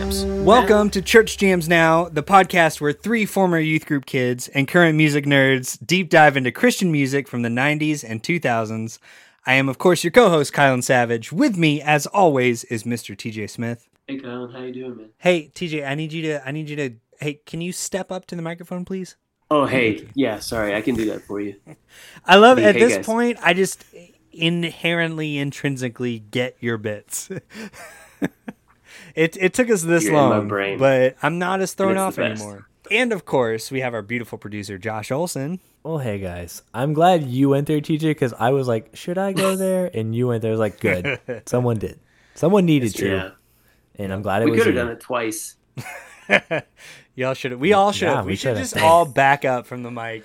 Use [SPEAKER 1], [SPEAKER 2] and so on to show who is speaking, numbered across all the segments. [SPEAKER 1] Welcome to Church Jams Now, the podcast where three former youth group kids and current music nerds deep dive into Christian music from the 90s and 2000s. I am, of course, your co host, Kylan Savage. With me, as always, is Mr. TJ Smith.
[SPEAKER 2] Hey, Colin, how you doing, man?
[SPEAKER 1] Hey, TJ, I need you to, I need you to, hey, can you step up to the microphone, please?
[SPEAKER 2] Oh, hey, yeah, sorry, I can do that for you.
[SPEAKER 1] I love
[SPEAKER 2] Hey,
[SPEAKER 1] at
[SPEAKER 2] hey,
[SPEAKER 1] this
[SPEAKER 2] guys.
[SPEAKER 1] point. I just inherently, intrinsically get your bits. it it took us this
[SPEAKER 2] You're in my
[SPEAKER 1] long,
[SPEAKER 2] brain.
[SPEAKER 1] but I'm not as thrown
[SPEAKER 2] it's
[SPEAKER 1] off
[SPEAKER 2] the best.
[SPEAKER 1] anymore. And of course, we have our beautiful producer Josh Olson.
[SPEAKER 3] Well, hey guys, I'm glad you went there, TJ, because I was like, should I go there? And you went there. I was like, good. Someone did. Someone needed to.
[SPEAKER 2] Yeah,
[SPEAKER 3] And I'm glad it
[SPEAKER 2] we
[SPEAKER 3] was
[SPEAKER 2] could
[SPEAKER 3] you.
[SPEAKER 2] have done it twice.
[SPEAKER 1] Y'all should we all should
[SPEAKER 3] Yeah,
[SPEAKER 1] we,
[SPEAKER 3] we
[SPEAKER 1] should
[SPEAKER 3] should've.
[SPEAKER 1] just
[SPEAKER 3] Thanks.
[SPEAKER 1] all back up from the mic.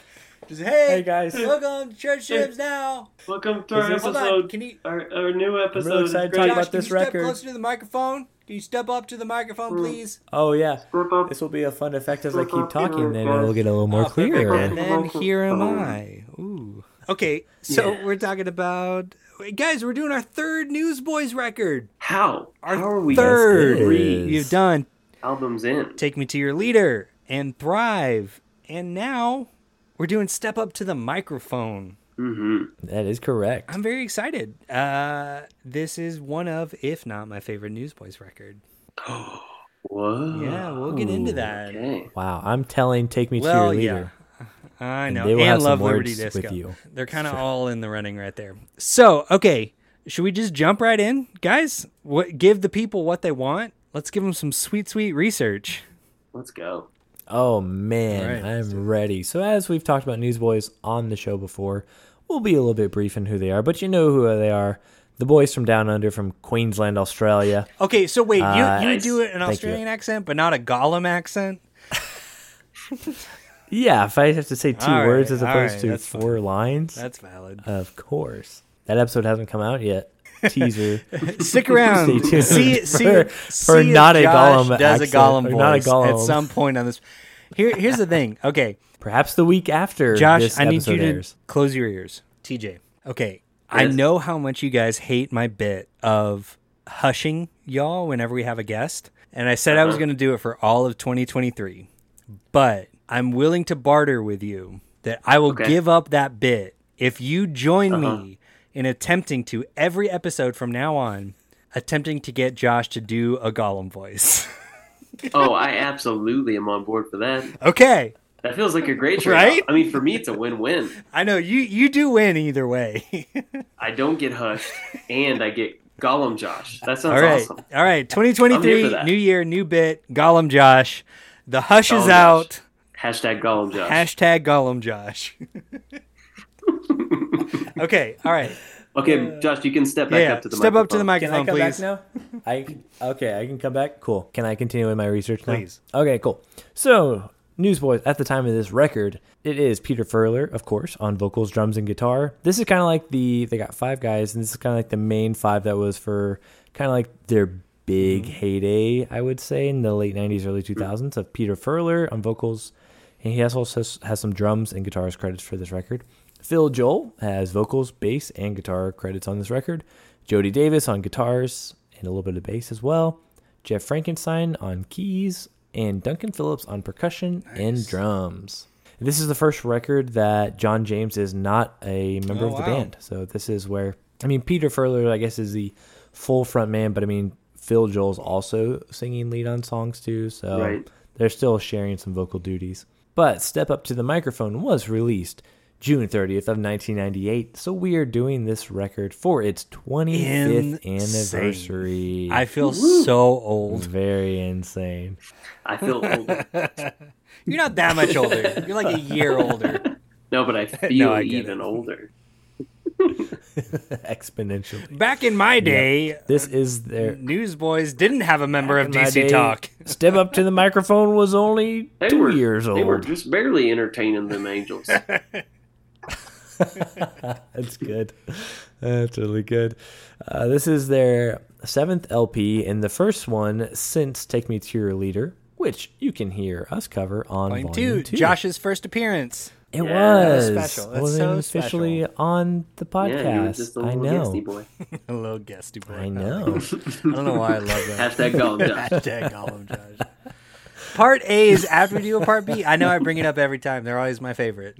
[SPEAKER 1] Just hey,
[SPEAKER 3] Hey, guys.
[SPEAKER 1] welcome to Church Ships now.
[SPEAKER 2] Welcome to our
[SPEAKER 3] this-
[SPEAKER 1] Hold on,
[SPEAKER 2] episode,
[SPEAKER 1] can you-
[SPEAKER 2] our, our new episode. is
[SPEAKER 3] excited to
[SPEAKER 2] great.
[SPEAKER 3] talk
[SPEAKER 1] Josh, can
[SPEAKER 3] about this
[SPEAKER 1] you step
[SPEAKER 3] record.
[SPEAKER 1] closer to the microrophone? Can you step up to the microphone, please?
[SPEAKER 3] Oh yeah.
[SPEAKER 2] Flip up.
[SPEAKER 3] This will be a fun effect as I keep talking, then it'll get a little more
[SPEAKER 1] Oh, perfect. And
[SPEAKER 3] clear.
[SPEAKER 1] then here am I. Ooh. Okay, so we're talking about Wait, guys. We're doing our third Newsboys record.
[SPEAKER 2] How?
[SPEAKER 1] Our
[SPEAKER 2] How are we
[SPEAKER 1] third.
[SPEAKER 3] Yes, it
[SPEAKER 1] You've
[SPEAKER 3] is.
[SPEAKER 1] done
[SPEAKER 2] albums in?
[SPEAKER 1] "Take Me to Your Leader" and "Thrive," and now we're doing "Step Up to the Microphone."
[SPEAKER 3] That is correct.
[SPEAKER 1] I'm very excited. Uh, this is one of, if not my favorite Newsboys record.
[SPEAKER 2] Whoa.
[SPEAKER 1] Yeah, we'll get into that.
[SPEAKER 2] Okay.
[SPEAKER 3] Wow. I'm telling Take Me
[SPEAKER 1] Well,
[SPEAKER 3] to Your Leader.
[SPEAKER 1] I know.
[SPEAKER 3] they
[SPEAKER 1] And,
[SPEAKER 3] will have some
[SPEAKER 1] Love Liberty
[SPEAKER 3] words
[SPEAKER 1] Disco.
[SPEAKER 3] with you.
[SPEAKER 1] They're kind of all in the running right there. So, okay, should we just jump right in, guys? What give the people what they want? Let's give them some sweet, sweet research.
[SPEAKER 2] Let's go.
[SPEAKER 3] Oh
[SPEAKER 1] Alright,
[SPEAKER 3] man,
[SPEAKER 1] let's
[SPEAKER 3] I'm ready. So as we've talked about Newsboys on the show before, we'll be a little bit brief in who they are, but you know who they are. The boys from down under from Queensland, Australia.
[SPEAKER 1] Okay, so wait,
[SPEAKER 3] Uh,
[SPEAKER 1] you you
[SPEAKER 2] nice.
[SPEAKER 1] do it an
[SPEAKER 3] you.
[SPEAKER 1] Australian accent, but not a Gollum accent.
[SPEAKER 3] Yeah, if I have to say two
[SPEAKER 1] All right,
[SPEAKER 3] words as
[SPEAKER 1] all
[SPEAKER 3] opposed
[SPEAKER 1] right,
[SPEAKER 3] to
[SPEAKER 1] that's
[SPEAKER 3] four lines,
[SPEAKER 1] That's valid.
[SPEAKER 3] of course. That episode hasn't come out yet. Teaser.
[SPEAKER 1] Stick around.
[SPEAKER 3] Stay tuned
[SPEAKER 1] see, see,
[SPEAKER 3] for-
[SPEAKER 1] see
[SPEAKER 3] for
[SPEAKER 1] if
[SPEAKER 3] not a
[SPEAKER 1] Josh
[SPEAKER 3] Gollum
[SPEAKER 1] does
[SPEAKER 3] accent,
[SPEAKER 1] a Gollum
[SPEAKER 3] or
[SPEAKER 1] voice
[SPEAKER 3] not a
[SPEAKER 1] at
[SPEAKER 3] Gollum.
[SPEAKER 1] some point on this. Here, here's the thing. Okay,
[SPEAKER 3] Perhaps the week after
[SPEAKER 1] Josh,
[SPEAKER 3] this
[SPEAKER 1] I need
[SPEAKER 3] episode
[SPEAKER 1] you to
[SPEAKER 3] airs.
[SPEAKER 1] close your ears. TJ. Okay. I
[SPEAKER 2] Yes.
[SPEAKER 1] know how much you guys hate my bit of hushing y'all whenever we have a guest. And I said I
[SPEAKER 2] Uh-huh.
[SPEAKER 1] was going to do it for all of 2023. But I'm willing to barter with you that I will
[SPEAKER 2] Okay. Uh-huh.
[SPEAKER 1] give up that bit if you join me in attempting to, every episode from now on, attempting to get Josh to do a Gollum voice.
[SPEAKER 2] Oh, I absolutely am on board for that.
[SPEAKER 1] okay.
[SPEAKER 2] That feels like a great trade.
[SPEAKER 1] Right?
[SPEAKER 2] I mean, for me, it's a win-win.
[SPEAKER 1] I know you, you do win either way.
[SPEAKER 2] I don't get hushed, and I get Gollum Josh. That sounds
[SPEAKER 1] All right.
[SPEAKER 2] awesome.
[SPEAKER 1] All right.
[SPEAKER 2] I'm here for
[SPEAKER 1] 2023,
[SPEAKER 2] that.
[SPEAKER 1] new year, new bit. Gollum Josh. The hush is
[SPEAKER 2] Gollum
[SPEAKER 1] out.
[SPEAKER 2] Hashtag Gollum Josh.
[SPEAKER 1] Hashtag Gollum Josh. okay. All right.
[SPEAKER 2] Okay, Josh, you can step back
[SPEAKER 1] Yeah.
[SPEAKER 2] up to the
[SPEAKER 1] Step up to the
[SPEAKER 2] microphone.
[SPEAKER 1] microphone, please.
[SPEAKER 3] now? I okay. I can come back. Cool. Can I continue with my research now?
[SPEAKER 1] Please.
[SPEAKER 3] Okay. Cool. So, Newsboys at the time of this record, it is Peter Furler, of course, on vocals, drums, and guitar. This is kind of like the they got five guys, and this is kind of like the main five that was for kind of like their big
[SPEAKER 1] Mm-hmm.
[SPEAKER 3] heyday, I would say, in the late '90s, early 2000s of Peter Furler on vocals. And he also has, has some drums and guitars credits for this record. Phil Joel has vocals, bass, and guitar credits on this record. Jody Davis on guitars and a little bit of bass as well. Jeff Frankenstein on keys, and Duncan Phillips on percussion and drums. This is the first record that John James is not a member
[SPEAKER 1] Oh,
[SPEAKER 3] of the
[SPEAKER 1] wow.
[SPEAKER 3] band. So this is where I mean Peter Furler, I guess, is the full front man, but I mean Phil Joel's also singing lead on songs too, so
[SPEAKER 2] Right.
[SPEAKER 3] they're still sharing some vocal duties. But Step Up to the Microphone was released June 30th of 1998, so we are doing this record for its 25th
[SPEAKER 1] Insane.
[SPEAKER 3] anniversary.
[SPEAKER 1] I feel so old.
[SPEAKER 3] Very insane.
[SPEAKER 2] I feel old.
[SPEAKER 1] You're not that much older. You're like a year older.
[SPEAKER 2] No, but I feel
[SPEAKER 1] I get
[SPEAKER 2] even
[SPEAKER 1] it.
[SPEAKER 2] older.
[SPEAKER 3] Exponentially.
[SPEAKER 1] Back in my day,
[SPEAKER 3] This is their
[SPEAKER 1] Newsboys didn't have a member of
[SPEAKER 3] In my
[SPEAKER 1] DC
[SPEAKER 3] day,
[SPEAKER 1] Talk.
[SPEAKER 3] Step up to the microphone was only
[SPEAKER 2] They
[SPEAKER 3] two
[SPEAKER 2] were
[SPEAKER 3] years
[SPEAKER 2] They were
[SPEAKER 3] old.
[SPEAKER 2] just barely entertaining them angels.
[SPEAKER 3] That's good. That's really good. Uh, this is their seventh LP and the first one since Take Me to Your Leader, which you can hear us cover on
[SPEAKER 1] Volume
[SPEAKER 3] Volume
[SPEAKER 1] two, Josh's first appearance.
[SPEAKER 3] It
[SPEAKER 2] Yeah,
[SPEAKER 3] was.
[SPEAKER 1] that was special. That's
[SPEAKER 3] Wasn't
[SPEAKER 1] so
[SPEAKER 3] even officially
[SPEAKER 1] special.
[SPEAKER 3] on the podcast.
[SPEAKER 2] yeah, you were just a
[SPEAKER 3] I
[SPEAKER 2] little guesty
[SPEAKER 3] know.
[SPEAKER 2] boy.
[SPEAKER 1] A little guesty boy.
[SPEAKER 3] I know.
[SPEAKER 1] I don't know why I love that.
[SPEAKER 2] Hashtag Gollum Josh.
[SPEAKER 1] Hashtag Gollum Josh. Part A is after we do a part B. I know I bring it up every time. They're always my favorite.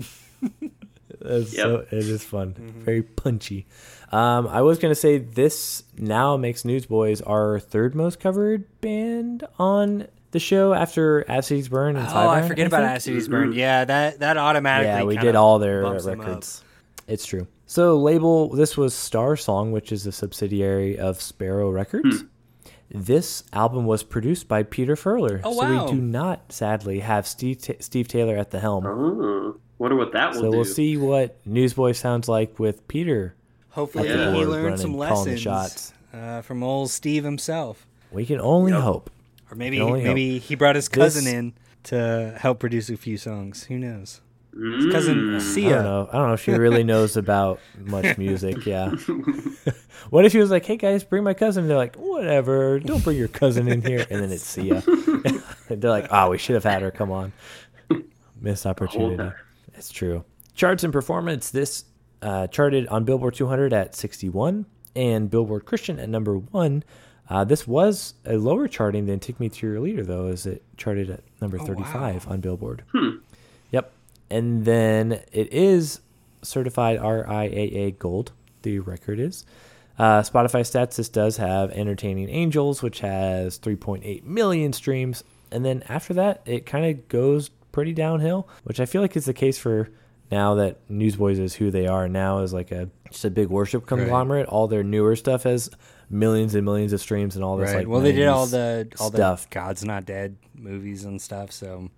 [SPEAKER 3] That's
[SPEAKER 2] Yep.
[SPEAKER 3] so, it is fun.
[SPEAKER 1] Mm-hmm.
[SPEAKER 3] Very punchy. Um, I was gonna say this now makes Newsboys our third most covered band on the show after As Cities Burn and
[SPEAKER 1] Oh, I
[SPEAKER 3] Tyburn,
[SPEAKER 1] forget about
[SPEAKER 3] think.
[SPEAKER 1] Acid Cities Burn. Yeah, that that automatically.
[SPEAKER 3] Yeah, we
[SPEAKER 1] kinda
[SPEAKER 3] did all their
[SPEAKER 1] bumps them up.
[SPEAKER 3] records. It's true. So label this was Star Song, which is a subsidiary of Sparrow
[SPEAKER 1] Hmm.
[SPEAKER 3] Records. This album was produced by Peter Furler.
[SPEAKER 1] Oh,
[SPEAKER 3] So
[SPEAKER 1] wow.
[SPEAKER 3] we do not, sadly, have Steve, Ta Steve Taylor at the helm.
[SPEAKER 2] Oh, wonder what that will
[SPEAKER 3] so
[SPEAKER 2] do.
[SPEAKER 3] we'll see what Newsboy sounds like with Peter.
[SPEAKER 1] Hopefully,
[SPEAKER 2] Yeah.
[SPEAKER 1] he
[SPEAKER 2] Board
[SPEAKER 1] learned some
[SPEAKER 3] running, calling the
[SPEAKER 1] lessons
[SPEAKER 3] shots.
[SPEAKER 1] uh, from old Steve himself,
[SPEAKER 3] We can only hope.
[SPEAKER 1] or maybe
[SPEAKER 3] Can only
[SPEAKER 1] maybe he brought his cousin
[SPEAKER 3] This-
[SPEAKER 1] in to help produce a few songs. Who knows? His cousin
[SPEAKER 3] I
[SPEAKER 1] Sia.
[SPEAKER 3] don't know. I don't know if she really knows about much music. Yeah. what if she was like, "Hey guys, bring my cousin." they're like, "Whatever. Don't bring your cousin in here." And then it's Sia. they're like, "Oh, we should have had her. Come on, missed opportunity."
[SPEAKER 2] her.
[SPEAKER 3] That's true. Charts and performance. This uh, charted on Billboard 200 at 61 and Billboard Christian at number one. Uh, this was a lower charting than "Take Me to Your Leader," though, as it charted at number 35 on Billboard. Yep. And then it is certified RIAA gold, the record is. Uh, Spotify stats, this does have Entertaining Angels, which has 3.8 million streams. And then after that, it kind of goes pretty downhill, which I feel like is the case for now that Newsboys is who they are now is like a just a big worship conglomerate. All their newer stuff has millions and millions of streams and all this
[SPEAKER 1] Right.
[SPEAKER 3] like
[SPEAKER 1] well, they did all
[SPEAKER 3] 90s
[SPEAKER 1] the all
[SPEAKER 3] stuff.
[SPEAKER 1] the God's Not Dead movies and stuff, so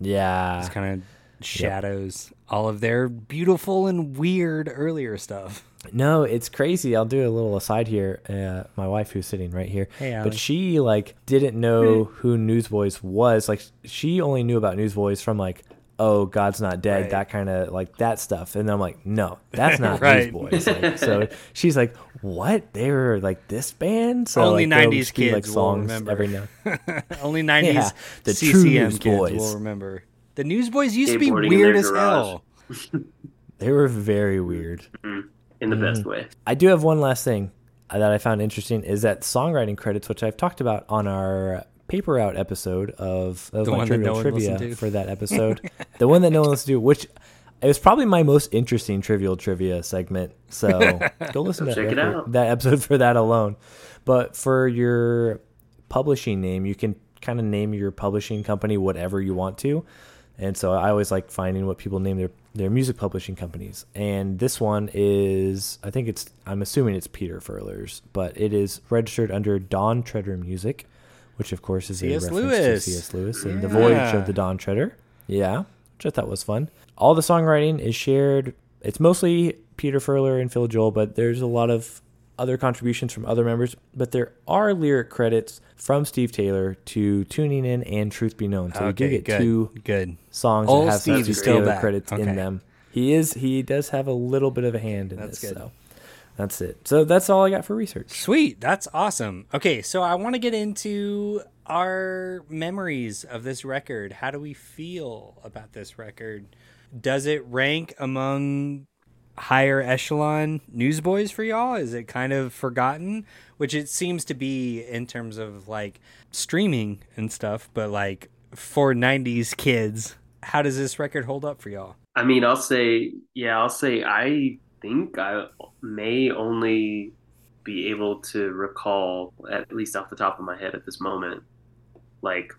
[SPEAKER 3] yeah
[SPEAKER 1] it's kind of shadows all of their beautiful and weird earlier stuff.
[SPEAKER 3] No, it's crazy. I'll do a little aside here. Uh, my wife, who's sitting right here,
[SPEAKER 1] Hey, Allie. Hmm.
[SPEAKER 3] but she like didn't know who Newsboys was. Like she only knew about Newsboys from like, oh, God's not dead,
[SPEAKER 1] Right.
[SPEAKER 3] that kind of like that stuff. And I'm like, no, that's not
[SPEAKER 1] Right.
[SPEAKER 3] Newsboys. Like, so she's like, what? They were like this band? So
[SPEAKER 1] Only
[SPEAKER 3] like, there'll
[SPEAKER 1] 90s
[SPEAKER 3] be,
[SPEAKER 1] kids will remember.
[SPEAKER 3] every now.
[SPEAKER 1] Only nineties
[SPEAKER 3] Yeah, the true
[SPEAKER 1] CCM kids
[SPEAKER 3] Newsboys.
[SPEAKER 1] will remember. The Newsboys used to be
[SPEAKER 2] Skateboarding in their
[SPEAKER 1] weird as
[SPEAKER 2] garage.
[SPEAKER 1] hell.
[SPEAKER 3] They were very weird.
[SPEAKER 2] in the best way.
[SPEAKER 3] I do have one last thing uh, that I found interesting is that songwriting credits, which I've talked about on our paper out episode of that was
[SPEAKER 1] The
[SPEAKER 3] my
[SPEAKER 1] one that
[SPEAKER 3] trivial
[SPEAKER 1] no one listened
[SPEAKER 3] trivia
[SPEAKER 1] to.
[SPEAKER 3] for that episode, the one that no one listened to, which it was probably my most interesting trivial trivia segment. So go listen to
[SPEAKER 2] check
[SPEAKER 3] that,
[SPEAKER 2] it
[SPEAKER 3] record-
[SPEAKER 2] out.
[SPEAKER 3] that episode for that alone. But for your publishing name, you can kind of name your publishing company whatever you want to. And so I always like finding what people name their, their music publishing companies. And this one is, I think it's, I'm assuming it's Peter Furler's, but it is registered under Don Treader Music, which of course is
[SPEAKER 1] C.S.
[SPEAKER 3] a reference
[SPEAKER 1] Lewis.
[SPEAKER 3] to C.S. Lewis and The Voyage
[SPEAKER 1] Yeah.
[SPEAKER 3] of the Don Treader. Yeah, which I thought was fun. All the songwriting is shared. It's mostly Peter Furler and Phil Joel, but there's a lot of other contributions from other members. But there are lyric credits from Steve Taylor to Tuning In and Truth Be Known. So we do get
[SPEAKER 1] good.
[SPEAKER 3] two
[SPEAKER 1] good.
[SPEAKER 3] songs
[SPEAKER 1] Old
[SPEAKER 3] that have
[SPEAKER 1] Steve's
[SPEAKER 3] Steve
[SPEAKER 1] still
[SPEAKER 3] Taylor
[SPEAKER 1] back.
[SPEAKER 3] credits
[SPEAKER 1] Okay.
[SPEAKER 3] in them. He is he does have a little bit of a hand in
[SPEAKER 1] That's
[SPEAKER 3] this.
[SPEAKER 1] good.
[SPEAKER 3] So that's it. So that's all I got for research.
[SPEAKER 1] Sweet. That's awesome. Okay, so I want to get into our memories of this record. How do we feel about this record? Does it rank among higher echelon newsboys for y'all? Is it kind of forgotten? Which it seems to be in terms of like streaming and stuff, but like for 90s kids, how does this record hold up for y'all?
[SPEAKER 2] I mean, I'll say, yeah, I'll say, I think I may only be able to recall, at least off the top of my head at this moment, like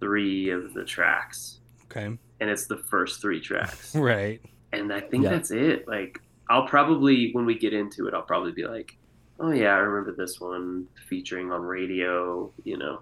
[SPEAKER 2] three of the tracks.
[SPEAKER 1] Okay.
[SPEAKER 2] And it's the first three tracks.
[SPEAKER 1] Right.
[SPEAKER 2] And I think
[SPEAKER 3] Yeah.
[SPEAKER 2] that's it. Like, I'll probably, when we get into it, I'll probably be like, oh, yeah, I remember this one featuring on radio, you know.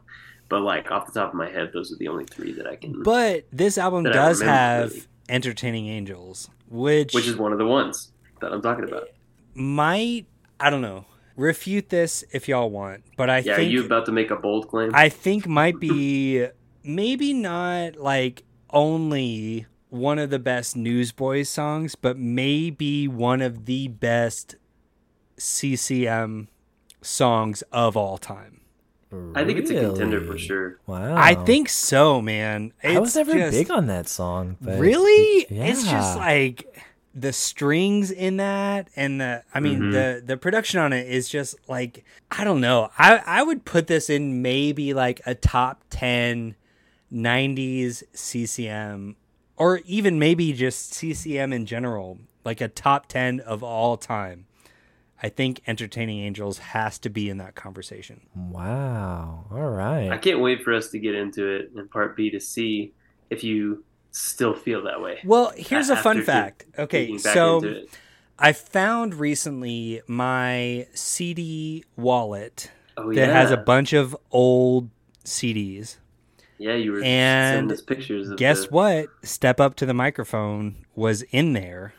[SPEAKER 2] But, like, off the top of my head, those are the only three that I can,
[SPEAKER 1] But this album
[SPEAKER 2] That I
[SPEAKER 1] does
[SPEAKER 2] remember,
[SPEAKER 1] have
[SPEAKER 2] really.
[SPEAKER 1] entertaining angels, which,
[SPEAKER 2] which is one of the ones that I'm talking about.
[SPEAKER 1] might I don't know refute this if y'all want, but I
[SPEAKER 2] Yeah, are
[SPEAKER 1] think
[SPEAKER 2] you about to make a bold claim?
[SPEAKER 1] I think might be maybe not like only one of the best Newsboys songs, but maybe one of the best CCM songs of all time.
[SPEAKER 2] I think it's a contender for
[SPEAKER 3] Really?
[SPEAKER 2] sure.
[SPEAKER 3] Wow.
[SPEAKER 1] I think so, man.
[SPEAKER 3] I was
[SPEAKER 1] It's
[SPEAKER 3] never
[SPEAKER 1] just-
[SPEAKER 3] big on that song. But
[SPEAKER 1] Really? It's just
[SPEAKER 3] Yeah.
[SPEAKER 1] like the strings in that and the I mean
[SPEAKER 2] Mhm.
[SPEAKER 1] the the production on it is just like I don't know. I I would put this in maybe like a top 10 90s CCM or even maybe just CCM in general, like a top 10 of all time, I think Entertaining Angels has to be in that conversation.
[SPEAKER 3] Wow. All
[SPEAKER 2] I
[SPEAKER 3] right.
[SPEAKER 2] can't wait for us to get into it in part B to see if you still feel that way.
[SPEAKER 1] Well, here's a
[SPEAKER 2] After
[SPEAKER 1] fun
[SPEAKER 2] dig-
[SPEAKER 1] fact. Okay,
[SPEAKER 2] digging back
[SPEAKER 1] so
[SPEAKER 2] into it.
[SPEAKER 1] I found recently my CD wallet
[SPEAKER 2] oh,
[SPEAKER 1] that
[SPEAKER 2] yeah.
[SPEAKER 1] has a bunch of old CDs.
[SPEAKER 2] yeah, you were
[SPEAKER 1] and
[SPEAKER 2] sending us pictures. Of
[SPEAKER 1] Guess
[SPEAKER 2] the-
[SPEAKER 1] what? Step Up to the Microphone was in there.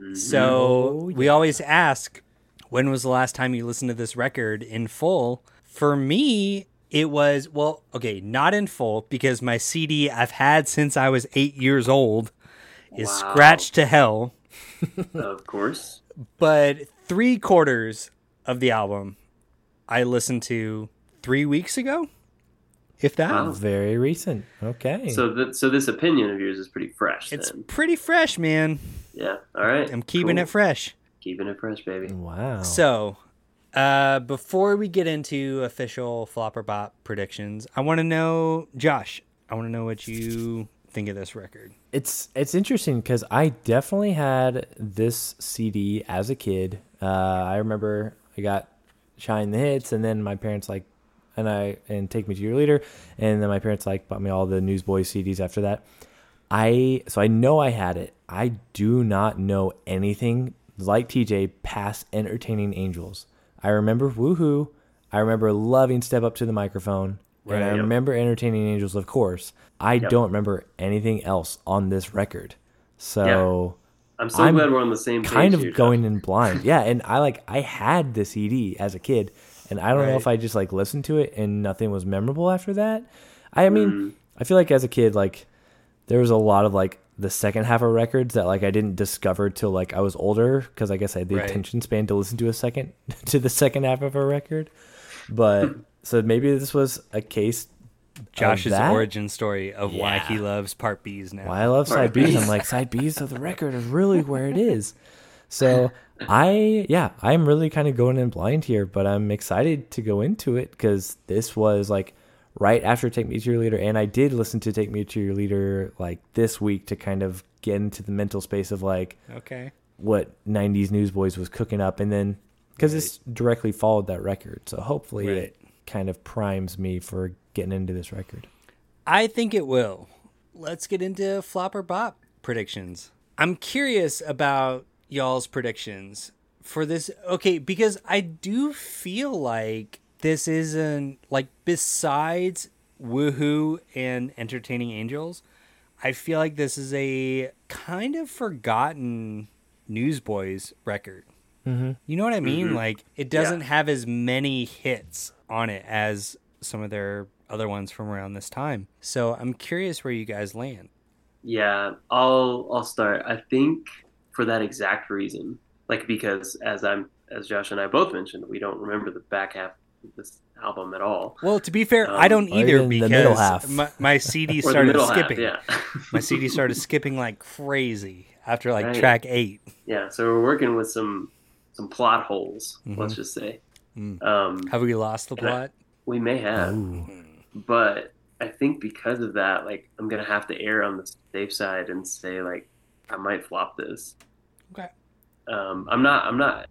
[SPEAKER 2] Mhm.
[SPEAKER 1] So
[SPEAKER 3] Oh,
[SPEAKER 1] we always ask, when was the last time you listened to this record in full? For me, it was, well, okay, not in full because my CD I've had since I was eight years old is
[SPEAKER 2] Wow.
[SPEAKER 1] scratched to hell,
[SPEAKER 2] of course,
[SPEAKER 1] but three quarters of the album I listened to three weeks ago, if that.
[SPEAKER 2] Wow.
[SPEAKER 3] Very recent. Okay.
[SPEAKER 2] so that so this opinion of yours is pretty fresh.
[SPEAKER 1] It's
[SPEAKER 2] then.
[SPEAKER 1] pretty fresh, man.
[SPEAKER 2] yeah. All right,
[SPEAKER 1] I'm keeping
[SPEAKER 2] Cool.
[SPEAKER 1] it Mm. fresh.
[SPEAKER 2] keeping it fresh, baby.
[SPEAKER 3] wow.
[SPEAKER 1] So, uh, before we get into official flopper bop predictions, I want to know, Josh, I want to know what you think of this record.
[SPEAKER 3] it's it's interesting because I definitely had this CD as a kid. Uh, I remember I got Shine the Hits, and then my parents like and I and Take Me to Your Leader, and then my parents like bought me all the Newsboy CDs after that. I so I know I had it. I do not know anything like TJ past Entertaining Angels. I remember Woohoo. I remember loving Step Up to the Microphone. and I
[SPEAKER 1] Right.
[SPEAKER 3] remember Entertaining Angels, of course. I don't remember anything else on this record. So
[SPEAKER 2] I'm so
[SPEAKER 3] I'm
[SPEAKER 2] glad we're on the same page.
[SPEAKER 3] kind
[SPEAKER 2] here,
[SPEAKER 3] of going in blind. Yeah, and I like I had the CD as a kid, and I don't know
[SPEAKER 1] Right.
[SPEAKER 3] if I just like listened to it and nothing was memorable after that. I mean,
[SPEAKER 1] Hmm.
[SPEAKER 3] I feel like as a kid, like there was a lot of like the second half of records that like I didn't discover till like I was older because I guess I had the
[SPEAKER 1] Right.
[SPEAKER 3] attention span to listen to a second to the second half of a record. But so maybe this was a case. of
[SPEAKER 1] Josh's
[SPEAKER 3] that.
[SPEAKER 1] origin story of why he loves Part B's now.
[SPEAKER 3] Why I love side
[SPEAKER 2] Right.
[SPEAKER 3] B's. I'm like side B's of the record is really where it is. So I yeah, I'm really kind of going in blind here, but I'm excited to go into it because this was like right after Take Me to Your Leader, and I did listen to Take Me to Your Leader like this week to kind of get into the mental space of like
[SPEAKER 1] Okay.
[SPEAKER 3] what 90s Newsboys was cooking up, and then because this directly followed that record, so hopefully
[SPEAKER 1] Right.
[SPEAKER 3] it kind of primes me for getting into this record.
[SPEAKER 1] I think it will. Let's get into flop or bop predictions. I'm curious about y'all's predictions for this. Okay, because I do feel like this isn't like besides Woohoo and Entertaining Angels, I feel like this is a kind of forgotten Newsboys record. You know what I
[SPEAKER 2] Mm-hmm.
[SPEAKER 1] mean? Like it doesn't have as many hits on it as some of their other ones from around this time. So I'm curious where you guys land.
[SPEAKER 2] Yeah, I'll I'll start. I think for that exact reason, like because as I'm as Josh and I both mentioned, we don't remember the back half of this album at all.
[SPEAKER 1] Well, to be fair, I
[SPEAKER 2] Um,
[SPEAKER 1] don't
[SPEAKER 3] or
[SPEAKER 1] either
[SPEAKER 3] even the
[SPEAKER 1] because
[SPEAKER 3] middle half.
[SPEAKER 1] My, my CD
[SPEAKER 2] Or the
[SPEAKER 1] started
[SPEAKER 2] middle
[SPEAKER 1] skipping.
[SPEAKER 2] half, yeah.
[SPEAKER 1] my CD started skipping like crazy after like
[SPEAKER 2] Right.
[SPEAKER 1] track eight.
[SPEAKER 2] Yeah, so we're working with some some plot holes. Let's just say
[SPEAKER 1] Mm-hmm. Mm.
[SPEAKER 2] um,
[SPEAKER 1] Have we lost the
[SPEAKER 2] And I-
[SPEAKER 1] plot?
[SPEAKER 2] we may have,
[SPEAKER 3] Ooh.
[SPEAKER 2] but I think because of that, like I'm gonna have to err on the safe side and say like I might flop this.
[SPEAKER 1] Okay.
[SPEAKER 2] Um, I'm not. I'm not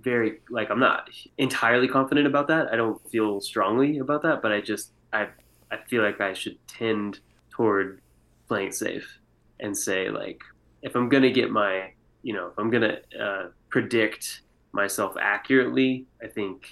[SPEAKER 2] very like I'm not entirely confident about that. I don't feel strongly about that, but I just I I feel like I should tend toward playing it safe and say like if I'm gonna get my you know if I'm gonna uh, predict myself accurately, I think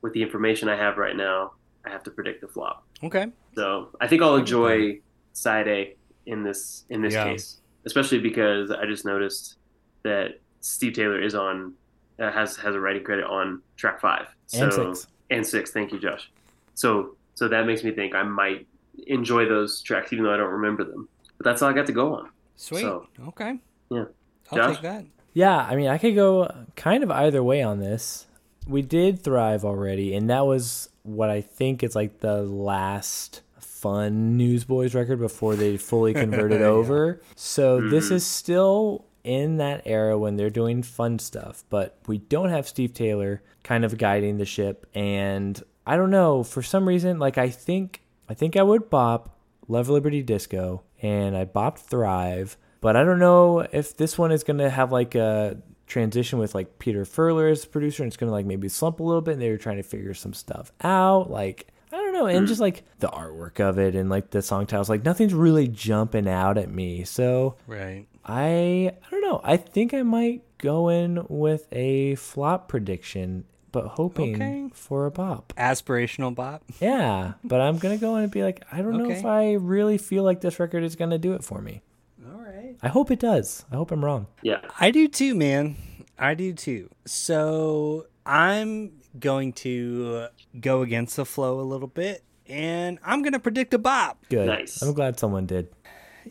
[SPEAKER 2] with the information I have right now, I have to predict the flop.
[SPEAKER 1] Okay.
[SPEAKER 2] So I think I'll enjoy side A in this in this
[SPEAKER 1] Yeah.
[SPEAKER 2] case, especially because I just noticed that Steve Taylor is on uh, has has a writing credit on track five
[SPEAKER 3] And
[SPEAKER 2] So-
[SPEAKER 3] six.
[SPEAKER 2] and six. Thank you, Josh. So so that makes me think I might enjoy those tracks even though I don't remember them. But that's all I got to go on.
[SPEAKER 1] Sweet.
[SPEAKER 2] So-
[SPEAKER 1] okay.
[SPEAKER 2] Yeah.
[SPEAKER 1] I'll
[SPEAKER 2] Josh?
[SPEAKER 1] take that.
[SPEAKER 3] Yeah, I mean, I could go kind of either way on this. We did Thrive already, and that was what I think is like the last fun Newsboys record before they fully converted over. So this is still in that era when they're doing fun stuff, but we don't have Steve Taylor kind of guiding the ship. And I don't know, for some reason, like I think I think I would bop Love Liberty Disco, and I bopped Thrive. But I don't know if this one is gonna have like a transition with like Peter Furler as producer, and it's gonna like maybe slump a little bit. And they were trying to figure some stuff out, like. I don't know, and just like the artwork of it, and like the song titles, like nothing's really jumping out at me. So
[SPEAKER 1] Right.
[SPEAKER 3] I I don't know. I think I might go in with a flop prediction, but hoping
[SPEAKER 1] Okay.
[SPEAKER 3] for a bop.
[SPEAKER 1] Aspirational bop.
[SPEAKER 3] Yeah, but I'm gonna go in and be like, I don't know if
[SPEAKER 1] Okay.
[SPEAKER 3] I really feel like this record is gonna do it for me.
[SPEAKER 1] All right.
[SPEAKER 3] I hope it does. I hope I'm wrong.
[SPEAKER 2] Yeah.
[SPEAKER 1] I do too, man. I do too. So I'm going to go against the flow a little bit, and I'm going to predict a bop.
[SPEAKER 3] Good.
[SPEAKER 2] Nice.
[SPEAKER 3] I'm glad someone did.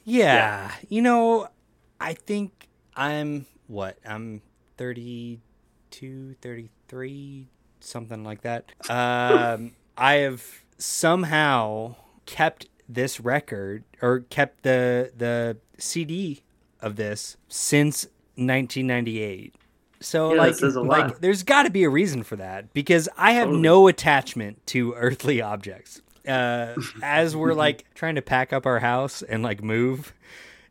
[SPEAKER 1] Yeah. You know, I think I'm what? I'm 32, 33, something like that. Um, I have somehow kept this record or kept the the CD of this since 1998. So
[SPEAKER 2] Yeah, that
[SPEAKER 1] like,
[SPEAKER 2] says a lot.
[SPEAKER 1] like there's got to be a reason for that because I have
[SPEAKER 2] Totally.
[SPEAKER 1] no attachment to earthly objects. Uh, as we're like trying to pack up our house and like move,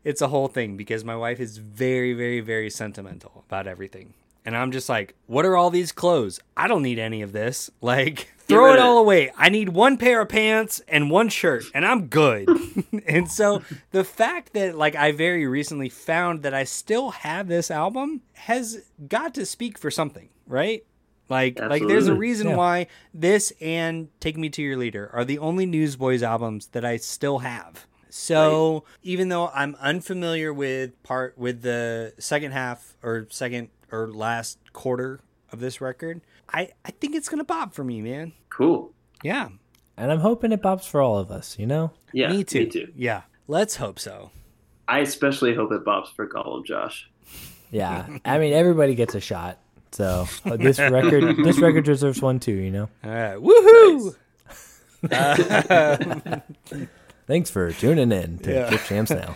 [SPEAKER 1] it's a whole thing because my wife is very, very, very sentimental about everything. And I'm just like, what are all these clothes? I don't need any of this. Like, throw it
[SPEAKER 2] rid of
[SPEAKER 1] all
[SPEAKER 2] it.
[SPEAKER 1] away. I need one pair of pants and one shirt, and I'm good. and so the fact that, like, I very recently found that I still have this album has got to speak for something, right? Like, like there's a
[SPEAKER 2] Absolutely.
[SPEAKER 1] reason
[SPEAKER 3] Yeah.
[SPEAKER 1] why this and Take Me to Your Leader are the only Newsboys albums that I still have. So even though I'm unfamiliar with part with the second half or second or last quarter of this record, I I think it's gonna pop for me, man.
[SPEAKER 2] Cool.
[SPEAKER 1] Yeah,
[SPEAKER 3] And I'm hoping it pops for all of us, you know?
[SPEAKER 2] Yeah.
[SPEAKER 1] me too. Yeah, let's hope so.
[SPEAKER 2] I especially hope it bops for Gollum Josh.
[SPEAKER 3] Yeah. I mean everybody gets a shot. So uh, this record this record deserves one too, you know?
[SPEAKER 1] All right, woohoo!
[SPEAKER 3] Thanks for tuning in to
[SPEAKER 1] Yeah.
[SPEAKER 3] Chip Champs now.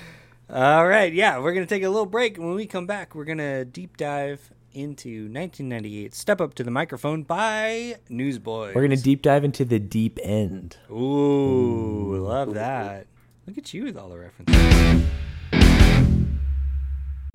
[SPEAKER 1] All right, yeah, we're gonna take a little break. and When we come back, we're gonna deep dive into 1998. Step up to the microphone by Newsboys.
[SPEAKER 3] We're gonna deep dive into the deep end.
[SPEAKER 1] Ooh, love that. Look at you with all the references.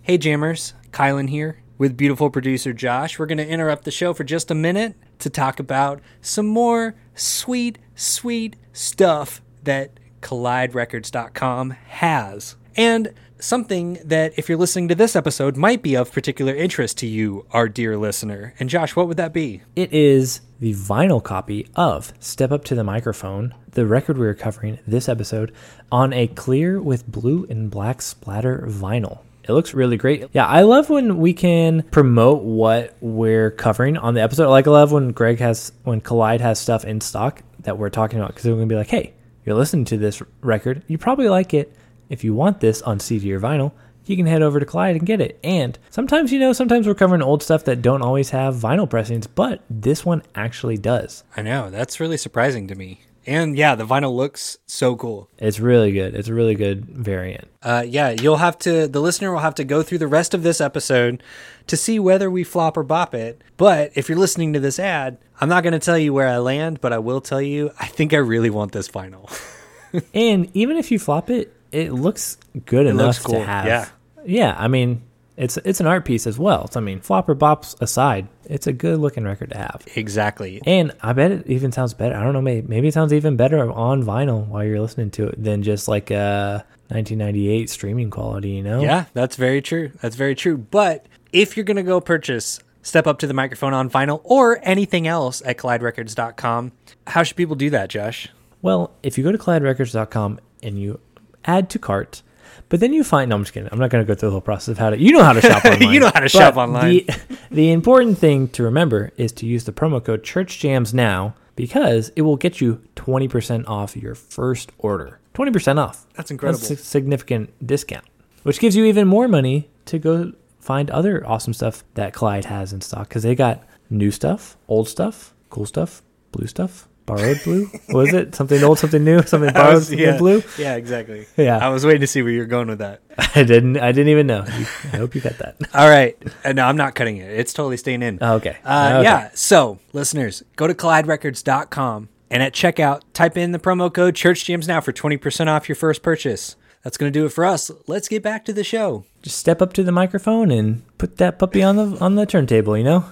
[SPEAKER 1] Hey, Jammers. Kylan here with beautiful producer Josh. We're going to interrupt the show for just a minute to talk about some more sweet, sweet stuff that colliderecords.com has. And something that, if you're listening to this episode, might be of particular interest to you, our dear listener. And, Josh, what would that be?
[SPEAKER 3] It is the vinyl copy of Step Up to the Microphone, the record we are covering this episode, on a clear with blue and black splatter vinyl. It looks really great. Yeah, I love when we can promote what we're covering on the episode. Like, I love when Greg has, when Collide has stuff in stock that we're talking about because they're going to be like, hey, you're listening to this record. You probably like it. If you want this on CD or vinyl, you can head over to Clyde and get it. And sometimes, you know, sometimes we're covering old stuff that don't always have vinyl pressings, but this one actually does.
[SPEAKER 1] I know. That's really surprising to me. And yeah, the vinyl looks so cool.
[SPEAKER 3] It's really good. It's a really good variant.
[SPEAKER 1] Uh, yeah, you'll have to, the listener will have to go through the rest of this episode to see whether we flop or bop it. But if you're listening to this ad, I'm not going to tell you where I land, but I will tell you, I think I really want this vinyl.
[SPEAKER 3] And even if you flop it, it looks good enough
[SPEAKER 1] looks cool,
[SPEAKER 3] to have.
[SPEAKER 1] yeah.
[SPEAKER 3] Yeah, I mean, it's it's an art piece as well. So, I mean, flop or bops aside, it's a good looking record to have.
[SPEAKER 1] exactly.
[SPEAKER 3] And I bet it even sounds better. I don't know. Maybe, maybe it sounds even better on vinyl while you're listening to it than just like a 1998 streaming quality. You know?
[SPEAKER 1] Yeah, that's very true. That's very true. But if you're going to go purchase Step Up to the Microphone on vinyl or anything else at colliderecords.com, how should people do that, Josh?
[SPEAKER 3] Well, if you go to colliderecords.com and you add to cart, but then you find no, I'm just kidding. I'm not going to go through the whole process of how to. You know how to shop online.
[SPEAKER 1] You know how to
[SPEAKER 3] But
[SPEAKER 1] shop online.
[SPEAKER 3] The, the important thing to remember is to use the promo code ChurchJams now because it will get you 20% off your first order. 20% off.
[SPEAKER 1] That's incredible.
[SPEAKER 3] That's a significant discount, which gives you even more money to go find other awesome stuff that Clyde has in stock because they got new stuff, old stuff, cool stuff, blue stuff, borrowed blue. what is it? Something old, something new, something borrowed, something blue.
[SPEAKER 1] Yeah, exactly.
[SPEAKER 3] Yeah.
[SPEAKER 1] I was waiting to see where you're going with that.
[SPEAKER 3] I didn't. I didn't even know. You- I hope you got that.
[SPEAKER 1] All right. Uh, no, I'm not cutting it. It's totally staying in.
[SPEAKER 3] Okay.
[SPEAKER 1] Uh,
[SPEAKER 3] Okay.
[SPEAKER 1] Yeah. So, listeners, go to colliderecords.com And at checkout, type in the promo code ChurchJamesNow for 20% off your first purchase. That's going to do it for us. Let's get back to the show.
[SPEAKER 3] Just step up to the microphone and put that puppy on the on the turntable. You know,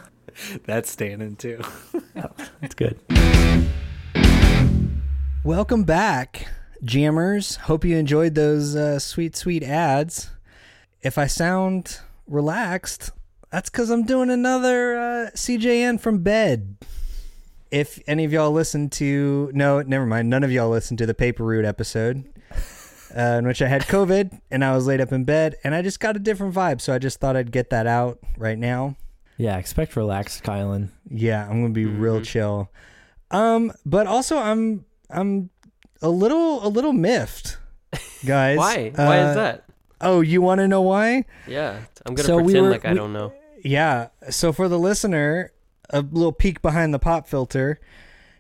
[SPEAKER 1] That's standing too.
[SPEAKER 3] that's good.
[SPEAKER 1] Welcome back, jammers. Hope you enjoyed those uh, sweet, sweet ads. If I sound relaxed, that's because I'm doing another uh, CJN from bed. If any of y'all listened to, no, never mind. None of y'all listened to the Paper Root episode uh, in which I had COVID and I was laid up in bed and I just got a different vibe. So I just thought I'd get that out right now.
[SPEAKER 3] Yeah, expect relaxed, Kylan.
[SPEAKER 1] Yeah, I'm gonna be real
[SPEAKER 4] Mm-hmm.
[SPEAKER 1] chill. Um, but also I'm I'm a little a little miffed, guys.
[SPEAKER 4] Why? why
[SPEAKER 1] Uh,
[SPEAKER 4] is that?
[SPEAKER 1] Oh, you want to know why?
[SPEAKER 4] Yeah, I'm gonna
[SPEAKER 1] so we
[SPEAKER 4] pretend
[SPEAKER 1] were-
[SPEAKER 4] like I
[SPEAKER 1] we-
[SPEAKER 4] don't know.
[SPEAKER 1] Yeah. So for the listener, a little peek behind the pop filter.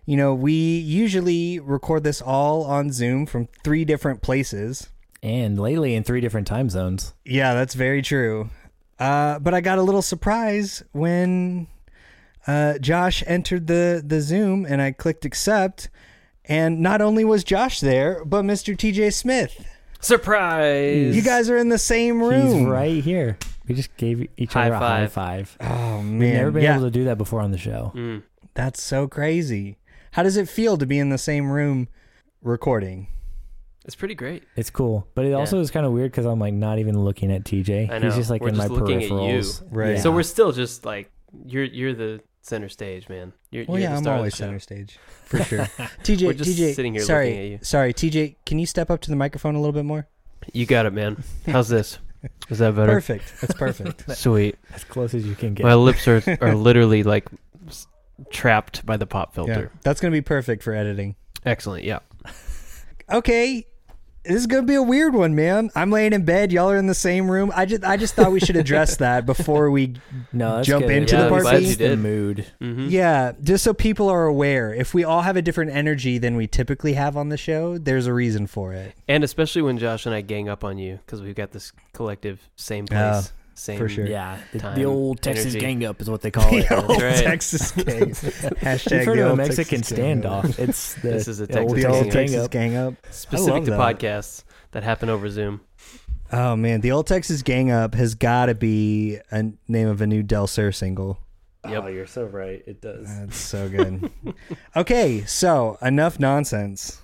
[SPEAKER 1] You know, we usually record this all on Zoom from three different places.
[SPEAKER 3] And lately, in three different time zones.
[SPEAKER 1] Yeah, that's very true. Uh, but I got a little surprise when uh, Josh entered the, the Zoom and I clicked accept. And not only was Josh there, but Mr. TJ Smith.
[SPEAKER 4] Surprise!
[SPEAKER 1] You guys are in the same room.
[SPEAKER 3] He's right here. We just gave each
[SPEAKER 4] High
[SPEAKER 3] other a high
[SPEAKER 4] five.
[SPEAKER 3] five.
[SPEAKER 1] Oh, man.
[SPEAKER 3] Never been
[SPEAKER 1] yeah,
[SPEAKER 3] able to do that before on the show.
[SPEAKER 4] Mm.
[SPEAKER 1] that's so crazy. How does it feel to be in the same room recording?
[SPEAKER 4] It's pretty great.
[SPEAKER 3] It's cool, but it also is kind of weird because I'm like not even looking at TJ.
[SPEAKER 4] I
[SPEAKER 3] He's
[SPEAKER 4] know.
[SPEAKER 3] just like
[SPEAKER 4] We're
[SPEAKER 3] in
[SPEAKER 4] just
[SPEAKER 3] my
[SPEAKER 4] looking at you.
[SPEAKER 3] peripherals.
[SPEAKER 1] Right.
[SPEAKER 4] So we're still just like you're. You're the center stage, man. You're,
[SPEAKER 1] Well,
[SPEAKER 4] you're
[SPEAKER 1] yeah,
[SPEAKER 4] the
[SPEAKER 1] I'm
[SPEAKER 4] star of the
[SPEAKER 1] always
[SPEAKER 4] show.
[SPEAKER 1] center stage for sure. TJ,
[SPEAKER 4] We're just
[SPEAKER 1] TJ,
[SPEAKER 4] sitting here
[SPEAKER 1] sorry,
[SPEAKER 4] looking at you.
[SPEAKER 1] sorry, TJ. Can you step up to the microphone a little bit more?
[SPEAKER 4] You got it, man. How's this? Is that better?
[SPEAKER 1] Perfect. That's perfect.
[SPEAKER 4] Sweet.
[SPEAKER 3] as close as you can get.
[SPEAKER 4] My lips are are literally like s- trapped by the pop filter.
[SPEAKER 1] Yeah, that's gonna be perfect for editing.
[SPEAKER 4] Excellent. Yeah.
[SPEAKER 1] Okay, this is gonna be a weird one, man. I'm laying in bed. Y'all are in the same room. I just, I just thought we should address that before we.
[SPEAKER 3] no, that's
[SPEAKER 1] jump
[SPEAKER 3] good.
[SPEAKER 1] into
[SPEAKER 4] the Yeah, I'm glad party. you
[SPEAKER 3] It's the
[SPEAKER 4] did.
[SPEAKER 3] mood.
[SPEAKER 4] Mm-hmm.
[SPEAKER 1] Yeah, just so people are aware, if we all have a different energy than we typically have on the show, there's a reason for it.
[SPEAKER 4] And especially when Josh and I gang up on you because we've got this collective same place,
[SPEAKER 1] Yeah,
[SPEAKER 4] same.
[SPEAKER 1] for sure.
[SPEAKER 3] Yeah, the, the
[SPEAKER 4] Time,
[SPEAKER 3] old Texas
[SPEAKER 4] energy.
[SPEAKER 3] gang up is what they call it.
[SPEAKER 1] The old
[SPEAKER 4] right.
[SPEAKER 1] Texas gang. Hashtag
[SPEAKER 3] We've heard
[SPEAKER 1] the
[SPEAKER 3] of a
[SPEAKER 1] old
[SPEAKER 3] Mexican
[SPEAKER 1] Texas gang up.
[SPEAKER 3] standoff. It's the,
[SPEAKER 4] This is a
[SPEAKER 3] the old
[SPEAKER 1] The old
[SPEAKER 4] Texas gang up.
[SPEAKER 1] Texas gang up.
[SPEAKER 4] Specific to
[SPEAKER 1] that.
[SPEAKER 4] podcasts that happen over Zoom.
[SPEAKER 1] Oh man, the old Texas gang up has got to be a name of a new Del Sur single. Oh,
[SPEAKER 4] Yep.
[SPEAKER 3] you're so right. It does.
[SPEAKER 1] That's so good. okay, so enough nonsense.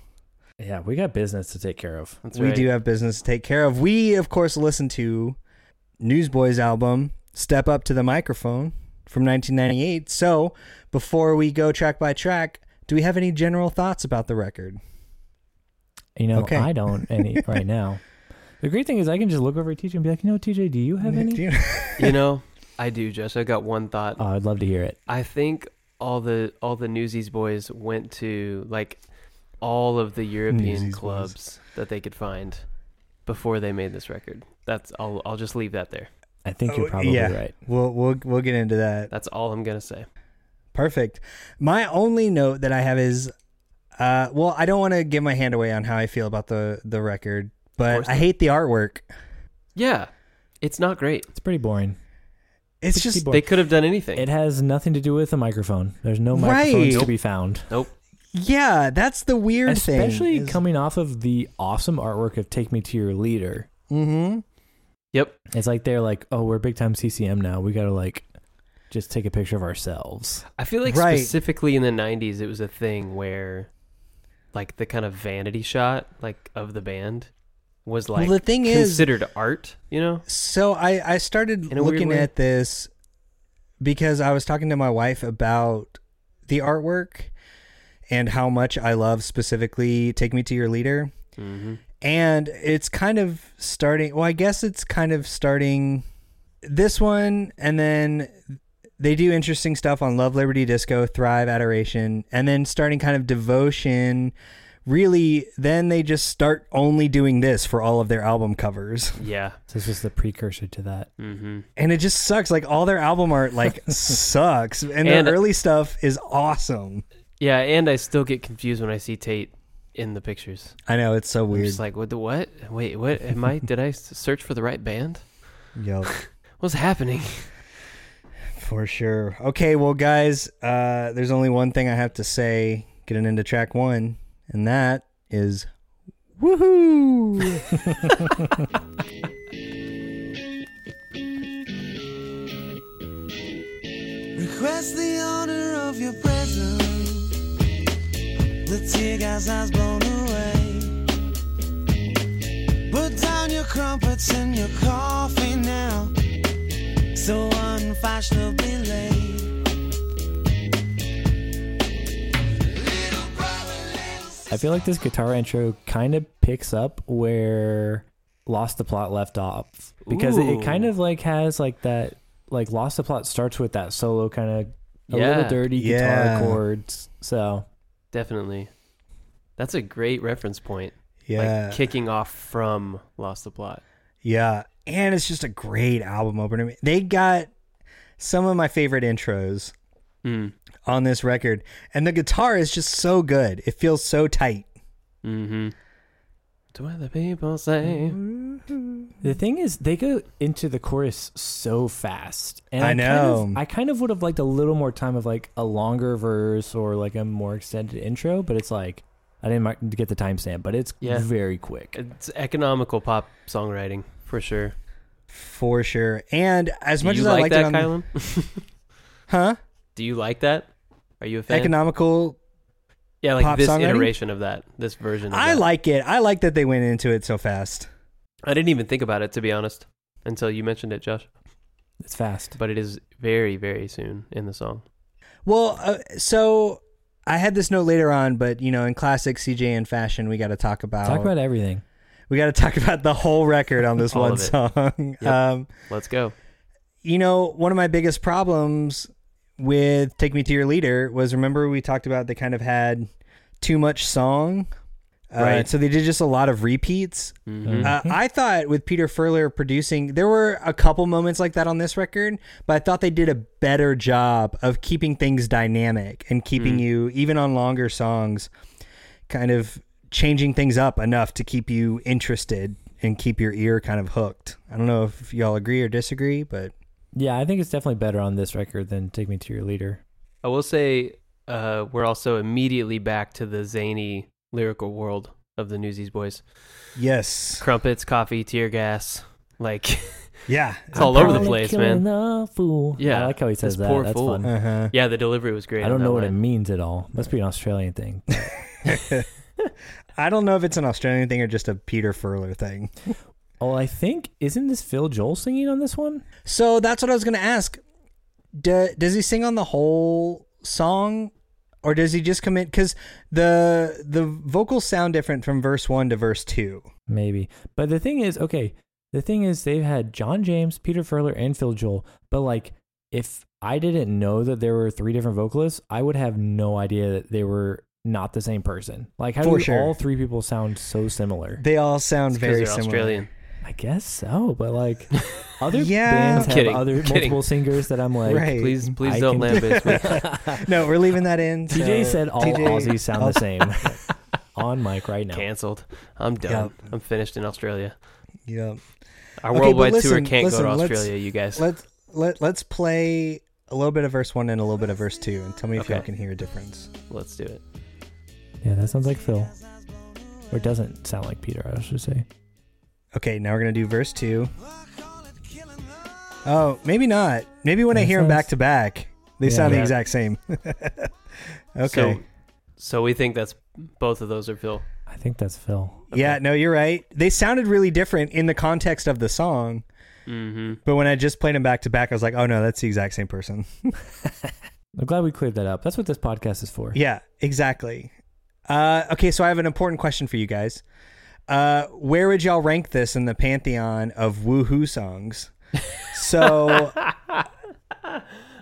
[SPEAKER 3] Yeah, we got business to take care of.
[SPEAKER 4] That's
[SPEAKER 1] we
[SPEAKER 4] right.
[SPEAKER 1] do have business to take care of. We, of course, listen to Newsboys album "Step Up to the Microphone" from 1998. So, before we go track by track, do we have any general thoughts about the record?
[SPEAKER 3] You know,
[SPEAKER 1] Okay.
[SPEAKER 3] I don't any right now. The great thing is I can just look over at TJ and be like, you know, TJ, do you have
[SPEAKER 1] Do
[SPEAKER 3] any?
[SPEAKER 1] you-
[SPEAKER 4] you know, I do, Josh. I got one thought.
[SPEAKER 3] Oh, I'd love to hear it.
[SPEAKER 4] I think all the all the Newsies boys went to like all of the European
[SPEAKER 1] Newsies boys.
[SPEAKER 4] clubs that they could find before they made this record. That's I'll I'll just leave that there.
[SPEAKER 3] I think
[SPEAKER 1] Oh,
[SPEAKER 3] you're probably
[SPEAKER 1] yeah.
[SPEAKER 3] right.
[SPEAKER 1] We'll we'll we'll get into that.
[SPEAKER 4] That's all I'm gonna say.
[SPEAKER 1] Perfect. My only note that I have is, uh, well, I don't want to give my hand away on how I feel about the the record,
[SPEAKER 4] course
[SPEAKER 1] but I hate the artwork.
[SPEAKER 4] Yeah, it's not great.
[SPEAKER 3] It's pretty boring.
[SPEAKER 1] It's
[SPEAKER 3] It's
[SPEAKER 1] just
[SPEAKER 3] keyboard.
[SPEAKER 4] They could have done anything.
[SPEAKER 3] It has nothing to do with the microphone. There's no
[SPEAKER 1] Right.
[SPEAKER 3] microphones to
[SPEAKER 1] Nope.
[SPEAKER 3] be found.
[SPEAKER 1] yeah, that's the weird thing.
[SPEAKER 3] Especially coming off of the awesome artwork of Take Me to Your Leader.
[SPEAKER 1] Mm-hmm.
[SPEAKER 4] yep.
[SPEAKER 3] It's like they're like, oh, we're big time CCM now. We gotta like just take a picture of ourselves.
[SPEAKER 4] I feel like
[SPEAKER 1] Right.
[SPEAKER 4] specifically in the '90s, it was a thing where, like, the kind of vanity shot like of the band was like
[SPEAKER 1] well, the thing is,
[SPEAKER 4] considered art. You know?
[SPEAKER 1] so I I started
[SPEAKER 4] In a weird
[SPEAKER 1] looking
[SPEAKER 4] way.
[SPEAKER 1] at this because I was talking to my wife about the artwork and how much I love specifically "Take Me to Your Leader."
[SPEAKER 4] Mm-hmm.
[SPEAKER 1] and it's kind of starting well i guess it's kind of starting this one and then they do interesting stuff on love liberty disco thrive adoration and then starting kind of devotion really then they just start only doing this for all of their album covers
[SPEAKER 4] Yeah.
[SPEAKER 3] So this is the precursor to that.
[SPEAKER 4] Mm-hmm.
[SPEAKER 1] and it just sucks like all their album art like sucks and,
[SPEAKER 4] And-
[SPEAKER 1] their early stuff is awesome
[SPEAKER 4] Yeah, and I still get confused when I see Tate in the pictures.
[SPEAKER 1] i know it's so
[SPEAKER 4] I'm
[SPEAKER 1] weird
[SPEAKER 4] just like, what? The, what? Wait, what? Am I? did I s- search for the right band?
[SPEAKER 1] Yup.
[SPEAKER 4] What's happening?
[SPEAKER 1] For sure. Okay, well, guys, uh, there's only one thing I have to say. Getting into track one, and that is woohoo.
[SPEAKER 5] Request the honor of your presence. The tear gas has blown away. Put down your crumpets and your coffee now. So unfashionably late. Little brother, little
[SPEAKER 3] I feel like this guitar intro kind of picks up where Lost the Plot left off because it, it
[SPEAKER 4] Ooh.
[SPEAKER 3] kind of like has like that like Lost the Plot starts with that solo kind of a
[SPEAKER 4] Yeah.
[SPEAKER 3] little dirty guitar
[SPEAKER 1] Yeah.
[SPEAKER 3] chords. So
[SPEAKER 4] Definitely. That's a great reference point.
[SPEAKER 1] Yeah.
[SPEAKER 4] Like kicking off from Lost the Plot.
[SPEAKER 1] Yeah, and it's just a great album opener. They got some of my favorite intros
[SPEAKER 4] Mm.
[SPEAKER 1] on this record, and the guitar is just so good. It feels so tight.
[SPEAKER 4] Mm-hmm. To what the people say.
[SPEAKER 3] the thing is, they go into the chorus so fast, and
[SPEAKER 1] I
[SPEAKER 3] Kind
[SPEAKER 1] know.
[SPEAKER 3] of, I kind of would have liked a little more time of like a longer verse or like a more extended intro, but it's like I didn't mar- get the timestamp, but it's
[SPEAKER 4] Yeah.
[SPEAKER 3] very quick.
[SPEAKER 4] It's economical pop songwriting for sure.
[SPEAKER 1] For sure. And as much
[SPEAKER 4] Do you
[SPEAKER 1] as I
[SPEAKER 4] like
[SPEAKER 1] liked it
[SPEAKER 4] that,
[SPEAKER 1] on the-
[SPEAKER 4] Kylan?
[SPEAKER 1] huh?
[SPEAKER 4] Do you like that? Are you a fan?
[SPEAKER 1] Economical
[SPEAKER 4] yeah, like
[SPEAKER 1] pop
[SPEAKER 4] this
[SPEAKER 1] songwriting?
[SPEAKER 4] iteration of that, this version. Of
[SPEAKER 1] I
[SPEAKER 4] that.
[SPEAKER 1] like it. I like that they went into it so fast.
[SPEAKER 4] I didn't even think about it to be honest until you mentioned it, Josh.
[SPEAKER 3] It's fast.
[SPEAKER 4] But it is very, very soon in the song.
[SPEAKER 1] Well, uh, so I had this note later on, but you know, in classic CJ and fashion, we got to talk about
[SPEAKER 3] Talk about everything.
[SPEAKER 1] we got to talk about the whole record on this
[SPEAKER 4] All
[SPEAKER 1] one
[SPEAKER 4] of it.
[SPEAKER 1] song.
[SPEAKER 4] Yep.
[SPEAKER 1] Um
[SPEAKER 4] Let's go.
[SPEAKER 1] you know, one of my biggest problems with Take Me to Your Leader was remember we talked about they kind of had too much song. Uh,
[SPEAKER 4] Right.
[SPEAKER 1] So they did just a lot of repeats.
[SPEAKER 4] Mhm.
[SPEAKER 1] Uh, I thought with Peter Furler producing, there were a couple moments like that on this record, but I thought they did a better job of keeping things dynamic and keeping you, even on longer songs, kind of changing things up enough to keep you interested and keep your ear kind of hooked. I don't know if y'all agree or disagree, but
[SPEAKER 3] Yeah, I think it's definitely better on this record than Take Me to Your Leader.
[SPEAKER 4] I will say uh, we're also immediately back to the zany lyrical world of the Newsies boys.
[SPEAKER 1] Yes.
[SPEAKER 4] Crumpets, coffee, tear gas, like
[SPEAKER 1] Yeah.
[SPEAKER 4] it's all
[SPEAKER 3] I'm
[SPEAKER 4] over the
[SPEAKER 3] probably
[SPEAKER 4] place,
[SPEAKER 3] killing
[SPEAKER 4] man.
[SPEAKER 3] a fool.
[SPEAKER 4] Yeah,
[SPEAKER 3] I like how he says
[SPEAKER 4] this
[SPEAKER 3] that.
[SPEAKER 4] poor
[SPEAKER 3] That's
[SPEAKER 4] fool.
[SPEAKER 3] fun.
[SPEAKER 1] Uh huh.
[SPEAKER 4] Yeah, the delivery was great.
[SPEAKER 3] I
[SPEAKER 4] on
[SPEAKER 3] don't
[SPEAKER 4] that
[SPEAKER 3] know what it
[SPEAKER 4] line.
[SPEAKER 3] means at all. Must be an Australian thing.
[SPEAKER 1] I don't know if it's an Australian thing or just a Peter Furler thing.
[SPEAKER 3] oh, I think isn't this Phil Joel singing on this one?
[SPEAKER 1] So that's what I was going to ask. Do, does he sing on the whole song or does he just come in? Because the, the vocals sound different from verse one to verse two.
[SPEAKER 3] Maybe. But the thing is, okay, the thing is they've had John James, Peter Furler, and Phil Joel. But like if I didn't know that there were three different vocalists, I would have no idea that they were not the same person. Like how
[SPEAKER 1] For
[SPEAKER 3] do
[SPEAKER 1] sure.
[SPEAKER 3] all three people sound so similar?
[SPEAKER 1] They all sound
[SPEAKER 4] It's 'cause
[SPEAKER 1] very
[SPEAKER 4] they're
[SPEAKER 1] similar.
[SPEAKER 4] Australian.
[SPEAKER 3] I guess so, but like other
[SPEAKER 1] Yeah.
[SPEAKER 3] bands have
[SPEAKER 4] Kidding,
[SPEAKER 3] other
[SPEAKER 4] kidding.
[SPEAKER 3] multiple singers that I'm like
[SPEAKER 1] Right.
[SPEAKER 4] Please, please
[SPEAKER 3] I
[SPEAKER 4] don't
[SPEAKER 3] can-
[SPEAKER 4] lambaste me.
[SPEAKER 1] No, we're leaving that in.
[SPEAKER 3] TJ
[SPEAKER 1] so-
[SPEAKER 3] said all
[SPEAKER 1] TJ
[SPEAKER 3] Aussies sound the same on mic right now.
[SPEAKER 4] Cancelled. I'm done. I'm finished in Australia.
[SPEAKER 1] Yeah.
[SPEAKER 4] Our
[SPEAKER 1] Okay, but
[SPEAKER 4] worldwide tour
[SPEAKER 1] listen,
[SPEAKER 4] can't
[SPEAKER 1] listen,
[SPEAKER 4] go to
[SPEAKER 1] let's-
[SPEAKER 4] Australia, you guys.
[SPEAKER 1] Let's, let, let's play a little bit of verse one and a little bit of verse two and tell me if
[SPEAKER 4] Okay.
[SPEAKER 1] y'all can hear a difference.
[SPEAKER 4] Let's do it.
[SPEAKER 3] Yeah, that sounds like Phil. Or doesn't sound like Peter, I should say.
[SPEAKER 1] Okay, now we're going to do verse two. Oh, maybe not. Maybe when I
[SPEAKER 3] That
[SPEAKER 1] hear them
[SPEAKER 3] sounds-
[SPEAKER 1] back to back, they
[SPEAKER 3] Yeah.
[SPEAKER 1] sound the
[SPEAKER 4] Yeah.
[SPEAKER 1] exact same. okay.
[SPEAKER 4] So, so we think that's both of those are Phil.
[SPEAKER 3] I think that's Phil.
[SPEAKER 1] Yeah, no, you're right. They sounded really different in the context of the song,
[SPEAKER 4] Mm-hmm.
[SPEAKER 1] but when I just played them back to back, I was like, oh no, that's the exact same person.
[SPEAKER 3] I'm glad we cleared that up. That's what this podcast is for.
[SPEAKER 1] yeah, exactly. Uh, okay, so I have an important question for you guys. Uh, where would y'all rank this in the pantheon of woohoo songs? So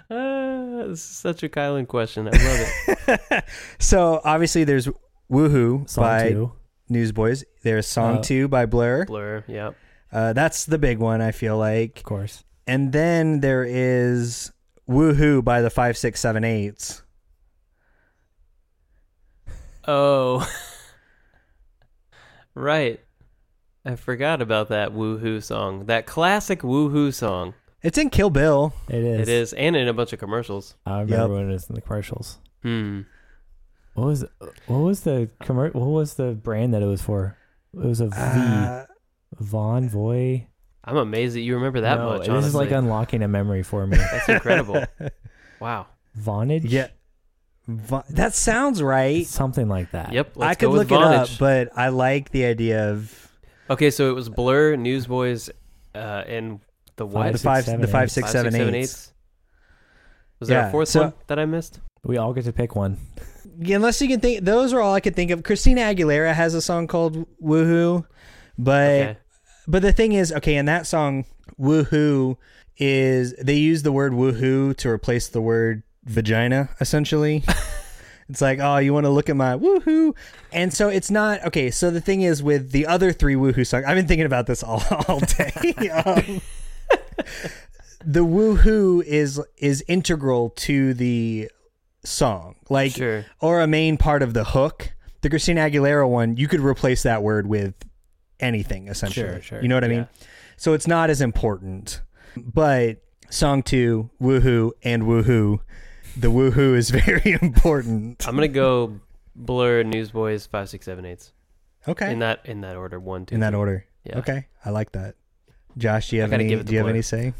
[SPEAKER 4] Uh, this is such a Kylan question. I love it.
[SPEAKER 1] so obviously there's woohoo
[SPEAKER 3] Song
[SPEAKER 1] by
[SPEAKER 3] two.
[SPEAKER 1] Newsboys. There's song
[SPEAKER 3] Uh,
[SPEAKER 1] 2 by Blur.
[SPEAKER 4] Blur. Yep.
[SPEAKER 1] Uh, that's the big one, I feel like.
[SPEAKER 3] Of course.
[SPEAKER 1] And then there is Woohoo by the Five Six Seven Eights.
[SPEAKER 4] Oh. right. I forgot about that woohoo song. That classic woohoo song.
[SPEAKER 1] It's in Kill Bill.
[SPEAKER 3] It is.
[SPEAKER 4] It is, and in a bunch of commercials.
[SPEAKER 3] I remember
[SPEAKER 1] Yep.
[SPEAKER 3] when it was in the commercials.
[SPEAKER 4] Hmm.
[SPEAKER 3] What was what was the commer- What was the brand that it was for? It was a V
[SPEAKER 1] Uh,
[SPEAKER 3] Von Voy.
[SPEAKER 4] I'm amazed that you remember that
[SPEAKER 3] No,
[SPEAKER 4] much.
[SPEAKER 3] This is like
[SPEAKER 4] honestly.
[SPEAKER 3] unlocking a memory for me.
[SPEAKER 4] that's incredible. wow.
[SPEAKER 3] Vonage.
[SPEAKER 1] yeah. Von- that sounds right.
[SPEAKER 3] something like that.
[SPEAKER 4] Yep. Let's
[SPEAKER 1] I could
[SPEAKER 4] go with
[SPEAKER 1] look it up,
[SPEAKER 4] Vonage.
[SPEAKER 1] but I like the idea of
[SPEAKER 4] okay, so it was Blur, Newsboys, uh, and the what?
[SPEAKER 1] the
[SPEAKER 3] Five, six,
[SPEAKER 1] five,
[SPEAKER 3] seven,
[SPEAKER 1] the five,
[SPEAKER 3] eights.
[SPEAKER 1] six,
[SPEAKER 4] Five,
[SPEAKER 1] seven,
[SPEAKER 4] six, seven,
[SPEAKER 1] eights.
[SPEAKER 4] eights? Was there
[SPEAKER 1] Yeah,
[SPEAKER 4] a fourth
[SPEAKER 1] so-
[SPEAKER 4] one that I missed?
[SPEAKER 3] We all get to pick one.
[SPEAKER 1] Yeah, unless you can think those are all I could think of. Christina Aguilera has a song called Woohoo, but
[SPEAKER 4] Okay.
[SPEAKER 1] but the thing is, okay, in that song Woohoo is they use the word woohoo to replace the word vagina essentially. it's like, "Oh, you want to look at my woohoo." And so it's not okay, so the thing is with the other three woohoo songs. I've been thinking about this all, all day. um, the woohoo is is integral to the song. Like
[SPEAKER 4] Sure.
[SPEAKER 1] or a main part of the hook. The Christina Aguilera one, you could replace that word with anything essentially.
[SPEAKER 4] Sure, sure,
[SPEAKER 1] You know what I
[SPEAKER 4] yeah.
[SPEAKER 1] mean? So it's not as important. But song two, woohoo and woohoo, the woohoo is very important.
[SPEAKER 4] I'm gonna go Blur, Newsboys, five, six, seven, eights.
[SPEAKER 1] Okay.
[SPEAKER 4] In that in that order. One, two,
[SPEAKER 1] In that
[SPEAKER 4] three.
[SPEAKER 1] order.
[SPEAKER 4] Yeah.
[SPEAKER 1] Okay. I like that. Josh, do you
[SPEAKER 4] I
[SPEAKER 1] have
[SPEAKER 4] gotta
[SPEAKER 1] any
[SPEAKER 4] give it the
[SPEAKER 1] do you have
[SPEAKER 4] blur.
[SPEAKER 1] any say?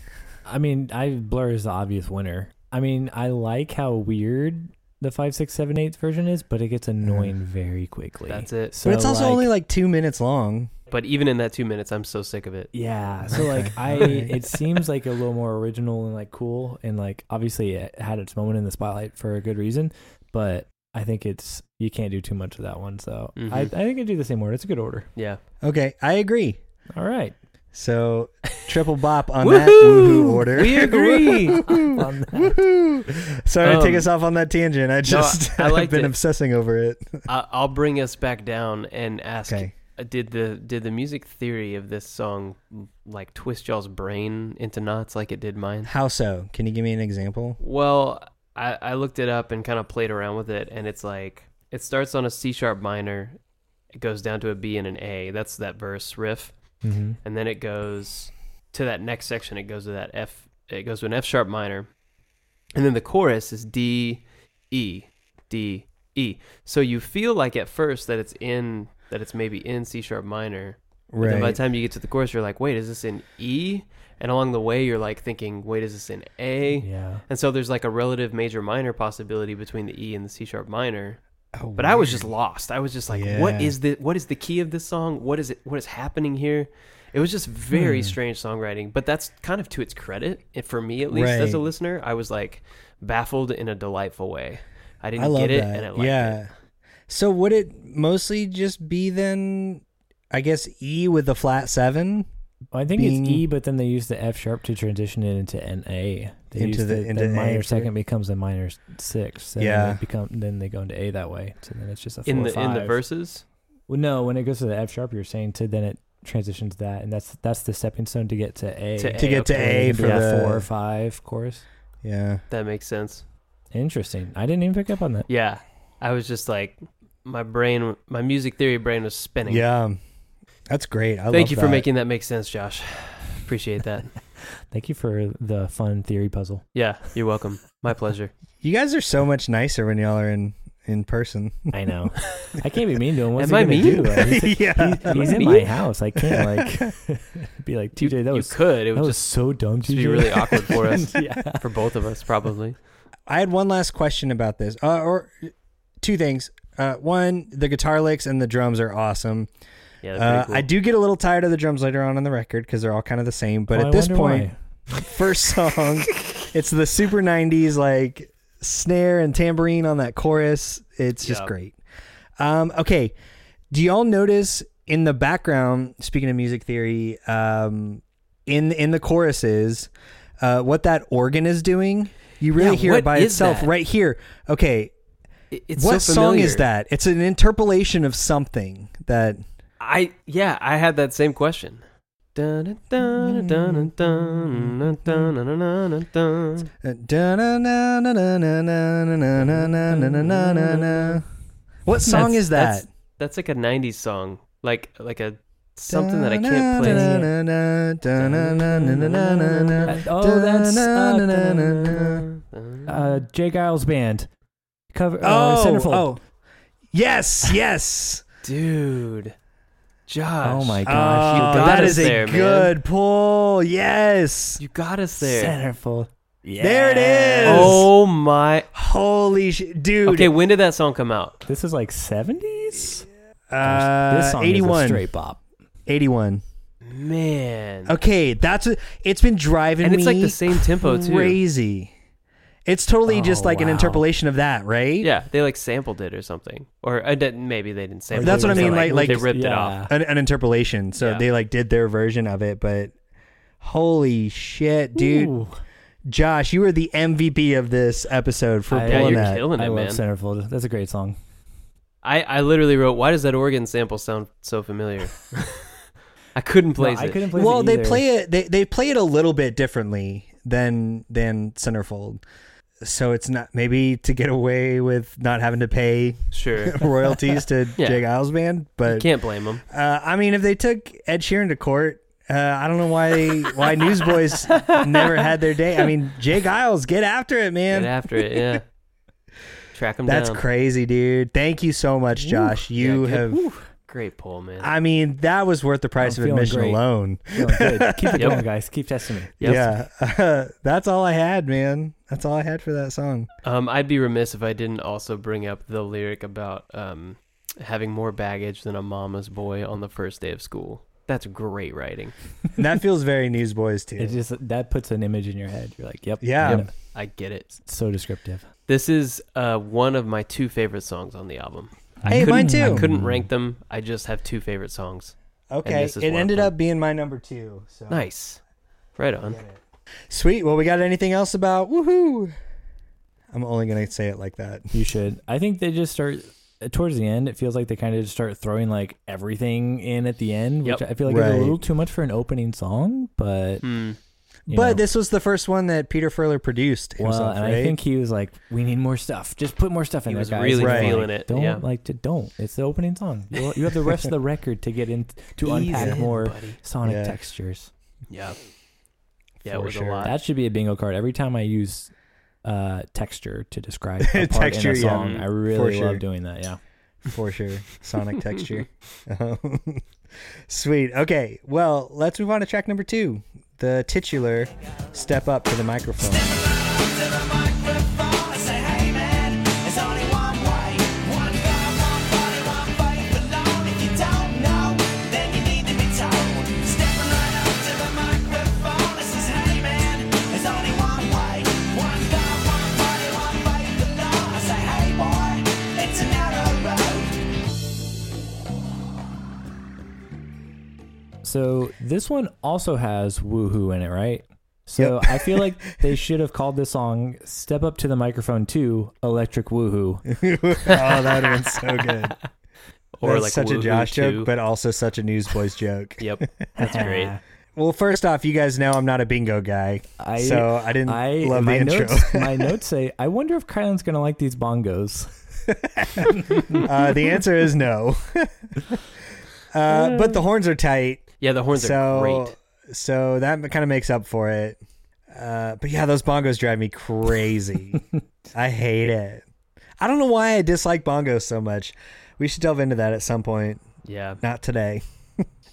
[SPEAKER 3] I mean, I Blur is the obvious winner. I mean, I like how weird the five, six, seven, eight version is, but it gets annoying very quickly.
[SPEAKER 4] Mm. That's it.
[SPEAKER 3] So
[SPEAKER 1] but it's also
[SPEAKER 3] like,
[SPEAKER 1] only like two minutes long.
[SPEAKER 4] But even in that two minutes, I'm so sick of it.
[SPEAKER 3] yeah. So like I, it seems like a little more original and like cool, and like obviously it had its moment in the spotlight for a good reason, but I think it's you can't do too much of that one. So
[SPEAKER 4] Mhm.
[SPEAKER 3] I, I think I do the same order. It's a good order.
[SPEAKER 4] Yeah.
[SPEAKER 1] Okay, I agree.
[SPEAKER 3] All right.
[SPEAKER 1] So triple bop on that woohoo order.
[SPEAKER 4] We agree.
[SPEAKER 3] On that.
[SPEAKER 1] Woohoo! Sorry to take
[SPEAKER 4] Um,
[SPEAKER 1] us off on that tangent. I just
[SPEAKER 4] I
[SPEAKER 1] I have
[SPEAKER 4] liked
[SPEAKER 1] been
[SPEAKER 4] it.
[SPEAKER 1] obsessing over it.
[SPEAKER 4] I, I'll bring us back down and ask:
[SPEAKER 1] Okay.
[SPEAKER 4] uh, Did the did the music theory of this song like twist y'all's brain into knots like it did mine?
[SPEAKER 1] How so? Can you give me an example?
[SPEAKER 4] Well, I, I looked it up and kind of played around with it, and it's like it starts on a C sharp minor, it goes down to a B and an A. That's that verse riff,
[SPEAKER 3] Mhm.
[SPEAKER 4] and then it goes to that next section. It goes to that F. It goes to an F sharp minor, and then the chorus is D, E, D, E. So you feel like at first that it's in that it's maybe in C sharp minor, and then by the time you get to the chorus, you're like, wait, is this in E? And along the way, you're like thinking, wait, is this in A?
[SPEAKER 3] Yeah.
[SPEAKER 4] And so there's like a relative major minor possibility between the E and the C sharp minor. But I was just lost. I was just like, what
[SPEAKER 1] Oh, Yeah.
[SPEAKER 4] is the what is the key of this song? What is it what is happening here? It was just very
[SPEAKER 1] Hmm.
[SPEAKER 4] strange songwriting, but that's kind of to its credit. It, for me at least as a
[SPEAKER 1] Right.
[SPEAKER 4] listener, I was like baffled in a delightful way. I didn't
[SPEAKER 1] I love
[SPEAKER 4] get it
[SPEAKER 1] that.
[SPEAKER 4] and I liked
[SPEAKER 1] yeah.
[SPEAKER 4] it.
[SPEAKER 1] So would it mostly just be then? I guess E with the flat seven.
[SPEAKER 3] Well, I think
[SPEAKER 1] being-
[SPEAKER 3] it's E, but then they use the F sharp to transition it into an A. They
[SPEAKER 1] Into
[SPEAKER 3] use
[SPEAKER 1] the-
[SPEAKER 3] the,
[SPEAKER 1] into
[SPEAKER 3] the
[SPEAKER 1] A
[SPEAKER 3] minor
[SPEAKER 1] sharp.
[SPEAKER 3] second becomes a minor s- six. So
[SPEAKER 1] Yeah.
[SPEAKER 3] Then they become then they go into A that way. So then it's just a four
[SPEAKER 4] In the
[SPEAKER 3] five.
[SPEAKER 4] in the verses.
[SPEAKER 3] Well, no, when it goes to the F sharp, you're saying to then it transitions that, and that's that's the stepping stone to get to A.
[SPEAKER 4] To
[SPEAKER 1] To
[SPEAKER 4] A,
[SPEAKER 1] get to
[SPEAKER 4] okay.
[SPEAKER 1] A for
[SPEAKER 3] yeah,
[SPEAKER 1] the
[SPEAKER 3] four or five chorus.
[SPEAKER 1] yeah.
[SPEAKER 4] That makes sense.
[SPEAKER 3] Interesting. I didn't even pick up on that.
[SPEAKER 4] Yeah. I was just like my brain my music theory brain was spinning.
[SPEAKER 1] Yeah. That's great. I
[SPEAKER 4] Thank
[SPEAKER 1] love
[SPEAKER 4] you for
[SPEAKER 1] that.
[SPEAKER 4] making that make sense, Josh. Appreciate that.
[SPEAKER 3] Thank you for the fun theory puzzle.
[SPEAKER 4] Yeah, you're welcome. My pleasure.
[SPEAKER 1] You guys are so much nicer when y'all are in in person.
[SPEAKER 3] I know. I can't be mean to him. What's
[SPEAKER 4] Am I
[SPEAKER 3] he
[SPEAKER 4] mean?
[SPEAKER 3] gonna do? Like, He's,
[SPEAKER 1] yeah.
[SPEAKER 3] he's- he's in my house. I can't like be like TJ. That
[SPEAKER 4] you
[SPEAKER 3] was
[SPEAKER 4] could. It
[SPEAKER 3] that
[SPEAKER 4] would
[SPEAKER 3] was
[SPEAKER 4] just
[SPEAKER 3] so dumb.
[SPEAKER 4] just
[SPEAKER 3] TJ."
[SPEAKER 4] be really awkward for us,
[SPEAKER 3] yeah.
[SPEAKER 4] for both of us, probably.
[SPEAKER 1] I had one last question about this, uh, or two things. Uh, one, the guitar licks and the drums are awesome.
[SPEAKER 4] Yeah, that's
[SPEAKER 1] Uh,
[SPEAKER 4] pretty cool.
[SPEAKER 1] I do get a little tired of the drums later on in the record because they're all kind of the same. But
[SPEAKER 3] Well, I
[SPEAKER 1] at this
[SPEAKER 3] wonder why.
[SPEAKER 1] point, first song, it's the super '90s like snare and tambourine on that chorus. It's just
[SPEAKER 4] Yeah.
[SPEAKER 1] great. Um, okay, do y'all notice in the background? Speaking of music theory, um, in in the choruses, uh, what that organ is doing? You really
[SPEAKER 4] Yeah,
[SPEAKER 1] hear
[SPEAKER 4] what
[SPEAKER 1] it by
[SPEAKER 4] is
[SPEAKER 1] itself
[SPEAKER 4] that?
[SPEAKER 1] right here. Okay,
[SPEAKER 4] It- it's
[SPEAKER 1] what
[SPEAKER 4] so
[SPEAKER 1] song is
[SPEAKER 4] familiar.
[SPEAKER 1] that? It's an interpolation of something that.
[SPEAKER 4] I yeah, I had that same question. Dun, dun, dun, dun, dun, dun, dun, dun, dun, dun, dun.
[SPEAKER 1] What song
[SPEAKER 4] That's-
[SPEAKER 1] is that?
[SPEAKER 4] That's, that's like a '90s song, like like a something that I can't play.
[SPEAKER 1] play.
[SPEAKER 3] Oh, that's uh, uh, Jay Giles band cover. Uh,
[SPEAKER 1] Oh,
[SPEAKER 3] Centerfold.
[SPEAKER 1] oh, Yes, yes.
[SPEAKER 4] Dude. Josh.
[SPEAKER 3] Oh my gosh.
[SPEAKER 1] Oh,
[SPEAKER 4] got
[SPEAKER 1] that
[SPEAKER 4] us
[SPEAKER 1] is a
[SPEAKER 4] there, man.
[SPEAKER 1] good pull. Yes.
[SPEAKER 4] You got us there.
[SPEAKER 3] Centerfold.
[SPEAKER 1] There it is.
[SPEAKER 4] Oh my.
[SPEAKER 1] Holy shit, dude.
[SPEAKER 4] Okay, when did that song come out?
[SPEAKER 3] This is like 70s?
[SPEAKER 1] uh,
[SPEAKER 3] this song
[SPEAKER 1] 81.
[SPEAKER 3] is a straight bop.
[SPEAKER 1] 81.
[SPEAKER 4] Man.
[SPEAKER 1] Okay, that's a, it's been driving
[SPEAKER 4] And it's like
[SPEAKER 1] me
[SPEAKER 4] the same tempo, too.
[SPEAKER 1] Crazy. It's totally just
[SPEAKER 3] Oh,
[SPEAKER 1] like an
[SPEAKER 3] wow.
[SPEAKER 1] interpolation of that, right?
[SPEAKER 4] Yeah, they like sampled it or something, or I didn't, maybe they didn't sample.
[SPEAKER 1] That's
[SPEAKER 4] it.
[SPEAKER 1] what I
[SPEAKER 4] They,
[SPEAKER 1] mean, like-
[SPEAKER 4] they
[SPEAKER 1] like-
[SPEAKER 4] ripped it
[SPEAKER 3] yeah.
[SPEAKER 4] off.
[SPEAKER 1] An, an interpolation. So
[SPEAKER 4] Yeah.
[SPEAKER 1] they like did their version of it, but holy shit, dude.
[SPEAKER 3] Ooh.
[SPEAKER 1] Josh, you were the MVP of this episode for
[SPEAKER 3] I-
[SPEAKER 1] pulling
[SPEAKER 4] Yeah, you're
[SPEAKER 1] that.
[SPEAKER 4] killing
[SPEAKER 3] I
[SPEAKER 4] it,
[SPEAKER 3] love
[SPEAKER 4] man.
[SPEAKER 3] Centerfold. That's a great song.
[SPEAKER 4] I, I literally wrote, "Why does that organ sample sound so familiar?" I couldn't
[SPEAKER 3] No,
[SPEAKER 4] place
[SPEAKER 3] I
[SPEAKER 4] it.
[SPEAKER 3] couldn't place
[SPEAKER 1] Well,
[SPEAKER 3] it
[SPEAKER 1] they
[SPEAKER 3] either.
[SPEAKER 1] play it. They, they play it a little bit differently than than Centerfold, so it's not maybe to get away with not having to pay
[SPEAKER 4] Sure,
[SPEAKER 1] royalties to
[SPEAKER 4] Yeah.
[SPEAKER 1] Jay Giles band. But
[SPEAKER 4] can't blame them.
[SPEAKER 1] uh, I mean, if they took Ed Sheeran to court, uh, I don't know why why Newsboys never had their day. I mean, Jay Giles, get after it, man.
[SPEAKER 4] Get after it, yeah. Track them
[SPEAKER 1] That's
[SPEAKER 4] down.
[SPEAKER 1] crazy, dude. Thank you so much, Josh.
[SPEAKER 4] Yeah,
[SPEAKER 1] you
[SPEAKER 4] good-
[SPEAKER 1] have.
[SPEAKER 4] Woo. great pull, man.
[SPEAKER 1] I mean, that was worth the price
[SPEAKER 3] I'm
[SPEAKER 1] of
[SPEAKER 3] feeling
[SPEAKER 1] admission
[SPEAKER 3] great.
[SPEAKER 1] alone.
[SPEAKER 3] Feeling good. Keep it
[SPEAKER 4] Yep.
[SPEAKER 3] going, guys. Keep testing me.
[SPEAKER 4] Yep.
[SPEAKER 1] Yeah. that's all I had, man. That's all I had for that song.
[SPEAKER 4] Um, I'd be remiss if I didn't also bring up the lyric about um, having more baggage than a mama's boy on the first day of school. That's great writing.
[SPEAKER 1] And that feels very Newsboys too.
[SPEAKER 3] It just that puts an image in your head. You're like, yep.
[SPEAKER 1] Yeah.
[SPEAKER 3] I
[SPEAKER 1] Yep.
[SPEAKER 3] know.
[SPEAKER 4] I get it.
[SPEAKER 3] It's so descriptive.
[SPEAKER 4] This is uh, one of my two favorite songs on the album.
[SPEAKER 1] Hey,
[SPEAKER 4] couldn't-
[SPEAKER 1] mine too.
[SPEAKER 4] I couldn't rank them. I just have two favorite songs.
[SPEAKER 1] okay,
[SPEAKER 4] this is
[SPEAKER 1] it
[SPEAKER 4] one of
[SPEAKER 1] ended
[SPEAKER 4] them.
[SPEAKER 1] up being my number two. So
[SPEAKER 4] Nice. Right on.
[SPEAKER 1] sweet. Well, we got anything else about woohoo? I'm only gonna say it like that.
[SPEAKER 3] You should. I think they just start towards the end. It feels like they kind of just start throwing like everything in at the end, which
[SPEAKER 4] Yep.
[SPEAKER 3] I feel like is
[SPEAKER 1] Right.
[SPEAKER 3] a little too much for an opening song. But
[SPEAKER 4] Hmm.
[SPEAKER 3] you
[SPEAKER 1] but
[SPEAKER 3] know.
[SPEAKER 1] this was the first one that Peter Furler produced himself,
[SPEAKER 3] well, and
[SPEAKER 1] right?
[SPEAKER 3] I think he was like, "We need more stuff. Just put more stuff in
[SPEAKER 4] He
[SPEAKER 3] there,
[SPEAKER 4] was
[SPEAKER 3] guys."
[SPEAKER 4] really
[SPEAKER 3] Like,
[SPEAKER 1] feeling
[SPEAKER 4] it,
[SPEAKER 3] Don't
[SPEAKER 4] yeah.
[SPEAKER 3] like to don't. It's the opening song. You, you have the rest of the record to get in to unpack
[SPEAKER 4] Easy,
[SPEAKER 3] more
[SPEAKER 4] buddy.
[SPEAKER 3] sonic
[SPEAKER 1] Yeah.
[SPEAKER 3] textures.
[SPEAKER 4] Yeah. Yeah,
[SPEAKER 1] For
[SPEAKER 4] it was
[SPEAKER 1] sure.
[SPEAKER 4] a lot.
[SPEAKER 3] That should be a bingo card. Every time I use uh, texture to describe a part
[SPEAKER 1] Texture,
[SPEAKER 3] in a
[SPEAKER 1] yeah.
[SPEAKER 3] song, I really
[SPEAKER 1] sure.
[SPEAKER 3] love doing that. Yeah.
[SPEAKER 1] for sure, sonic texture. Um, sweet. Okay. Well, let's move on to track number two, the titular "Step Up to the Microphone."
[SPEAKER 3] So this one also has woohoo in it, right? So
[SPEAKER 1] Yep.
[SPEAKER 3] I feel like they should have called this song "Step Up to the Microphone" too. Electric woohoo.
[SPEAKER 1] oh, that would have been so good.
[SPEAKER 4] or
[SPEAKER 1] That's
[SPEAKER 4] like
[SPEAKER 1] such a
[SPEAKER 4] Woohoo
[SPEAKER 1] Josh
[SPEAKER 4] too.
[SPEAKER 1] joke, but also such a Newsboys joke.
[SPEAKER 4] Yep. That's great.
[SPEAKER 1] Well, first off, you guys know I'm not a bingo guy,
[SPEAKER 3] I,
[SPEAKER 1] so I didn't
[SPEAKER 3] I
[SPEAKER 1] love the
[SPEAKER 3] my
[SPEAKER 1] intro.
[SPEAKER 3] notes. my notes say, "I wonder if Kylan's gonna like these bongos."
[SPEAKER 1] uh, the answer is no. uh, but the horns are tight,
[SPEAKER 4] Yeah, the horns are
[SPEAKER 1] so
[SPEAKER 4] great.
[SPEAKER 1] so that kind of makes up for it. Uh, but yeah, those bongos drive me crazy. I hate it. I don't know why I dislike bongos so much. We should delve into that at some point.
[SPEAKER 4] Yeah.
[SPEAKER 1] Not today.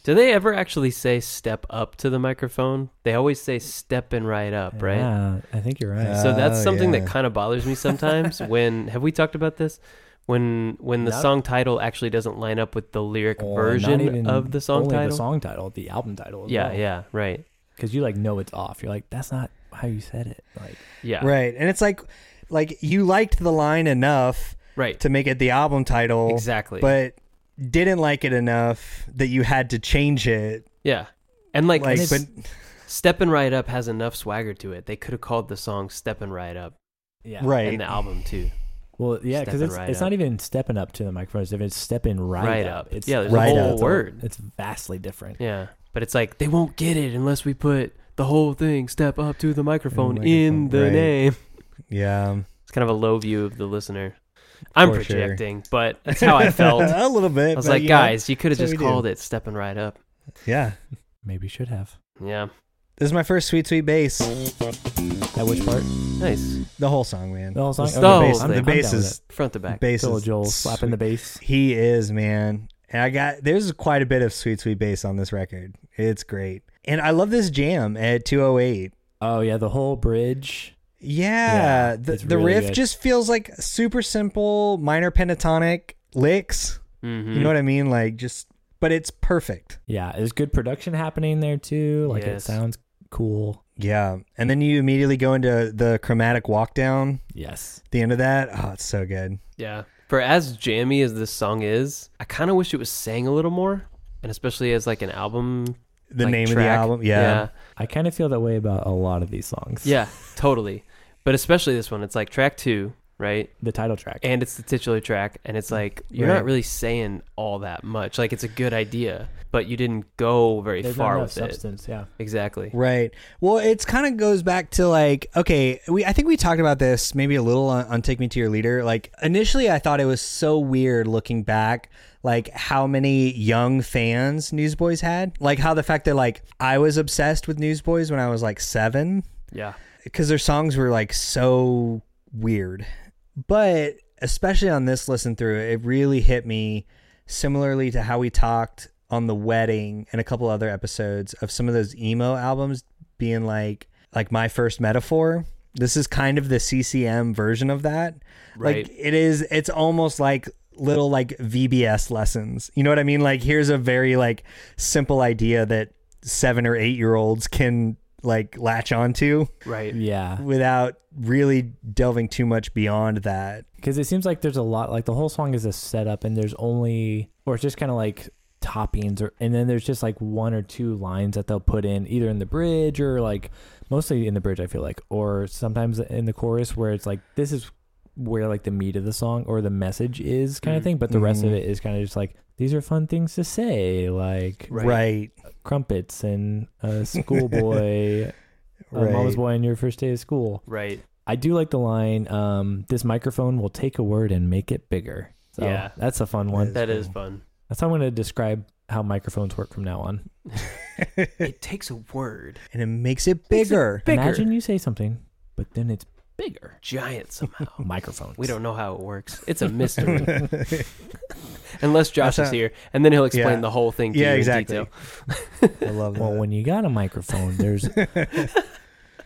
[SPEAKER 4] Do they ever actually say step up to the microphone? They always say stepping right up, right?
[SPEAKER 3] Yeah, I think you're right.
[SPEAKER 4] So that's
[SPEAKER 1] Oh,
[SPEAKER 4] something
[SPEAKER 1] yeah.
[SPEAKER 4] that kind of bothers me sometimes when have we talked about this? When when the
[SPEAKER 3] Not-
[SPEAKER 4] song title actually doesn't line up with the lyric
[SPEAKER 1] Oh,
[SPEAKER 3] Or
[SPEAKER 4] version
[SPEAKER 3] not even
[SPEAKER 4] of the song
[SPEAKER 3] only
[SPEAKER 4] title.
[SPEAKER 3] the song title, the album title. as
[SPEAKER 4] yeah,
[SPEAKER 3] well.
[SPEAKER 4] yeah, right.
[SPEAKER 3] Because you like know it's off. You're like, that's not how you said it. Like,
[SPEAKER 4] Yeah.
[SPEAKER 1] Right. And it's like like you liked the line enough
[SPEAKER 4] Right.
[SPEAKER 1] to make it the album title.
[SPEAKER 4] Exactly.
[SPEAKER 1] But didn't like it enough that you had to change it.
[SPEAKER 4] yeah. And like,
[SPEAKER 1] Like
[SPEAKER 4] s-
[SPEAKER 1] but
[SPEAKER 4] Steppin' Right Up has enough swagger to it. They could have called the song Steppin' Right Up
[SPEAKER 3] yeah,
[SPEAKER 4] and
[SPEAKER 1] right.
[SPEAKER 4] the album too.
[SPEAKER 3] Well, yeah, because
[SPEAKER 4] Stepping
[SPEAKER 3] it's,
[SPEAKER 4] right
[SPEAKER 3] it's
[SPEAKER 4] up.
[SPEAKER 3] not even stepping up to the microphone. It's it's stepping right,
[SPEAKER 4] Right
[SPEAKER 3] up.
[SPEAKER 4] up.
[SPEAKER 3] It's
[SPEAKER 4] Yeah, there's
[SPEAKER 1] a
[SPEAKER 3] right
[SPEAKER 1] whole
[SPEAKER 3] up.
[SPEAKER 4] word.
[SPEAKER 3] It's vastly different.
[SPEAKER 4] Yeah. But it's like they won't get it unless we put the whole thing step up to the microphone
[SPEAKER 1] microphone,
[SPEAKER 4] in the
[SPEAKER 1] right.
[SPEAKER 4] name.
[SPEAKER 1] Yeah.
[SPEAKER 4] It's kind of a low view of the listener. I'm
[SPEAKER 1] For sure.
[SPEAKER 4] projecting, but that's how I felt.
[SPEAKER 1] a little bit.
[SPEAKER 4] I was
[SPEAKER 1] but,
[SPEAKER 4] like,
[SPEAKER 1] you know,
[SPEAKER 4] guys, you could have
[SPEAKER 1] that's
[SPEAKER 4] just
[SPEAKER 1] what we do."
[SPEAKER 4] called it stepping right up.
[SPEAKER 1] Yeah.
[SPEAKER 3] Maybe should have.
[SPEAKER 4] Yeah.
[SPEAKER 1] This is my first sweet sweet bass.
[SPEAKER 3] At which part?
[SPEAKER 4] Nice.
[SPEAKER 1] The whole song, man.
[SPEAKER 3] The whole song.
[SPEAKER 4] It's
[SPEAKER 3] Okay,
[SPEAKER 4] the
[SPEAKER 3] bass.
[SPEAKER 4] whole thing.
[SPEAKER 3] I'm down-
[SPEAKER 1] the
[SPEAKER 3] I'm down
[SPEAKER 1] bass
[SPEAKER 3] with
[SPEAKER 1] is
[SPEAKER 4] Front to back.
[SPEAKER 1] bass
[SPEAKER 3] Phil
[SPEAKER 1] is
[SPEAKER 3] Joel slapping the bass.
[SPEAKER 1] He is, man. And I got there's quite a bit of sweet sweet bass on this record. It's great. And I love this jam at 208.
[SPEAKER 3] Oh yeah, the whole bridge.
[SPEAKER 1] Yeah,
[SPEAKER 3] Yeah,
[SPEAKER 1] the
[SPEAKER 3] it's
[SPEAKER 1] the
[SPEAKER 3] really
[SPEAKER 1] riff
[SPEAKER 3] good.
[SPEAKER 1] just feels like super simple minor pentatonic licks.
[SPEAKER 4] Mm-hmm.
[SPEAKER 1] You know what I mean? Like just but it's perfect.
[SPEAKER 3] Yeah, there's good production happening there too. Like it
[SPEAKER 4] Yes.
[SPEAKER 3] sounds cool.
[SPEAKER 1] Yeah. And then you immediately go into the chromatic walk down,
[SPEAKER 3] Yes.
[SPEAKER 1] the end of that. Oh, it's so good.
[SPEAKER 4] Yeah. For as jammy as this song is, I kind of wish it was sang a little more, and especially as like an album.
[SPEAKER 1] The
[SPEAKER 4] like,
[SPEAKER 1] name of the
[SPEAKER 4] track.
[SPEAKER 1] album. Yeah.
[SPEAKER 3] I kind of feel that way about a lot of these songs.
[SPEAKER 4] Yeah. Yeah, Totally. But especially this one, it's like track two, right?
[SPEAKER 3] The title track.
[SPEAKER 4] And it's the titular track, and it's like you're
[SPEAKER 1] Mm. Right.
[SPEAKER 4] not really saying all that much. Like it's a good idea, but you didn't go very
[SPEAKER 3] There's not
[SPEAKER 4] far
[SPEAKER 3] enough
[SPEAKER 4] with it.
[SPEAKER 3] substance. Yeah.
[SPEAKER 4] Exactly.
[SPEAKER 1] Right. Well, it's kind of goes back to like, okay, we I think we talked about this maybe a little on, on Take Me to Your Leader. Like initially, I thought it was so weird looking back, like how many young fans Newsboys had. Like how the fact that like I was obsessed with Newsboys when I was like seven
[SPEAKER 4] Yeah.
[SPEAKER 1] because their songs were like so weird. But especially on this listen through, it really hit me similarly to how we talked on the wedding and a couple other episodes of some of those emo albums being like like my first metaphor. This is kind of the CCM version of that.
[SPEAKER 4] Right.
[SPEAKER 1] Like it is it's almost like little like VBS lessons. You know what I mean? Like here's a very like simple idea that 7 or 8 year olds can like latch onto
[SPEAKER 4] Right.
[SPEAKER 3] Yeah.
[SPEAKER 1] without really delving too much beyond that.
[SPEAKER 3] because it seems like there's a lot like the whole song is a setup and there's only or it's just kind of like toppings or and then there's just like one or two lines that they'll put in either in the bridge or like mostly in the bridge i feel like or sometimes in the chorus where it's like this is where like the meat of the song or the message is kind of thing but the rest of
[SPEAKER 1] Mhm.
[SPEAKER 3] it is kind of just like these are fun things to say like
[SPEAKER 4] Right.
[SPEAKER 1] Right.
[SPEAKER 3] crumpets and a schoolboy a
[SPEAKER 1] Right.
[SPEAKER 3] mama's boy on your first day of school
[SPEAKER 4] Right.
[SPEAKER 3] I do like the line, um, this microphone will take a word and make it bigger. So
[SPEAKER 4] Yeah.
[SPEAKER 3] that's a fun one.
[SPEAKER 4] That is fun.
[SPEAKER 3] That's how I'm gonna describe how microphones work from now on.
[SPEAKER 4] It takes a word.
[SPEAKER 1] And it makes it bigger.
[SPEAKER 4] Bigger.
[SPEAKER 3] Imagine you say something, but then it's
[SPEAKER 4] Bigger. Giant somehow.
[SPEAKER 3] microphones.
[SPEAKER 4] we don't know how it works. It's a mystery. Unless Josh is here, and then he'll explain
[SPEAKER 1] Yeah.
[SPEAKER 4] the whole thing to
[SPEAKER 1] Yeah,
[SPEAKER 4] you in
[SPEAKER 1] exactly.
[SPEAKER 4] detail.
[SPEAKER 1] I love
[SPEAKER 3] Well,
[SPEAKER 1] that.
[SPEAKER 3] when you got a microphone, there's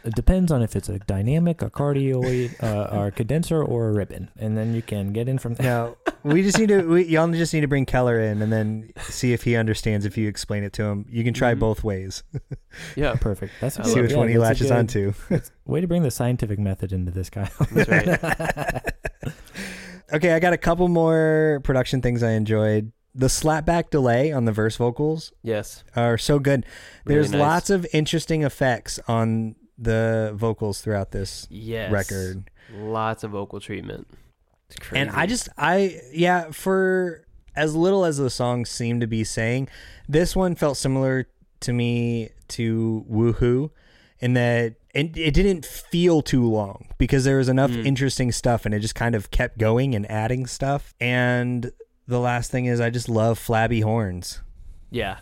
[SPEAKER 3] it depends on if it's a dynamic, a cardioid, uh, or a condenser, or a ribbon, and then you can get in from there.
[SPEAKER 1] No, we just need to. We, y'all just need to bring Keller in and then see if he understands. If you explain it to him, you can try
[SPEAKER 4] Mhm.
[SPEAKER 1] both ways.
[SPEAKER 4] Yeah,
[SPEAKER 3] Perfect. That's a
[SPEAKER 4] I
[SPEAKER 3] good-
[SPEAKER 1] see
[SPEAKER 4] love
[SPEAKER 1] which
[SPEAKER 3] yeah,
[SPEAKER 1] one he
[SPEAKER 3] that's a
[SPEAKER 1] latches
[SPEAKER 3] good-
[SPEAKER 1] onto.
[SPEAKER 3] Way to bring the scientific method into this, Kyle.
[SPEAKER 4] that's right.
[SPEAKER 1] Okay, I got a couple more production things I enjoyed. The slapback delay on the verse vocals
[SPEAKER 4] Yes.
[SPEAKER 1] are so good.
[SPEAKER 4] Really
[SPEAKER 1] There's
[SPEAKER 4] nice.
[SPEAKER 1] lots of interesting effects on the vocals throughout this
[SPEAKER 4] Yes.
[SPEAKER 1] record.
[SPEAKER 4] Lots of vocal treatment. It's crazy.
[SPEAKER 1] And I just, I, yeah, for as little as the songs seem to be saying, this one felt similar to me to Woohoo in that it, it didn't feel too long because there was
[SPEAKER 4] Mm.
[SPEAKER 1] enough interesting stuff and it just kind of kept going and adding stuff. And the last thing is, I just love flabby horns.
[SPEAKER 4] Yeah.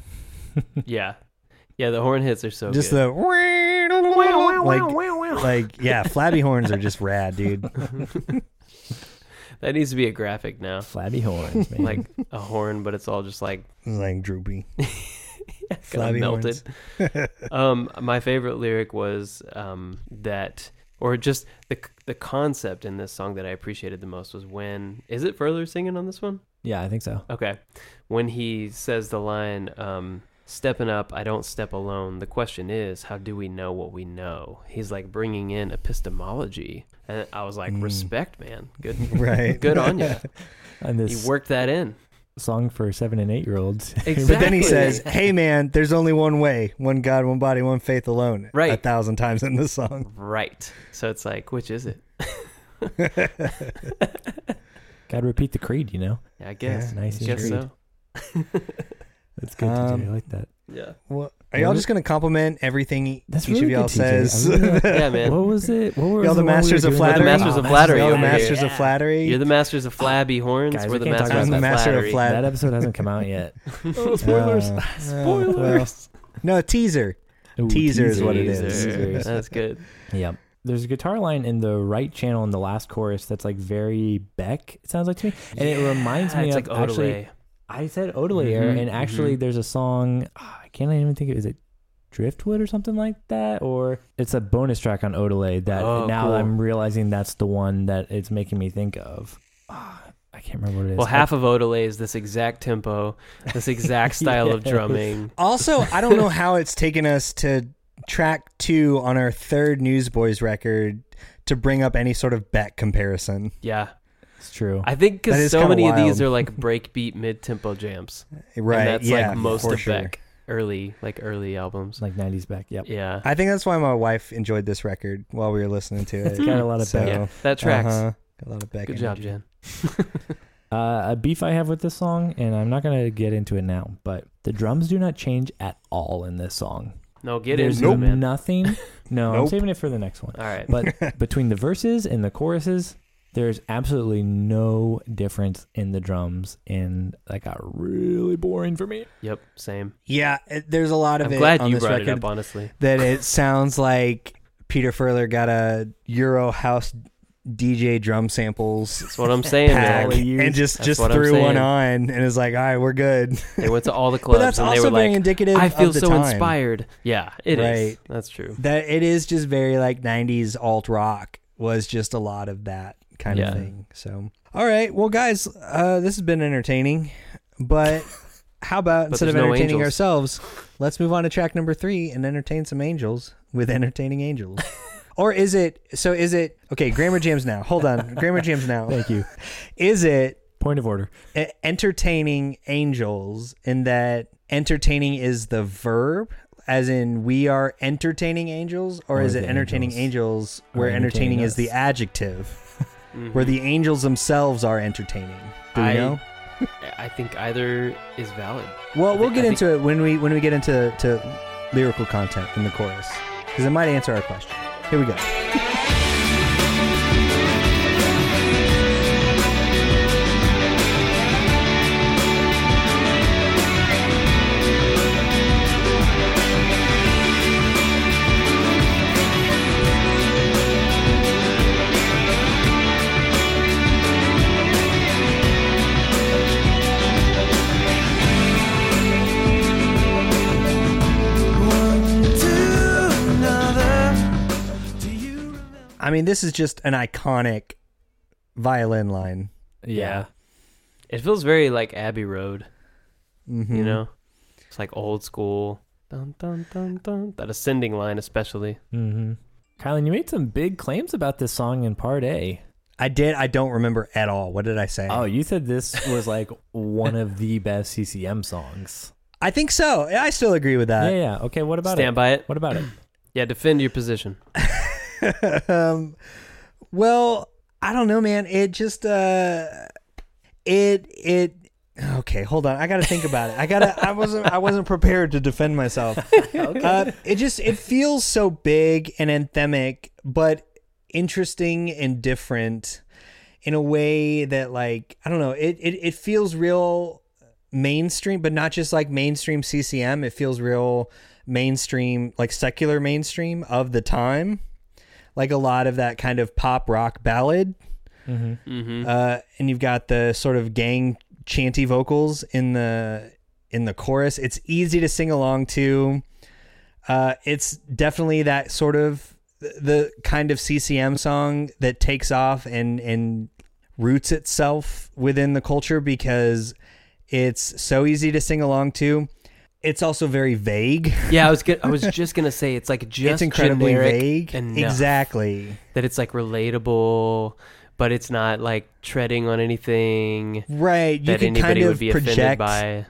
[SPEAKER 4] yeah. Yeah, the horn hits are so
[SPEAKER 1] just
[SPEAKER 4] good.
[SPEAKER 1] the like, like, yeah, flabby horns are just rad, dude.
[SPEAKER 4] that needs to be a graphic now.
[SPEAKER 3] Flabby horns, man.
[SPEAKER 4] Like a horn, but it's all just like
[SPEAKER 1] Like droopy.
[SPEAKER 4] kind
[SPEAKER 1] Flabby
[SPEAKER 4] of melted. um, my favorite lyric was um, that, or just the the concept in this song that I appreciated the most was when is it Furler singing on this one?
[SPEAKER 3] yeah, I think so.
[SPEAKER 4] Okay, when he says the line, um, "Stepping up, I don't step alone." The question is, how do we know what we know? He's like bringing in epistemology, and I was like, respect, man, good,
[SPEAKER 1] Mm. Right.
[SPEAKER 4] good on you.
[SPEAKER 3] And this
[SPEAKER 4] You worked that in.
[SPEAKER 3] song for seven and eight year olds.
[SPEAKER 4] Exactly.
[SPEAKER 1] But then he says, "Hey man, there's only one way: one God, one body, one faith alone."
[SPEAKER 4] Right.
[SPEAKER 1] a thousand times in the song.
[SPEAKER 4] right. So it's like, which is it?
[SPEAKER 3] Gotta repeat the creed, you know?
[SPEAKER 4] I guess.
[SPEAKER 3] Yeah, nice
[SPEAKER 4] I guess
[SPEAKER 3] intrigue.
[SPEAKER 4] so.
[SPEAKER 3] That's good to do.
[SPEAKER 1] Um,
[SPEAKER 3] I like that.
[SPEAKER 4] Yeah.
[SPEAKER 1] Well, are y'all just gonna compliment everything
[SPEAKER 3] That's
[SPEAKER 1] each
[SPEAKER 3] really
[SPEAKER 1] of y'all
[SPEAKER 3] good, TJ.
[SPEAKER 1] says?
[SPEAKER 3] I really like-
[SPEAKER 4] Yeah, man.
[SPEAKER 3] What was it? What were
[SPEAKER 1] Y'all the masters of
[SPEAKER 4] the
[SPEAKER 1] flattery.
[SPEAKER 4] masters of flattery
[SPEAKER 1] Y'all the
[SPEAKER 4] over here.
[SPEAKER 1] masters of flattery.
[SPEAKER 4] You're the masters of flabby horns.
[SPEAKER 3] Guys,
[SPEAKER 4] We're
[SPEAKER 3] we
[SPEAKER 4] the
[SPEAKER 3] can't talk
[SPEAKER 4] masters
[SPEAKER 3] about
[SPEAKER 4] of
[SPEAKER 3] that.
[SPEAKER 1] I'm the master of
[SPEAKER 4] flattery.
[SPEAKER 1] flat-
[SPEAKER 3] That episode hasn't come out yet.
[SPEAKER 4] oh,
[SPEAKER 1] spoilers. Uh, uh, well.
[SPEAKER 4] spoilers.
[SPEAKER 1] no teaser.
[SPEAKER 3] Ooh,
[SPEAKER 1] Teaser is what it
[SPEAKER 4] Teaser.
[SPEAKER 1] is.
[SPEAKER 3] Teasers.
[SPEAKER 4] That's good.
[SPEAKER 3] Yep. There's a guitar line in the right channel in the last chorus that's like very Beck. It sounds like to me, and it reminds
[SPEAKER 4] Yeah,
[SPEAKER 3] me
[SPEAKER 4] it's
[SPEAKER 3] of
[SPEAKER 4] like
[SPEAKER 3] actually.
[SPEAKER 4] Odelay.
[SPEAKER 3] I said Odelayer,
[SPEAKER 4] Mhm,
[SPEAKER 3] and actually, there's a song. ah, I can't even think of. Is it Driftwood or something like that? Or it's a bonus track on Odelay that
[SPEAKER 4] Oh,
[SPEAKER 3] now
[SPEAKER 4] cool.
[SPEAKER 3] I'm realizing that's the one that it's making me think of. Ah, I can't remember what it is.
[SPEAKER 4] Well, half of Odelay is this exact tempo, this exact style of
[SPEAKER 3] Yes.
[SPEAKER 4] drumming.
[SPEAKER 1] Also, I don't know how it's taken us to track two on our third Newsboys record to bring up any sort of Beck comparison.
[SPEAKER 4] Yeah,
[SPEAKER 3] it's true.
[SPEAKER 4] I think
[SPEAKER 1] That
[SPEAKER 4] because
[SPEAKER 1] is
[SPEAKER 4] so
[SPEAKER 1] kinda
[SPEAKER 4] many of these
[SPEAKER 1] wild.
[SPEAKER 4] are like breakbeat mid-tempo jams,
[SPEAKER 1] Right.
[SPEAKER 4] and that's
[SPEAKER 1] yeah,
[SPEAKER 4] like most
[SPEAKER 1] for
[SPEAKER 4] of
[SPEAKER 1] sure.
[SPEAKER 4] Beck early, like early albums.
[SPEAKER 3] it's like '90s Beck. Yep.
[SPEAKER 4] Yeah,
[SPEAKER 1] I think that's why my wife enjoyed this record while we were listening to it.
[SPEAKER 3] It's got a lot of
[SPEAKER 1] So,
[SPEAKER 3] Beck.
[SPEAKER 4] yeah, that tracks.
[SPEAKER 1] uh-huh, got a lot of Beck.
[SPEAKER 4] Good job,
[SPEAKER 1] energy.
[SPEAKER 4] Jen.
[SPEAKER 3] Uh, a beef I have with this song, and I'm not gonna get into it now, but the drums do not change at all in this song.
[SPEAKER 4] No, get
[SPEAKER 3] There's
[SPEAKER 4] into it, man.
[SPEAKER 3] nothing. No, I'm
[SPEAKER 1] Nope.
[SPEAKER 3] saving it for the next one.
[SPEAKER 4] All right.
[SPEAKER 3] But between the verses and the choruses, there's absolutely no difference in the drums, and that got really boring for me.
[SPEAKER 4] Yep. Same.
[SPEAKER 1] Yeah, it, there's a lot of
[SPEAKER 4] I'm
[SPEAKER 1] it
[SPEAKER 4] glad
[SPEAKER 1] on
[SPEAKER 4] you
[SPEAKER 1] this
[SPEAKER 4] brought
[SPEAKER 1] record
[SPEAKER 4] it up. Honestly.
[SPEAKER 1] that it sounds like Peter Furler got a Euro house DJ drum samples
[SPEAKER 4] That's what I'm saying,
[SPEAKER 1] pack
[SPEAKER 4] man.
[SPEAKER 3] used.
[SPEAKER 1] and just
[SPEAKER 4] That's
[SPEAKER 1] just
[SPEAKER 4] what I'm
[SPEAKER 1] threw one
[SPEAKER 4] saying.
[SPEAKER 1] on and is like, all right, we're good.
[SPEAKER 4] They went to all the clubs
[SPEAKER 1] but that's
[SPEAKER 4] and
[SPEAKER 1] also
[SPEAKER 4] they were
[SPEAKER 1] very
[SPEAKER 4] like,
[SPEAKER 1] indicative.
[SPEAKER 4] "I feel
[SPEAKER 1] of the
[SPEAKER 4] so
[SPEAKER 1] time.
[SPEAKER 4] inspired." Yeah, it is.
[SPEAKER 1] Right.
[SPEAKER 4] That's true.
[SPEAKER 1] That it is just very like '90s alt rock was just a lot of that kind
[SPEAKER 4] Yeah.
[SPEAKER 1] of thing. So, all right, well, guys, uh, this has been entertaining, but. How about instead
[SPEAKER 4] there's
[SPEAKER 1] of
[SPEAKER 4] no
[SPEAKER 1] entertaining
[SPEAKER 4] angels.
[SPEAKER 1] ourselves, let's move on to track number three and entertain some angels with entertaining angels. or is it so is it okay, grammar jams now. Hold on. Grammar jams now.
[SPEAKER 3] Thank you.
[SPEAKER 1] Is it
[SPEAKER 3] Point of order.
[SPEAKER 1] e- entertaining angels in that entertaining is the verb as in we are entertaining angels or,
[SPEAKER 3] Or
[SPEAKER 1] is it
[SPEAKER 3] the
[SPEAKER 1] entertaining angels, where entertaining
[SPEAKER 3] entertaining
[SPEAKER 1] is the
[SPEAKER 3] us.
[SPEAKER 1] adjective where the angels themselves are entertaining do you
[SPEAKER 4] Mm-hmm. I-
[SPEAKER 1] know
[SPEAKER 4] I think either is valid.
[SPEAKER 1] well
[SPEAKER 4] I
[SPEAKER 1] we'll
[SPEAKER 4] think-
[SPEAKER 1] get
[SPEAKER 4] I
[SPEAKER 1] into it when we when we get into to lyrical content in the chorus because it might answer our question here we go i mean this is just an iconic violin line
[SPEAKER 4] Yeah. It feels very like Abbey Road,
[SPEAKER 1] Mhm.
[SPEAKER 4] you know? It's like old school. Dun, dun, dun, dun. That ascending line, especially.
[SPEAKER 3] Mm-hmm. Kylan, you made some big claims about this song in Part A.
[SPEAKER 1] i did i don't remember at all what did i say
[SPEAKER 3] Oh, you said this was like one of the best CCM songs.
[SPEAKER 1] I think so. I still agree with
[SPEAKER 3] Yeah,
[SPEAKER 1] that.
[SPEAKER 3] yeah. Okay, what about
[SPEAKER 4] Stand
[SPEAKER 3] it?
[SPEAKER 4] by it.
[SPEAKER 3] What about it?
[SPEAKER 4] Yeah, defend your position.
[SPEAKER 1] um, well, I don't know, man. It just uh, it it. Okay, hold on. I gotta think about it. I gotta. I wasn't. I wasn't prepared to defend myself. Uh, it just. It feels so big and anthemic, but interesting and different in a way that, like, I don't know. It it it feels real mainstream, but not just like mainstream CCM. It feels real mainstream, like secular mainstream of the time like a lot of that kind of pop rock ballad.
[SPEAKER 4] Mm-hmm.
[SPEAKER 1] Uh, and you've got the sort of gang chanty vocals in the in the chorus. It's easy to sing along to. Uh, it's definitely that sort of the kind of CCM song that takes off and and roots itself within the culture because it's so easy to sing along to. It's also very vague.
[SPEAKER 4] Yeah, I was gonna, I was just gonna say it's like just
[SPEAKER 1] it's incredibly
[SPEAKER 4] generic
[SPEAKER 1] vague.
[SPEAKER 4] enough
[SPEAKER 1] Exactly.
[SPEAKER 4] that it's like relatable, but it's not like treading on anything
[SPEAKER 1] Right. You
[SPEAKER 4] that
[SPEAKER 1] can kind
[SPEAKER 4] anybody
[SPEAKER 1] of
[SPEAKER 4] would be offended
[SPEAKER 1] project
[SPEAKER 4] by.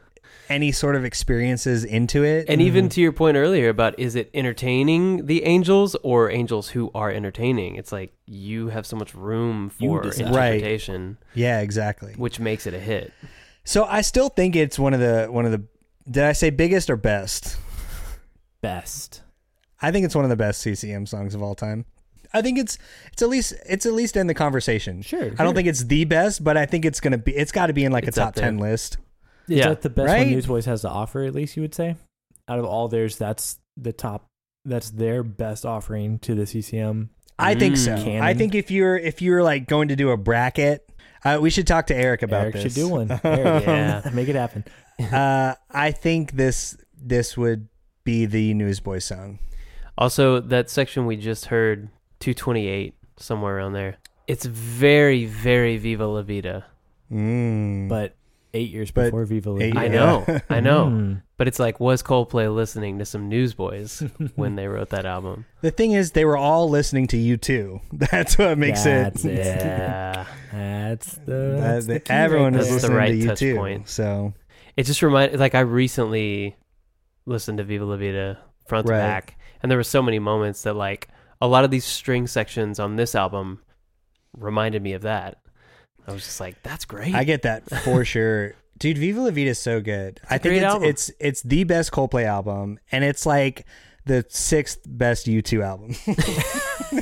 [SPEAKER 1] any sort of experiences into it.
[SPEAKER 4] And e- even to your point earlier about is it entertaining the angels or angels who are entertaining? It's like you have so much room
[SPEAKER 3] You
[SPEAKER 4] for
[SPEAKER 3] decide.
[SPEAKER 1] Right.
[SPEAKER 4] interpretation,
[SPEAKER 1] yeah, exactly.
[SPEAKER 4] which makes it a hit.
[SPEAKER 1] So I still think it's one of the one of the did I say biggest or best?
[SPEAKER 3] Best.
[SPEAKER 1] I think it's one of the best CCM songs of all time. I think it's it's at least it's at least in the conversation.
[SPEAKER 3] Sure,
[SPEAKER 1] I
[SPEAKER 3] sure.
[SPEAKER 1] don't think it's the best, but I think it's gonna be it's got to be in like
[SPEAKER 4] It's
[SPEAKER 1] a
[SPEAKER 4] up
[SPEAKER 1] top
[SPEAKER 4] there.
[SPEAKER 1] ten list.
[SPEAKER 3] Is
[SPEAKER 4] Yeah.
[SPEAKER 3] that the best
[SPEAKER 1] Right?
[SPEAKER 3] one Newsboys has to offer, at least you would say? Out of all theirs, that's the top that's their best offering to the CCM.
[SPEAKER 1] I think
[SPEAKER 4] Mm,
[SPEAKER 1] so.
[SPEAKER 3] Canon.
[SPEAKER 1] I think if you're if you're like going to do a bracket, uh, we should talk to Eric about
[SPEAKER 3] Eric
[SPEAKER 1] this.
[SPEAKER 3] should do one. Eric,
[SPEAKER 4] Yeah.
[SPEAKER 3] make it happen.
[SPEAKER 1] uh, I think this this would be the Newsboy song.
[SPEAKER 4] Also, that section we just heard, 228, somewhere around there. It's very, very Viva La Vida.
[SPEAKER 1] Mm.
[SPEAKER 3] But eight years
[SPEAKER 1] But
[SPEAKER 3] before Viva La
[SPEAKER 1] eight
[SPEAKER 3] Vida.
[SPEAKER 4] I
[SPEAKER 1] Yeah.
[SPEAKER 4] know, I know.
[SPEAKER 3] Mm.
[SPEAKER 4] But it's like, was Coldplay listening to some Newsboys when they wrote that album?
[SPEAKER 1] the thing is, they were all listening to you too. That's what makes
[SPEAKER 3] That's
[SPEAKER 1] it.
[SPEAKER 3] it.
[SPEAKER 4] Yeah.
[SPEAKER 3] That's the,
[SPEAKER 1] That-
[SPEAKER 3] that's the
[SPEAKER 1] that
[SPEAKER 3] key
[SPEAKER 1] everyone
[SPEAKER 3] right
[SPEAKER 1] was
[SPEAKER 4] there. That's
[SPEAKER 3] there.
[SPEAKER 4] the
[SPEAKER 1] listening
[SPEAKER 4] right
[SPEAKER 1] to you
[SPEAKER 4] touch
[SPEAKER 1] too.
[SPEAKER 4] point.
[SPEAKER 1] So
[SPEAKER 4] It just reminds, like, I recently listened to Viva La Vida front
[SPEAKER 1] Right.
[SPEAKER 4] to back, and there were so many moments that, like, a lot of these string sections on this album reminded me of that. I was just like, that's great.
[SPEAKER 1] I get that for sure. Dude, Viva La Vida is so good. I think
[SPEAKER 4] great
[SPEAKER 1] it's,
[SPEAKER 4] album.
[SPEAKER 1] it's it's the best Coldplay album, and it's like the sixth best U2 album.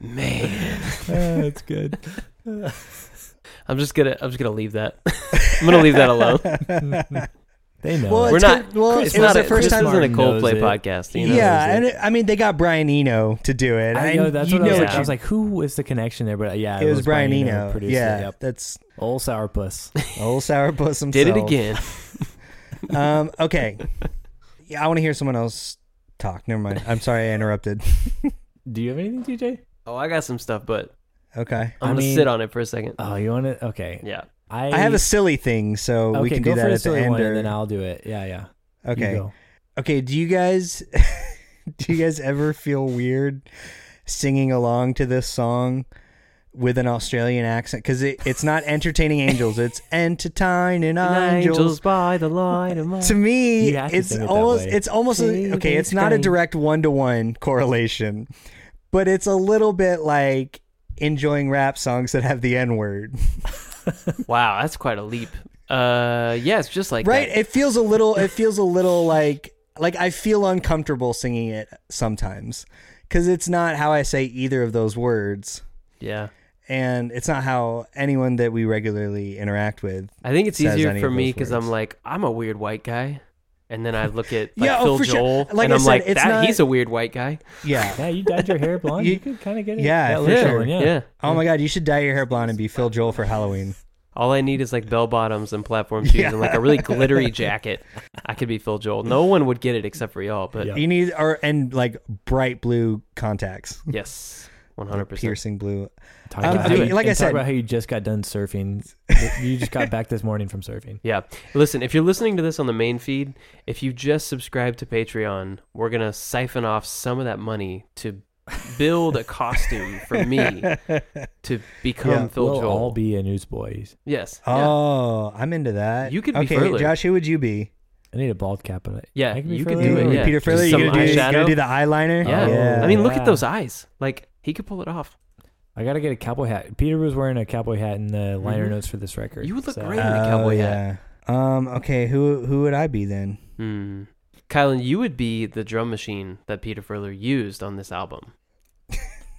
[SPEAKER 4] Man.
[SPEAKER 3] Ah, that's good.
[SPEAKER 4] I'm just gonna I'm just gonna leave that. I'm gonna leave that alone.
[SPEAKER 3] They know.
[SPEAKER 1] Well,
[SPEAKER 3] it.
[SPEAKER 4] We're
[SPEAKER 1] it's
[SPEAKER 4] not.
[SPEAKER 1] good- well,
[SPEAKER 4] it's
[SPEAKER 1] it was
[SPEAKER 4] not
[SPEAKER 1] the
[SPEAKER 4] a,
[SPEAKER 1] first
[SPEAKER 4] this
[SPEAKER 1] time-
[SPEAKER 4] isn't a
[SPEAKER 3] Martin knows
[SPEAKER 4] Coldplay
[SPEAKER 3] it.
[SPEAKER 4] podcast. You know,
[SPEAKER 1] yeah,
[SPEAKER 4] is
[SPEAKER 1] and
[SPEAKER 4] it?
[SPEAKER 1] it, I mean they got Brian Eno to do it.
[SPEAKER 3] I know that's
[SPEAKER 1] you
[SPEAKER 3] what I was
[SPEAKER 1] know
[SPEAKER 3] like.
[SPEAKER 4] what
[SPEAKER 3] I was like, who was the connection there? But yeah,
[SPEAKER 1] it was Brian
[SPEAKER 3] Eno
[SPEAKER 1] Eno.
[SPEAKER 3] produced it.
[SPEAKER 1] yeah,
[SPEAKER 3] Yep.
[SPEAKER 1] that's
[SPEAKER 3] Old sourpuss.
[SPEAKER 1] old sourpuss himself.
[SPEAKER 4] did it again.
[SPEAKER 1] Um, okay, yeah, I want to hear someone else talk. Never mind. I'm sorry I interrupted.
[SPEAKER 3] Do you have anything, TJ?
[SPEAKER 4] Oh, I got some stuff, but
[SPEAKER 1] Okay,
[SPEAKER 4] I'm
[SPEAKER 3] I
[SPEAKER 4] gonna
[SPEAKER 3] mean-
[SPEAKER 4] sit on it for a second.
[SPEAKER 3] Oh, you want it? Okay.
[SPEAKER 4] Yeah,
[SPEAKER 3] I,
[SPEAKER 1] I have a silly thing, so
[SPEAKER 3] Okay,
[SPEAKER 1] we can
[SPEAKER 3] go
[SPEAKER 1] do
[SPEAKER 3] for
[SPEAKER 1] that
[SPEAKER 3] the
[SPEAKER 1] at the
[SPEAKER 3] silly
[SPEAKER 1] end.
[SPEAKER 3] one,
[SPEAKER 1] or,
[SPEAKER 3] and then I'll do it. Yeah, yeah. You
[SPEAKER 1] okay,
[SPEAKER 3] go.
[SPEAKER 1] Okay, do you guys do you guys ever feel weird singing along to this song with an Australian accent? Because it, it's not entertaining angels, it's entertaining angels.
[SPEAKER 4] angels by the light of my.
[SPEAKER 1] To me,
[SPEAKER 3] You have to
[SPEAKER 1] it's
[SPEAKER 3] sing it that
[SPEAKER 1] almost
[SPEAKER 3] way.
[SPEAKER 1] it's almost a, okay. It's not a direct one to one correlation, but it's a little bit like enjoying rap songs that have the N word.
[SPEAKER 4] Wow, that's quite a leap. Uh, yeah, it's just like
[SPEAKER 1] Right?
[SPEAKER 4] that.
[SPEAKER 1] It feels a little. It feels a little like like I feel uncomfortable singing it sometimes because it's not how I say either of those words,
[SPEAKER 4] Yeah,
[SPEAKER 1] and it's not how anyone that we regularly interact with.
[SPEAKER 4] I think it's
[SPEAKER 1] Says
[SPEAKER 4] easier
[SPEAKER 1] any
[SPEAKER 4] for
[SPEAKER 1] of
[SPEAKER 4] me
[SPEAKER 1] those
[SPEAKER 4] because I'm
[SPEAKER 1] words.
[SPEAKER 4] like I'm a weird white guy, and then I look at like
[SPEAKER 1] Yeah, oh,
[SPEAKER 4] Phil
[SPEAKER 1] for sure.
[SPEAKER 4] Joel,
[SPEAKER 1] Like
[SPEAKER 4] and
[SPEAKER 1] I
[SPEAKER 4] I'm
[SPEAKER 1] said,
[SPEAKER 4] like
[SPEAKER 1] it's
[SPEAKER 4] that.
[SPEAKER 1] not-
[SPEAKER 4] He's a weird white guy.
[SPEAKER 1] Yeah.
[SPEAKER 3] Yeah, you dyed your hair blonde.
[SPEAKER 1] You-
[SPEAKER 3] you, could kind of get it.
[SPEAKER 1] yeah,
[SPEAKER 3] that
[SPEAKER 1] for
[SPEAKER 3] look
[SPEAKER 1] sure.
[SPEAKER 3] going,
[SPEAKER 4] yeah.
[SPEAKER 3] yeah.
[SPEAKER 4] yeah.
[SPEAKER 1] Oh my God! You should dye your hair blonde and be Phil Joel for Halloween.
[SPEAKER 4] All I need is like bell bottoms and platform shoes and like a really glittery jacket. I could be Phil Joel. No one would get it except for y'all, but
[SPEAKER 3] Yeah.
[SPEAKER 1] You need or and like bright blue contacts,
[SPEAKER 4] yes, 100%.
[SPEAKER 1] piercing blue.
[SPEAKER 3] Talk
[SPEAKER 1] Um,
[SPEAKER 3] about
[SPEAKER 4] okay,
[SPEAKER 3] how you-
[SPEAKER 1] like I
[SPEAKER 3] and
[SPEAKER 1] said-
[SPEAKER 3] talk about how you just got done surfing. you just got back this morning from surfing.
[SPEAKER 4] Yeah. Listen, if you're listening to this on the main feed, if you just subscribe to Patreon, we're going to siphon off some of that money to build a costume for me to become
[SPEAKER 1] Yeah,
[SPEAKER 4] Phil
[SPEAKER 3] we'll
[SPEAKER 4] Joel.
[SPEAKER 3] all be a newsboys.
[SPEAKER 4] yes. yeah.
[SPEAKER 1] Oh, I'm into that.
[SPEAKER 4] You could be
[SPEAKER 1] okay,
[SPEAKER 4] Furler.
[SPEAKER 1] Josh. Who would you be?
[SPEAKER 3] I need a bald cap on it.
[SPEAKER 4] Yeah,
[SPEAKER 3] I
[SPEAKER 4] you
[SPEAKER 3] furry.
[SPEAKER 4] could do it,
[SPEAKER 1] Ooh,
[SPEAKER 4] yeah.
[SPEAKER 1] Peter Furler.
[SPEAKER 4] Just
[SPEAKER 1] You
[SPEAKER 4] some
[SPEAKER 1] gonna do, you gonna
[SPEAKER 4] eyeshadow.
[SPEAKER 1] do the eyeliner?
[SPEAKER 4] Yeah.
[SPEAKER 3] Yeah.
[SPEAKER 4] I mean, look
[SPEAKER 3] Yeah.
[SPEAKER 4] at those eyes. Like he could pull it off.
[SPEAKER 3] I gotta get a cowboy hat. Peter was wearing a cowboy hat in the
[SPEAKER 1] Mm-hmm.
[SPEAKER 3] liner
[SPEAKER 4] Mhm.
[SPEAKER 3] notes for this record.
[SPEAKER 4] You would look
[SPEAKER 3] so-
[SPEAKER 4] great. in a cowboy
[SPEAKER 1] yeah.
[SPEAKER 4] hat.
[SPEAKER 1] Um. Okay. Who who would I be then?
[SPEAKER 4] Hmm. Kylan, you would be the drum machine that Peter Furler used on this album.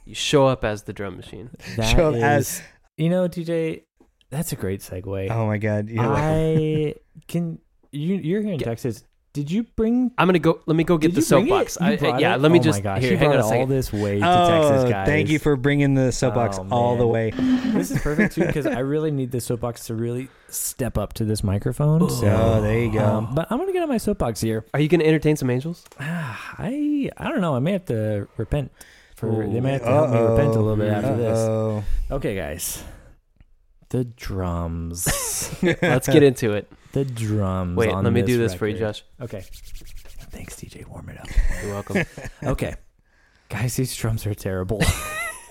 [SPEAKER 4] you show up as the drum machine.
[SPEAKER 3] That
[SPEAKER 1] Show up
[SPEAKER 3] is-
[SPEAKER 1] as-
[SPEAKER 3] you know, TJ. That's a great segue.
[SPEAKER 1] Oh my God. You're like-
[SPEAKER 3] I can. You, you're here in
[SPEAKER 4] Get-
[SPEAKER 3] Texas. Did you bring?
[SPEAKER 4] I'm gonna go. Let me go get the
[SPEAKER 3] did you bring it?
[SPEAKER 4] soapbox.
[SPEAKER 3] You
[SPEAKER 4] I, I-
[SPEAKER 3] brought
[SPEAKER 4] yeah,
[SPEAKER 3] it?
[SPEAKER 4] let me
[SPEAKER 3] Oh
[SPEAKER 4] just
[SPEAKER 3] my gosh,
[SPEAKER 4] here.
[SPEAKER 3] you
[SPEAKER 4] Hang on
[SPEAKER 3] brought
[SPEAKER 4] a
[SPEAKER 3] all
[SPEAKER 4] second.
[SPEAKER 3] this way to Texas,
[SPEAKER 1] oh,
[SPEAKER 3] guys.
[SPEAKER 1] thank you for bringing the soapbox
[SPEAKER 3] Oh,
[SPEAKER 1] all the
[SPEAKER 3] man.
[SPEAKER 1] way.
[SPEAKER 3] This is perfect too because I really need the soapbox to really step up to this microphone.
[SPEAKER 1] Oh,
[SPEAKER 3] So,
[SPEAKER 1] there you go.
[SPEAKER 3] um, but I'm gonna get on my soapbox here.
[SPEAKER 4] Are you gonna entertain some angels?
[SPEAKER 3] Ah, I I don't know. I may have to repent for. They may have to help me
[SPEAKER 1] Uh-oh.
[SPEAKER 3] repent a little bit after this.
[SPEAKER 1] Uh-oh.
[SPEAKER 3] Okay, guys. The drums.
[SPEAKER 4] Let's get into it.
[SPEAKER 3] the drums.
[SPEAKER 4] Wait,
[SPEAKER 3] on
[SPEAKER 4] let me do this for you,
[SPEAKER 3] record.
[SPEAKER 4] Josh.
[SPEAKER 3] Okay. Thanks, DJ. Warm it up.
[SPEAKER 4] You're welcome.
[SPEAKER 3] Okay. Guys, these drums are terrible.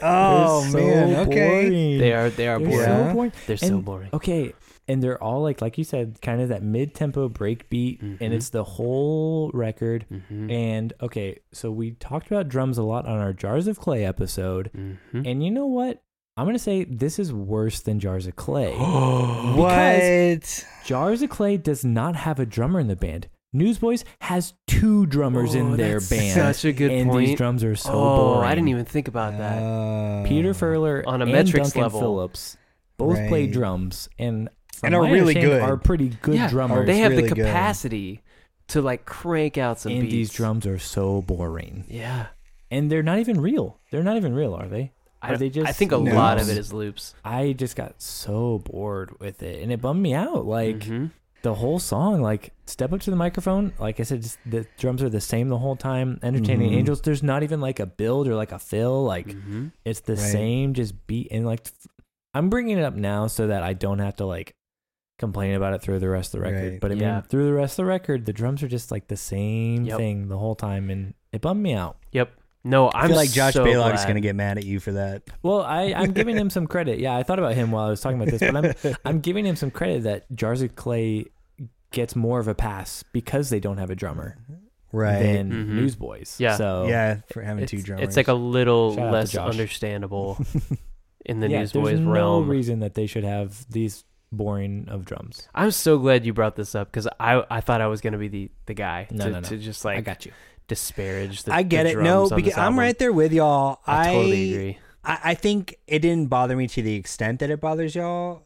[SPEAKER 1] Oh
[SPEAKER 3] They're
[SPEAKER 1] man. Okay.
[SPEAKER 3] Boring.
[SPEAKER 4] they are. They are
[SPEAKER 3] Oh, They're
[SPEAKER 4] boring.
[SPEAKER 1] Yeah.
[SPEAKER 3] so boring.
[SPEAKER 4] They're so
[SPEAKER 3] And-
[SPEAKER 4] boring.
[SPEAKER 3] Okay, and they're all like, like you said, kind of that mid-tempo break beat,
[SPEAKER 4] Mhm.
[SPEAKER 3] and it's the whole record.
[SPEAKER 4] hmm
[SPEAKER 3] And okay, so we talked about drums a lot on our Jars of Clay episode,
[SPEAKER 4] hmm
[SPEAKER 3] and you know what? I'm gonna say this is worse than Jars of Clay.
[SPEAKER 1] What?
[SPEAKER 3] Jars of Clay does not have a drummer in the band. Newsboys has two drummers in their band.
[SPEAKER 4] Oh, Such a good
[SPEAKER 3] and
[SPEAKER 4] point.
[SPEAKER 3] these drums are so
[SPEAKER 4] oh,
[SPEAKER 3] boring.
[SPEAKER 4] I didn't even think about that.
[SPEAKER 1] Oh.
[SPEAKER 3] Peter Furler
[SPEAKER 4] On a
[SPEAKER 3] and
[SPEAKER 4] metrics
[SPEAKER 3] Duncan
[SPEAKER 4] level.
[SPEAKER 3] Phillips both play
[SPEAKER 1] Right.
[SPEAKER 3] drums and from
[SPEAKER 1] And are
[SPEAKER 3] my
[SPEAKER 1] really
[SPEAKER 3] understanding,
[SPEAKER 1] good.
[SPEAKER 3] are pretty good
[SPEAKER 4] yeah,
[SPEAKER 3] drummers.
[SPEAKER 4] They have
[SPEAKER 1] Really
[SPEAKER 4] the
[SPEAKER 1] good.
[SPEAKER 4] capacity to like crank out some
[SPEAKER 3] and these
[SPEAKER 4] beats.
[SPEAKER 3] drums are so boring,
[SPEAKER 4] Yeah,
[SPEAKER 3] and they're not even real. They're not even real, are they?
[SPEAKER 4] I,
[SPEAKER 3] Are they just?
[SPEAKER 4] I think a
[SPEAKER 6] No.
[SPEAKER 4] lot of it is loops.
[SPEAKER 3] I just got so bored with it, and it bummed me out. Like
[SPEAKER 4] Mhm.
[SPEAKER 3] the whole song, like step up to the microphone. Like I said, just, the drums are the same the whole time. Entertaining
[SPEAKER 1] Mhm.
[SPEAKER 3] Angels. There's not even like a build or like a fill. Like
[SPEAKER 4] Mhm.
[SPEAKER 3] it's the
[SPEAKER 1] Right.
[SPEAKER 3] same, just beat and like. f- I'm bringing it up now so that I don't have to like complain about it through the rest of the record.
[SPEAKER 1] Right.
[SPEAKER 3] But I mean,
[SPEAKER 4] Yeah.
[SPEAKER 3] through the rest of the record, the drums are just like the same
[SPEAKER 4] Yep.
[SPEAKER 3] thing the whole time, and it bummed me out.
[SPEAKER 4] Yep. No,
[SPEAKER 1] I
[SPEAKER 4] I'm
[SPEAKER 1] feel like Josh
[SPEAKER 4] so
[SPEAKER 1] Balog's
[SPEAKER 4] glad.
[SPEAKER 1] gonna get mad at you for that.
[SPEAKER 3] Well, I, I'm giving him some credit. Yeah, I thought about him while I was talking about this, but I'm I'm giving him some credit that Jarzik Clay gets more of a pass because they don't have a drummer
[SPEAKER 1] right.
[SPEAKER 3] than
[SPEAKER 4] Mhm.
[SPEAKER 3] Newsboys.
[SPEAKER 4] Yeah.
[SPEAKER 3] So
[SPEAKER 1] yeah, for having
[SPEAKER 4] It's,
[SPEAKER 1] two drummers.
[SPEAKER 4] it's like a little
[SPEAKER 3] Shout out to
[SPEAKER 4] less
[SPEAKER 3] Josh.
[SPEAKER 4] understandable in the
[SPEAKER 3] yeah,
[SPEAKER 4] Newsboys
[SPEAKER 3] there's
[SPEAKER 4] realm.
[SPEAKER 3] no reason that they should have these boring of drums.
[SPEAKER 4] I'm so glad you brought this up because I I thought I was gonna be the the guy
[SPEAKER 3] No,
[SPEAKER 4] to,
[SPEAKER 3] no, no.
[SPEAKER 4] to just
[SPEAKER 3] I
[SPEAKER 4] like
[SPEAKER 3] got you.
[SPEAKER 4] disparage the.
[SPEAKER 1] I get
[SPEAKER 4] the
[SPEAKER 1] it. No,
[SPEAKER 4] drums on
[SPEAKER 1] because
[SPEAKER 4] this
[SPEAKER 1] I'm
[SPEAKER 4] album.
[SPEAKER 1] right there with y'all.
[SPEAKER 4] I,
[SPEAKER 1] I
[SPEAKER 4] totally agree.
[SPEAKER 1] I, I think it didn't bother me to the extent that it bothers y'all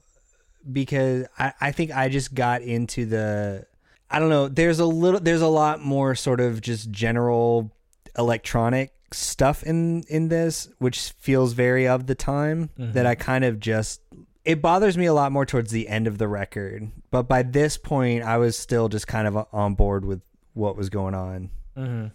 [SPEAKER 1] because I, I think I just got into the I don't know, there's a little there's a lot more sort of just general electronic stuff in in this which feels very of the time that I kind of just it bothers me a lot more towards the end of the record. But by this point I was still just kind of on board with what was going on.
[SPEAKER 3] Mm-hmm.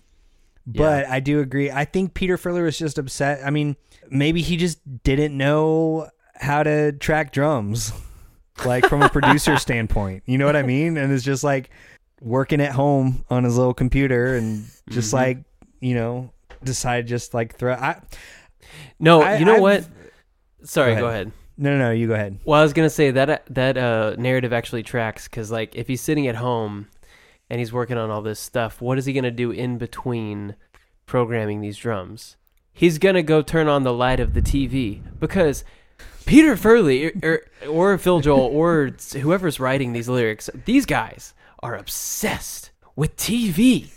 [SPEAKER 1] But I do agree. I think Peter Furler was just upset. I mean, maybe he just didn't know how to track drums, like from a producer standpoint. You know what I mean? And it's just like working at home on his little computer and just
[SPEAKER 4] Mhm.
[SPEAKER 1] like, you know, decide just like throw. I,
[SPEAKER 4] No,
[SPEAKER 1] I-
[SPEAKER 4] you know
[SPEAKER 1] I've-
[SPEAKER 4] what? Sorry,
[SPEAKER 1] Go
[SPEAKER 4] go ahead.
[SPEAKER 1] no, no, no, you go ahead.
[SPEAKER 4] Well, I was gonna say that that uh, narrative actually tracks because like if he's sitting at home and he's working on all this stuff, what is he gonna do in between programming these drums? He's gonna go turn on the light of the TV because Peter Furley or, or Phil Joel or whoever's writing these lyrics, these guys are obsessed with TV.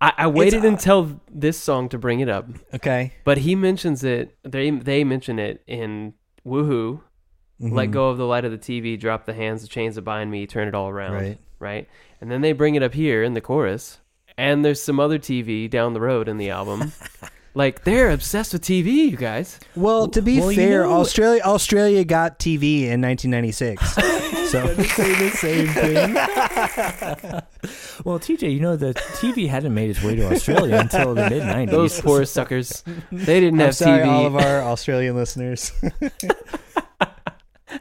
[SPEAKER 4] I, I waited until this song to bring it up.
[SPEAKER 1] Okay.
[SPEAKER 4] But he mentions it. They they mention it in Woohoo.
[SPEAKER 1] Mm-hmm.
[SPEAKER 4] Let go of the light of the TV. Drop the hands, the chains that bind me. Turn it all around.
[SPEAKER 1] Right.
[SPEAKER 4] Right. And then they bring it up here in the chorus. And there's some other TV down the road in the album. like they're obsessed with TV, you guys.
[SPEAKER 1] Well, to be
[SPEAKER 3] well, you
[SPEAKER 1] fair,
[SPEAKER 3] know-
[SPEAKER 1] Australia Australia got TV in 1996. so
[SPEAKER 3] the same thing. well, TJ, you know the TV hadn't made its way to Australia until the mid '90s.
[SPEAKER 4] Those poor suckers. They didn't
[SPEAKER 1] I'm
[SPEAKER 4] have
[SPEAKER 1] sorry,
[SPEAKER 4] TV.
[SPEAKER 1] all of our Australian listeners.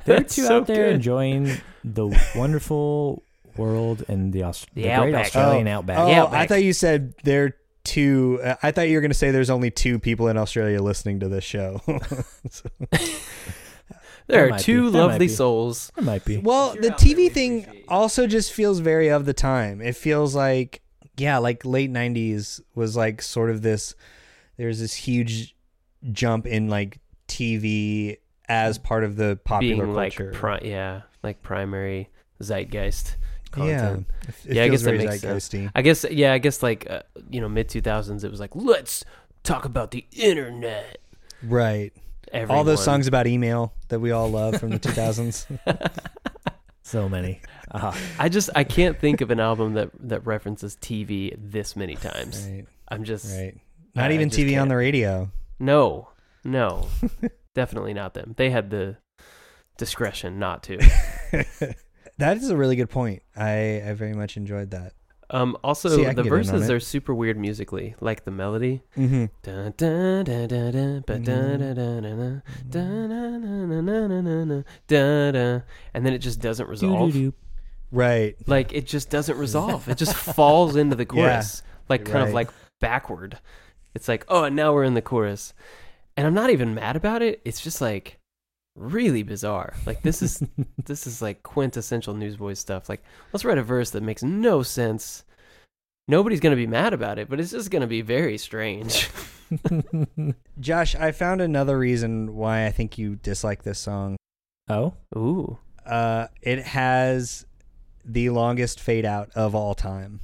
[SPEAKER 3] They're
[SPEAKER 4] That's
[SPEAKER 3] two
[SPEAKER 4] so
[SPEAKER 3] out there
[SPEAKER 4] good.
[SPEAKER 3] enjoying the wonderful world and the, Aus-
[SPEAKER 4] The
[SPEAKER 3] the, great
[SPEAKER 4] outback.
[SPEAKER 3] Australian
[SPEAKER 1] oh,
[SPEAKER 3] outback.
[SPEAKER 1] Oh,
[SPEAKER 4] Yeah,
[SPEAKER 1] I
[SPEAKER 4] outback.
[SPEAKER 1] thought you said there two. Uh, I thought you were going to say there's only two people in Australia listening to this show.
[SPEAKER 4] there
[SPEAKER 3] That
[SPEAKER 4] are
[SPEAKER 3] might
[SPEAKER 4] two
[SPEAKER 3] be. That might
[SPEAKER 4] lovely
[SPEAKER 3] be.
[SPEAKER 4] souls.
[SPEAKER 3] It might be.
[SPEAKER 1] well, the TV thing also just feels very of the time. It feels like yeah, like late '90s was like sort of this. There's this huge jump in like TV as part of the popular
[SPEAKER 4] Mm-hmm. being like
[SPEAKER 1] culture.
[SPEAKER 4] pri- yeah, like primary zeitgeist
[SPEAKER 1] yeah,
[SPEAKER 4] content.
[SPEAKER 1] it it
[SPEAKER 4] Yeah, I
[SPEAKER 1] feels
[SPEAKER 4] guess that
[SPEAKER 1] very
[SPEAKER 4] makes sense.
[SPEAKER 1] zeitgeisty.
[SPEAKER 4] I guess yeah, I guess like uh, you know mid 2000s it was like let's talk about the internet.
[SPEAKER 1] Right.
[SPEAKER 4] Everyone.
[SPEAKER 1] All those songs about email that we all love from the 2000s.
[SPEAKER 3] So many. Uh,
[SPEAKER 4] I just I can't think of an album that that references TV this many times.
[SPEAKER 1] Right.
[SPEAKER 4] I'm just
[SPEAKER 1] Right.
[SPEAKER 4] I-
[SPEAKER 1] Not
[SPEAKER 4] I
[SPEAKER 1] even
[SPEAKER 4] just
[SPEAKER 1] TV on
[SPEAKER 4] can't.
[SPEAKER 1] the radio.
[SPEAKER 4] no. No. definitely not them. They had the discretion not to.
[SPEAKER 1] That is a really good point. I, I very much enjoyed that.
[SPEAKER 4] Um also
[SPEAKER 1] See, I can
[SPEAKER 4] the
[SPEAKER 1] get in on
[SPEAKER 4] verses
[SPEAKER 1] it.
[SPEAKER 4] are super weird musically, like the melody.
[SPEAKER 1] Mm-hmm.
[SPEAKER 4] Dun, dun, dun, dun, dun, ba, dun, dun, dun, dun, dun, dun, dun, dun, dun, dun, dun, dun, dun, dun, dun. And then it just doesn't resolve.
[SPEAKER 3] doo-doo-doo.
[SPEAKER 1] Right.
[SPEAKER 4] like it just doesn't resolve. it just falls into the chorus, like kind of
[SPEAKER 1] right.
[SPEAKER 4] like backward. It's like, oh, and now we're in the chorus, and I'm not even mad about it. It's just like really bizarre. Like this is this is like quintessential Newsboys stuff. Like let's write a verse that makes no sense. Nobody's gonna be mad about it, but it's just gonna be very strange.
[SPEAKER 1] Josh, I found another reason why I think you dislike this song.
[SPEAKER 3] oh,
[SPEAKER 4] Ooh,
[SPEAKER 1] Uh, it has the longest fade out of all time.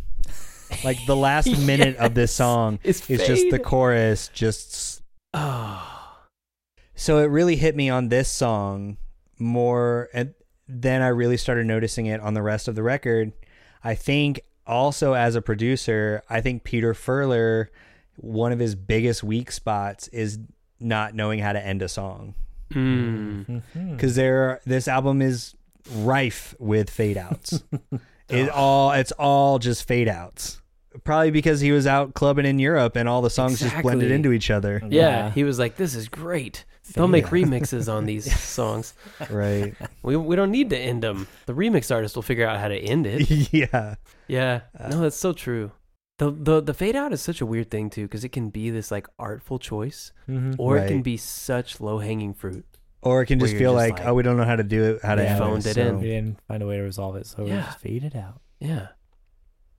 [SPEAKER 1] Like the last minute of this song
[SPEAKER 4] it's
[SPEAKER 1] is just the
[SPEAKER 4] fade.
[SPEAKER 1] chorus just s-
[SPEAKER 4] Oh,
[SPEAKER 1] So it really hit me on this song more, and then I really started noticing it on the rest of the record. I think also as a producer, I think Peter Furler, one of his biggest weak spots is not knowing how to end a song
[SPEAKER 4] Mm.
[SPEAKER 1] because there this album is rife with fade outs. it all it's all just fade outs. Probably because he was out clubbing in Europe and all the songs just blended
[SPEAKER 4] Exactly.
[SPEAKER 1] into each other.
[SPEAKER 4] Yeah, he was like, "This is great. They'll make remixes on these songs.
[SPEAKER 1] Right.
[SPEAKER 4] We we don't need to end them. The remix artist will figure out how to end it."
[SPEAKER 1] yeah.
[SPEAKER 4] Yeah,
[SPEAKER 1] Uh,
[SPEAKER 4] no, that's so true. The, the the fade out is such a weird thing too because it can be this like artful choice
[SPEAKER 3] Mm-hmm.
[SPEAKER 4] or it can
[SPEAKER 1] Right.
[SPEAKER 4] be such low hanging fruit
[SPEAKER 1] Or it can
[SPEAKER 4] Where
[SPEAKER 1] just
[SPEAKER 4] you're
[SPEAKER 1] feel
[SPEAKER 4] just
[SPEAKER 1] like,
[SPEAKER 4] like,
[SPEAKER 1] oh, we don't know how to do it, how to
[SPEAKER 4] we
[SPEAKER 1] end
[SPEAKER 4] phoned
[SPEAKER 1] this,
[SPEAKER 4] it in.
[SPEAKER 1] so-
[SPEAKER 3] We didn't find a way to resolve it, so we
[SPEAKER 4] Yeah.
[SPEAKER 3] just faded out.
[SPEAKER 4] yeah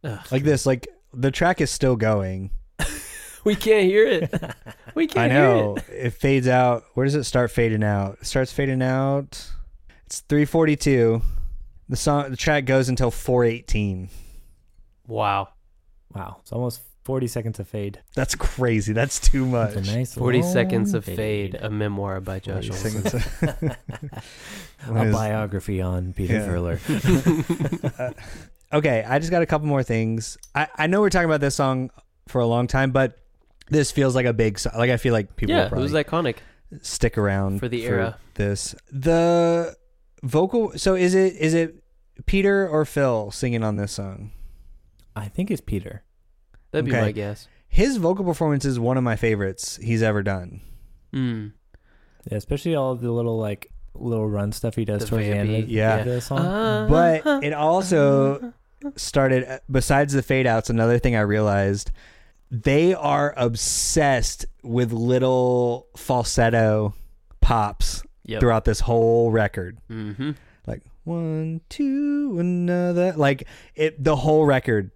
[SPEAKER 4] Ugh.
[SPEAKER 1] Like this, like the track is still going.
[SPEAKER 4] we can't hear it we
[SPEAKER 1] I
[SPEAKER 4] can't
[SPEAKER 1] know
[SPEAKER 4] hear it
[SPEAKER 1] it. fades out. Where does it start fading out? It starts fading out. It's three forty two. The song, the track goes until four eighteen.
[SPEAKER 4] wow
[SPEAKER 3] Wow, it's almost forty seconds of fade.
[SPEAKER 1] That's crazy. That's too much.
[SPEAKER 3] It's a nice
[SPEAKER 4] 40
[SPEAKER 3] long
[SPEAKER 4] seconds of fade a memoir by Josh
[SPEAKER 3] 40
[SPEAKER 4] Olson
[SPEAKER 1] Oh, Seconds.
[SPEAKER 3] A
[SPEAKER 1] Is-
[SPEAKER 3] biography on Peter
[SPEAKER 1] Yeah.
[SPEAKER 3] Furler.
[SPEAKER 1] Uh, okay, I just got a couple more things. I, I know we're talking about this song for a long time, but this feels like a big song. Like I feel like people
[SPEAKER 4] yeah
[SPEAKER 1] will
[SPEAKER 4] it was
[SPEAKER 1] probably
[SPEAKER 4] iconic
[SPEAKER 1] stick around
[SPEAKER 4] for the era.
[SPEAKER 1] This the vocal. So is it is it Peter or Phil singing on this song?
[SPEAKER 3] I think it's Peter.
[SPEAKER 4] that'd be
[SPEAKER 1] Okay.
[SPEAKER 4] my guess
[SPEAKER 1] His vocal performance is one of my favorites he's ever done. Hmm.
[SPEAKER 4] mm.
[SPEAKER 3] Yeah, especially all the little like little run stuff he does
[SPEAKER 4] The Ah.
[SPEAKER 3] towards the end
[SPEAKER 4] vampy-
[SPEAKER 3] of
[SPEAKER 1] yeah.
[SPEAKER 3] the song.
[SPEAKER 1] But it also started uh, besides the fade outs another thing I realized they are obsessed with little falsetto pops
[SPEAKER 4] yep.
[SPEAKER 1] throughout this whole record.
[SPEAKER 4] mm-hmm.
[SPEAKER 1] Like one two another like it the whole record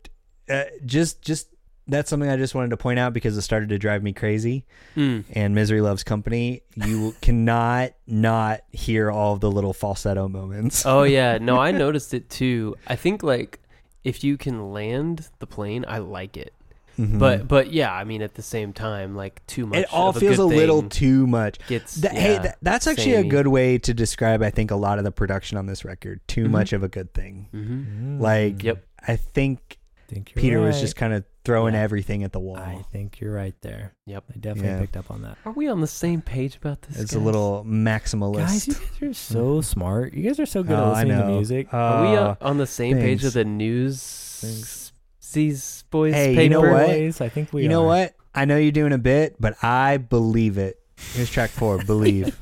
[SPEAKER 1] uh, just just that's something I just wanted to point out because it started to drive me crazy.
[SPEAKER 4] mm.
[SPEAKER 1] and Misery Loves Company, you cannot not hear all of the little falsetto moments.
[SPEAKER 4] oh yeah no i noticed it too i think like if you can land the plane i like it
[SPEAKER 1] Mhm.
[SPEAKER 4] but but yeah i mean at the same time like too much
[SPEAKER 1] it all
[SPEAKER 4] of a
[SPEAKER 1] feels a
[SPEAKER 4] good
[SPEAKER 1] little
[SPEAKER 4] thing
[SPEAKER 1] too much.
[SPEAKER 4] gets
[SPEAKER 1] Th- hey,
[SPEAKER 4] yeah,
[SPEAKER 1] th- that's actually
[SPEAKER 4] samey.
[SPEAKER 1] a good way to describe, I think, a lot of the production on this record. Too much of a good thing.
[SPEAKER 4] Mhm.
[SPEAKER 3] Mm,
[SPEAKER 1] Like,
[SPEAKER 4] Mm-hmm. Yep.
[SPEAKER 1] I think
[SPEAKER 3] think you're
[SPEAKER 1] Peter was
[SPEAKER 3] right.
[SPEAKER 1] just kind of throwing
[SPEAKER 3] Yeah.
[SPEAKER 1] everything at the wall.
[SPEAKER 3] I think you're right there.
[SPEAKER 4] Yep.
[SPEAKER 3] I definitely
[SPEAKER 1] Yeah.
[SPEAKER 3] picked up on that.
[SPEAKER 4] Are we on the same page about this?
[SPEAKER 1] it's a
[SPEAKER 4] guys?
[SPEAKER 1] little maximalist.
[SPEAKER 3] Guys, you guys are so smart. You guys are so good
[SPEAKER 1] Hmm. Oh,
[SPEAKER 3] at
[SPEAKER 1] I
[SPEAKER 3] listening to
[SPEAKER 1] know.
[SPEAKER 3] music.
[SPEAKER 4] Are we
[SPEAKER 1] Uh,
[SPEAKER 4] uh, on the same page
[SPEAKER 1] thanks.
[SPEAKER 4] of the news?
[SPEAKER 3] Thanks.
[SPEAKER 4] These boys.
[SPEAKER 1] Hey,
[SPEAKER 4] paper?
[SPEAKER 1] you know what?
[SPEAKER 3] Always, I think we.
[SPEAKER 1] you know
[SPEAKER 3] are.
[SPEAKER 1] what? I know you're doing a bit, but I believe it. Here's track four, Believe.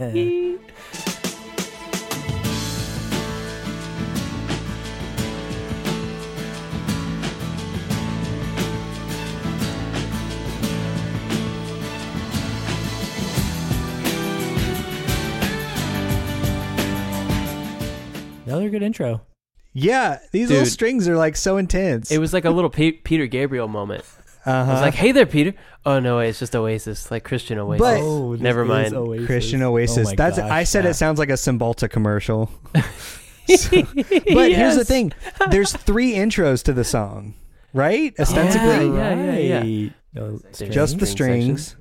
[SPEAKER 3] Another good intro.
[SPEAKER 1] Yeah, these little
[SPEAKER 4] Dude.
[SPEAKER 1] strings are like so intense.
[SPEAKER 4] It was like a little Pe- Peter Gabriel moment. I was
[SPEAKER 1] Uh-huh.
[SPEAKER 4] like, "Hey there, Peter." Oh no, wait, it's just Oasis, like Christian Oasis.
[SPEAKER 1] But-
[SPEAKER 3] oh, this
[SPEAKER 4] never
[SPEAKER 3] is
[SPEAKER 4] mind.
[SPEAKER 3] Oasis.
[SPEAKER 1] Christian
[SPEAKER 3] Oh
[SPEAKER 1] Oasis.
[SPEAKER 3] my
[SPEAKER 1] That's I
[SPEAKER 3] gosh,
[SPEAKER 1] said
[SPEAKER 3] yeah.
[SPEAKER 1] it sounds like a Cymbalta commercial. So- but here's the
[SPEAKER 4] Yes.
[SPEAKER 1] thing: there's three intros to the song, right? Ostensibly,
[SPEAKER 4] Yeah, yeah, yeah,
[SPEAKER 3] Right. No, strings.
[SPEAKER 1] just the
[SPEAKER 4] String
[SPEAKER 1] strings.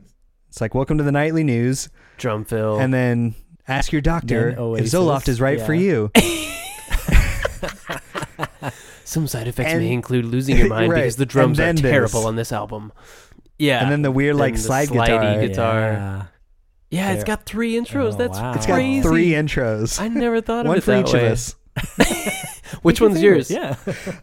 [SPEAKER 1] It's like "Welcome to the Nightly News,"
[SPEAKER 4] Drum fill.
[SPEAKER 1] and then "Ask Your Doctor
[SPEAKER 3] Then
[SPEAKER 1] if Zoloft
[SPEAKER 3] Oasis,
[SPEAKER 1] is right for
[SPEAKER 3] yeah.
[SPEAKER 1] you."
[SPEAKER 4] Some side effects
[SPEAKER 1] and-
[SPEAKER 4] may include losing your mind
[SPEAKER 1] Right.
[SPEAKER 4] because the drums are
[SPEAKER 1] And then
[SPEAKER 4] terrible
[SPEAKER 1] this.
[SPEAKER 4] on this album. Yeah.
[SPEAKER 1] And then the weird like
[SPEAKER 4] the
[SPEAKER 1] slide
[SPEAKER 4] slidey
[SPEAKER 1] guitar.
[SPEAKER 4] E guitar.
[SPEAKER 3] Yeah.
[SPEAKER 4] yeah, it's
[SPEAKER 3] there-
[SPEAKER 4] got three intros.
[SPEAKER 3] Oh,
[SPEAKER 4] That's
[SPEAKER 3] wow.
[SPEAKER 1] It's got
[SPEAKER 4] crazy.
[SPEAKER 1] three intros,
[SPEAKER 4] I never thought of
[SPEAKER 1] one
[SPEAKER 4] it
[SPEAKER 1] for
[SPEAKER 4] that
[SPEAKER 1] each
[SPEAKER 4] way.
[SPEAKER 1] of us.
[SPEAKER 4] Which one's yours?
[SPEAKER 3] Yeah.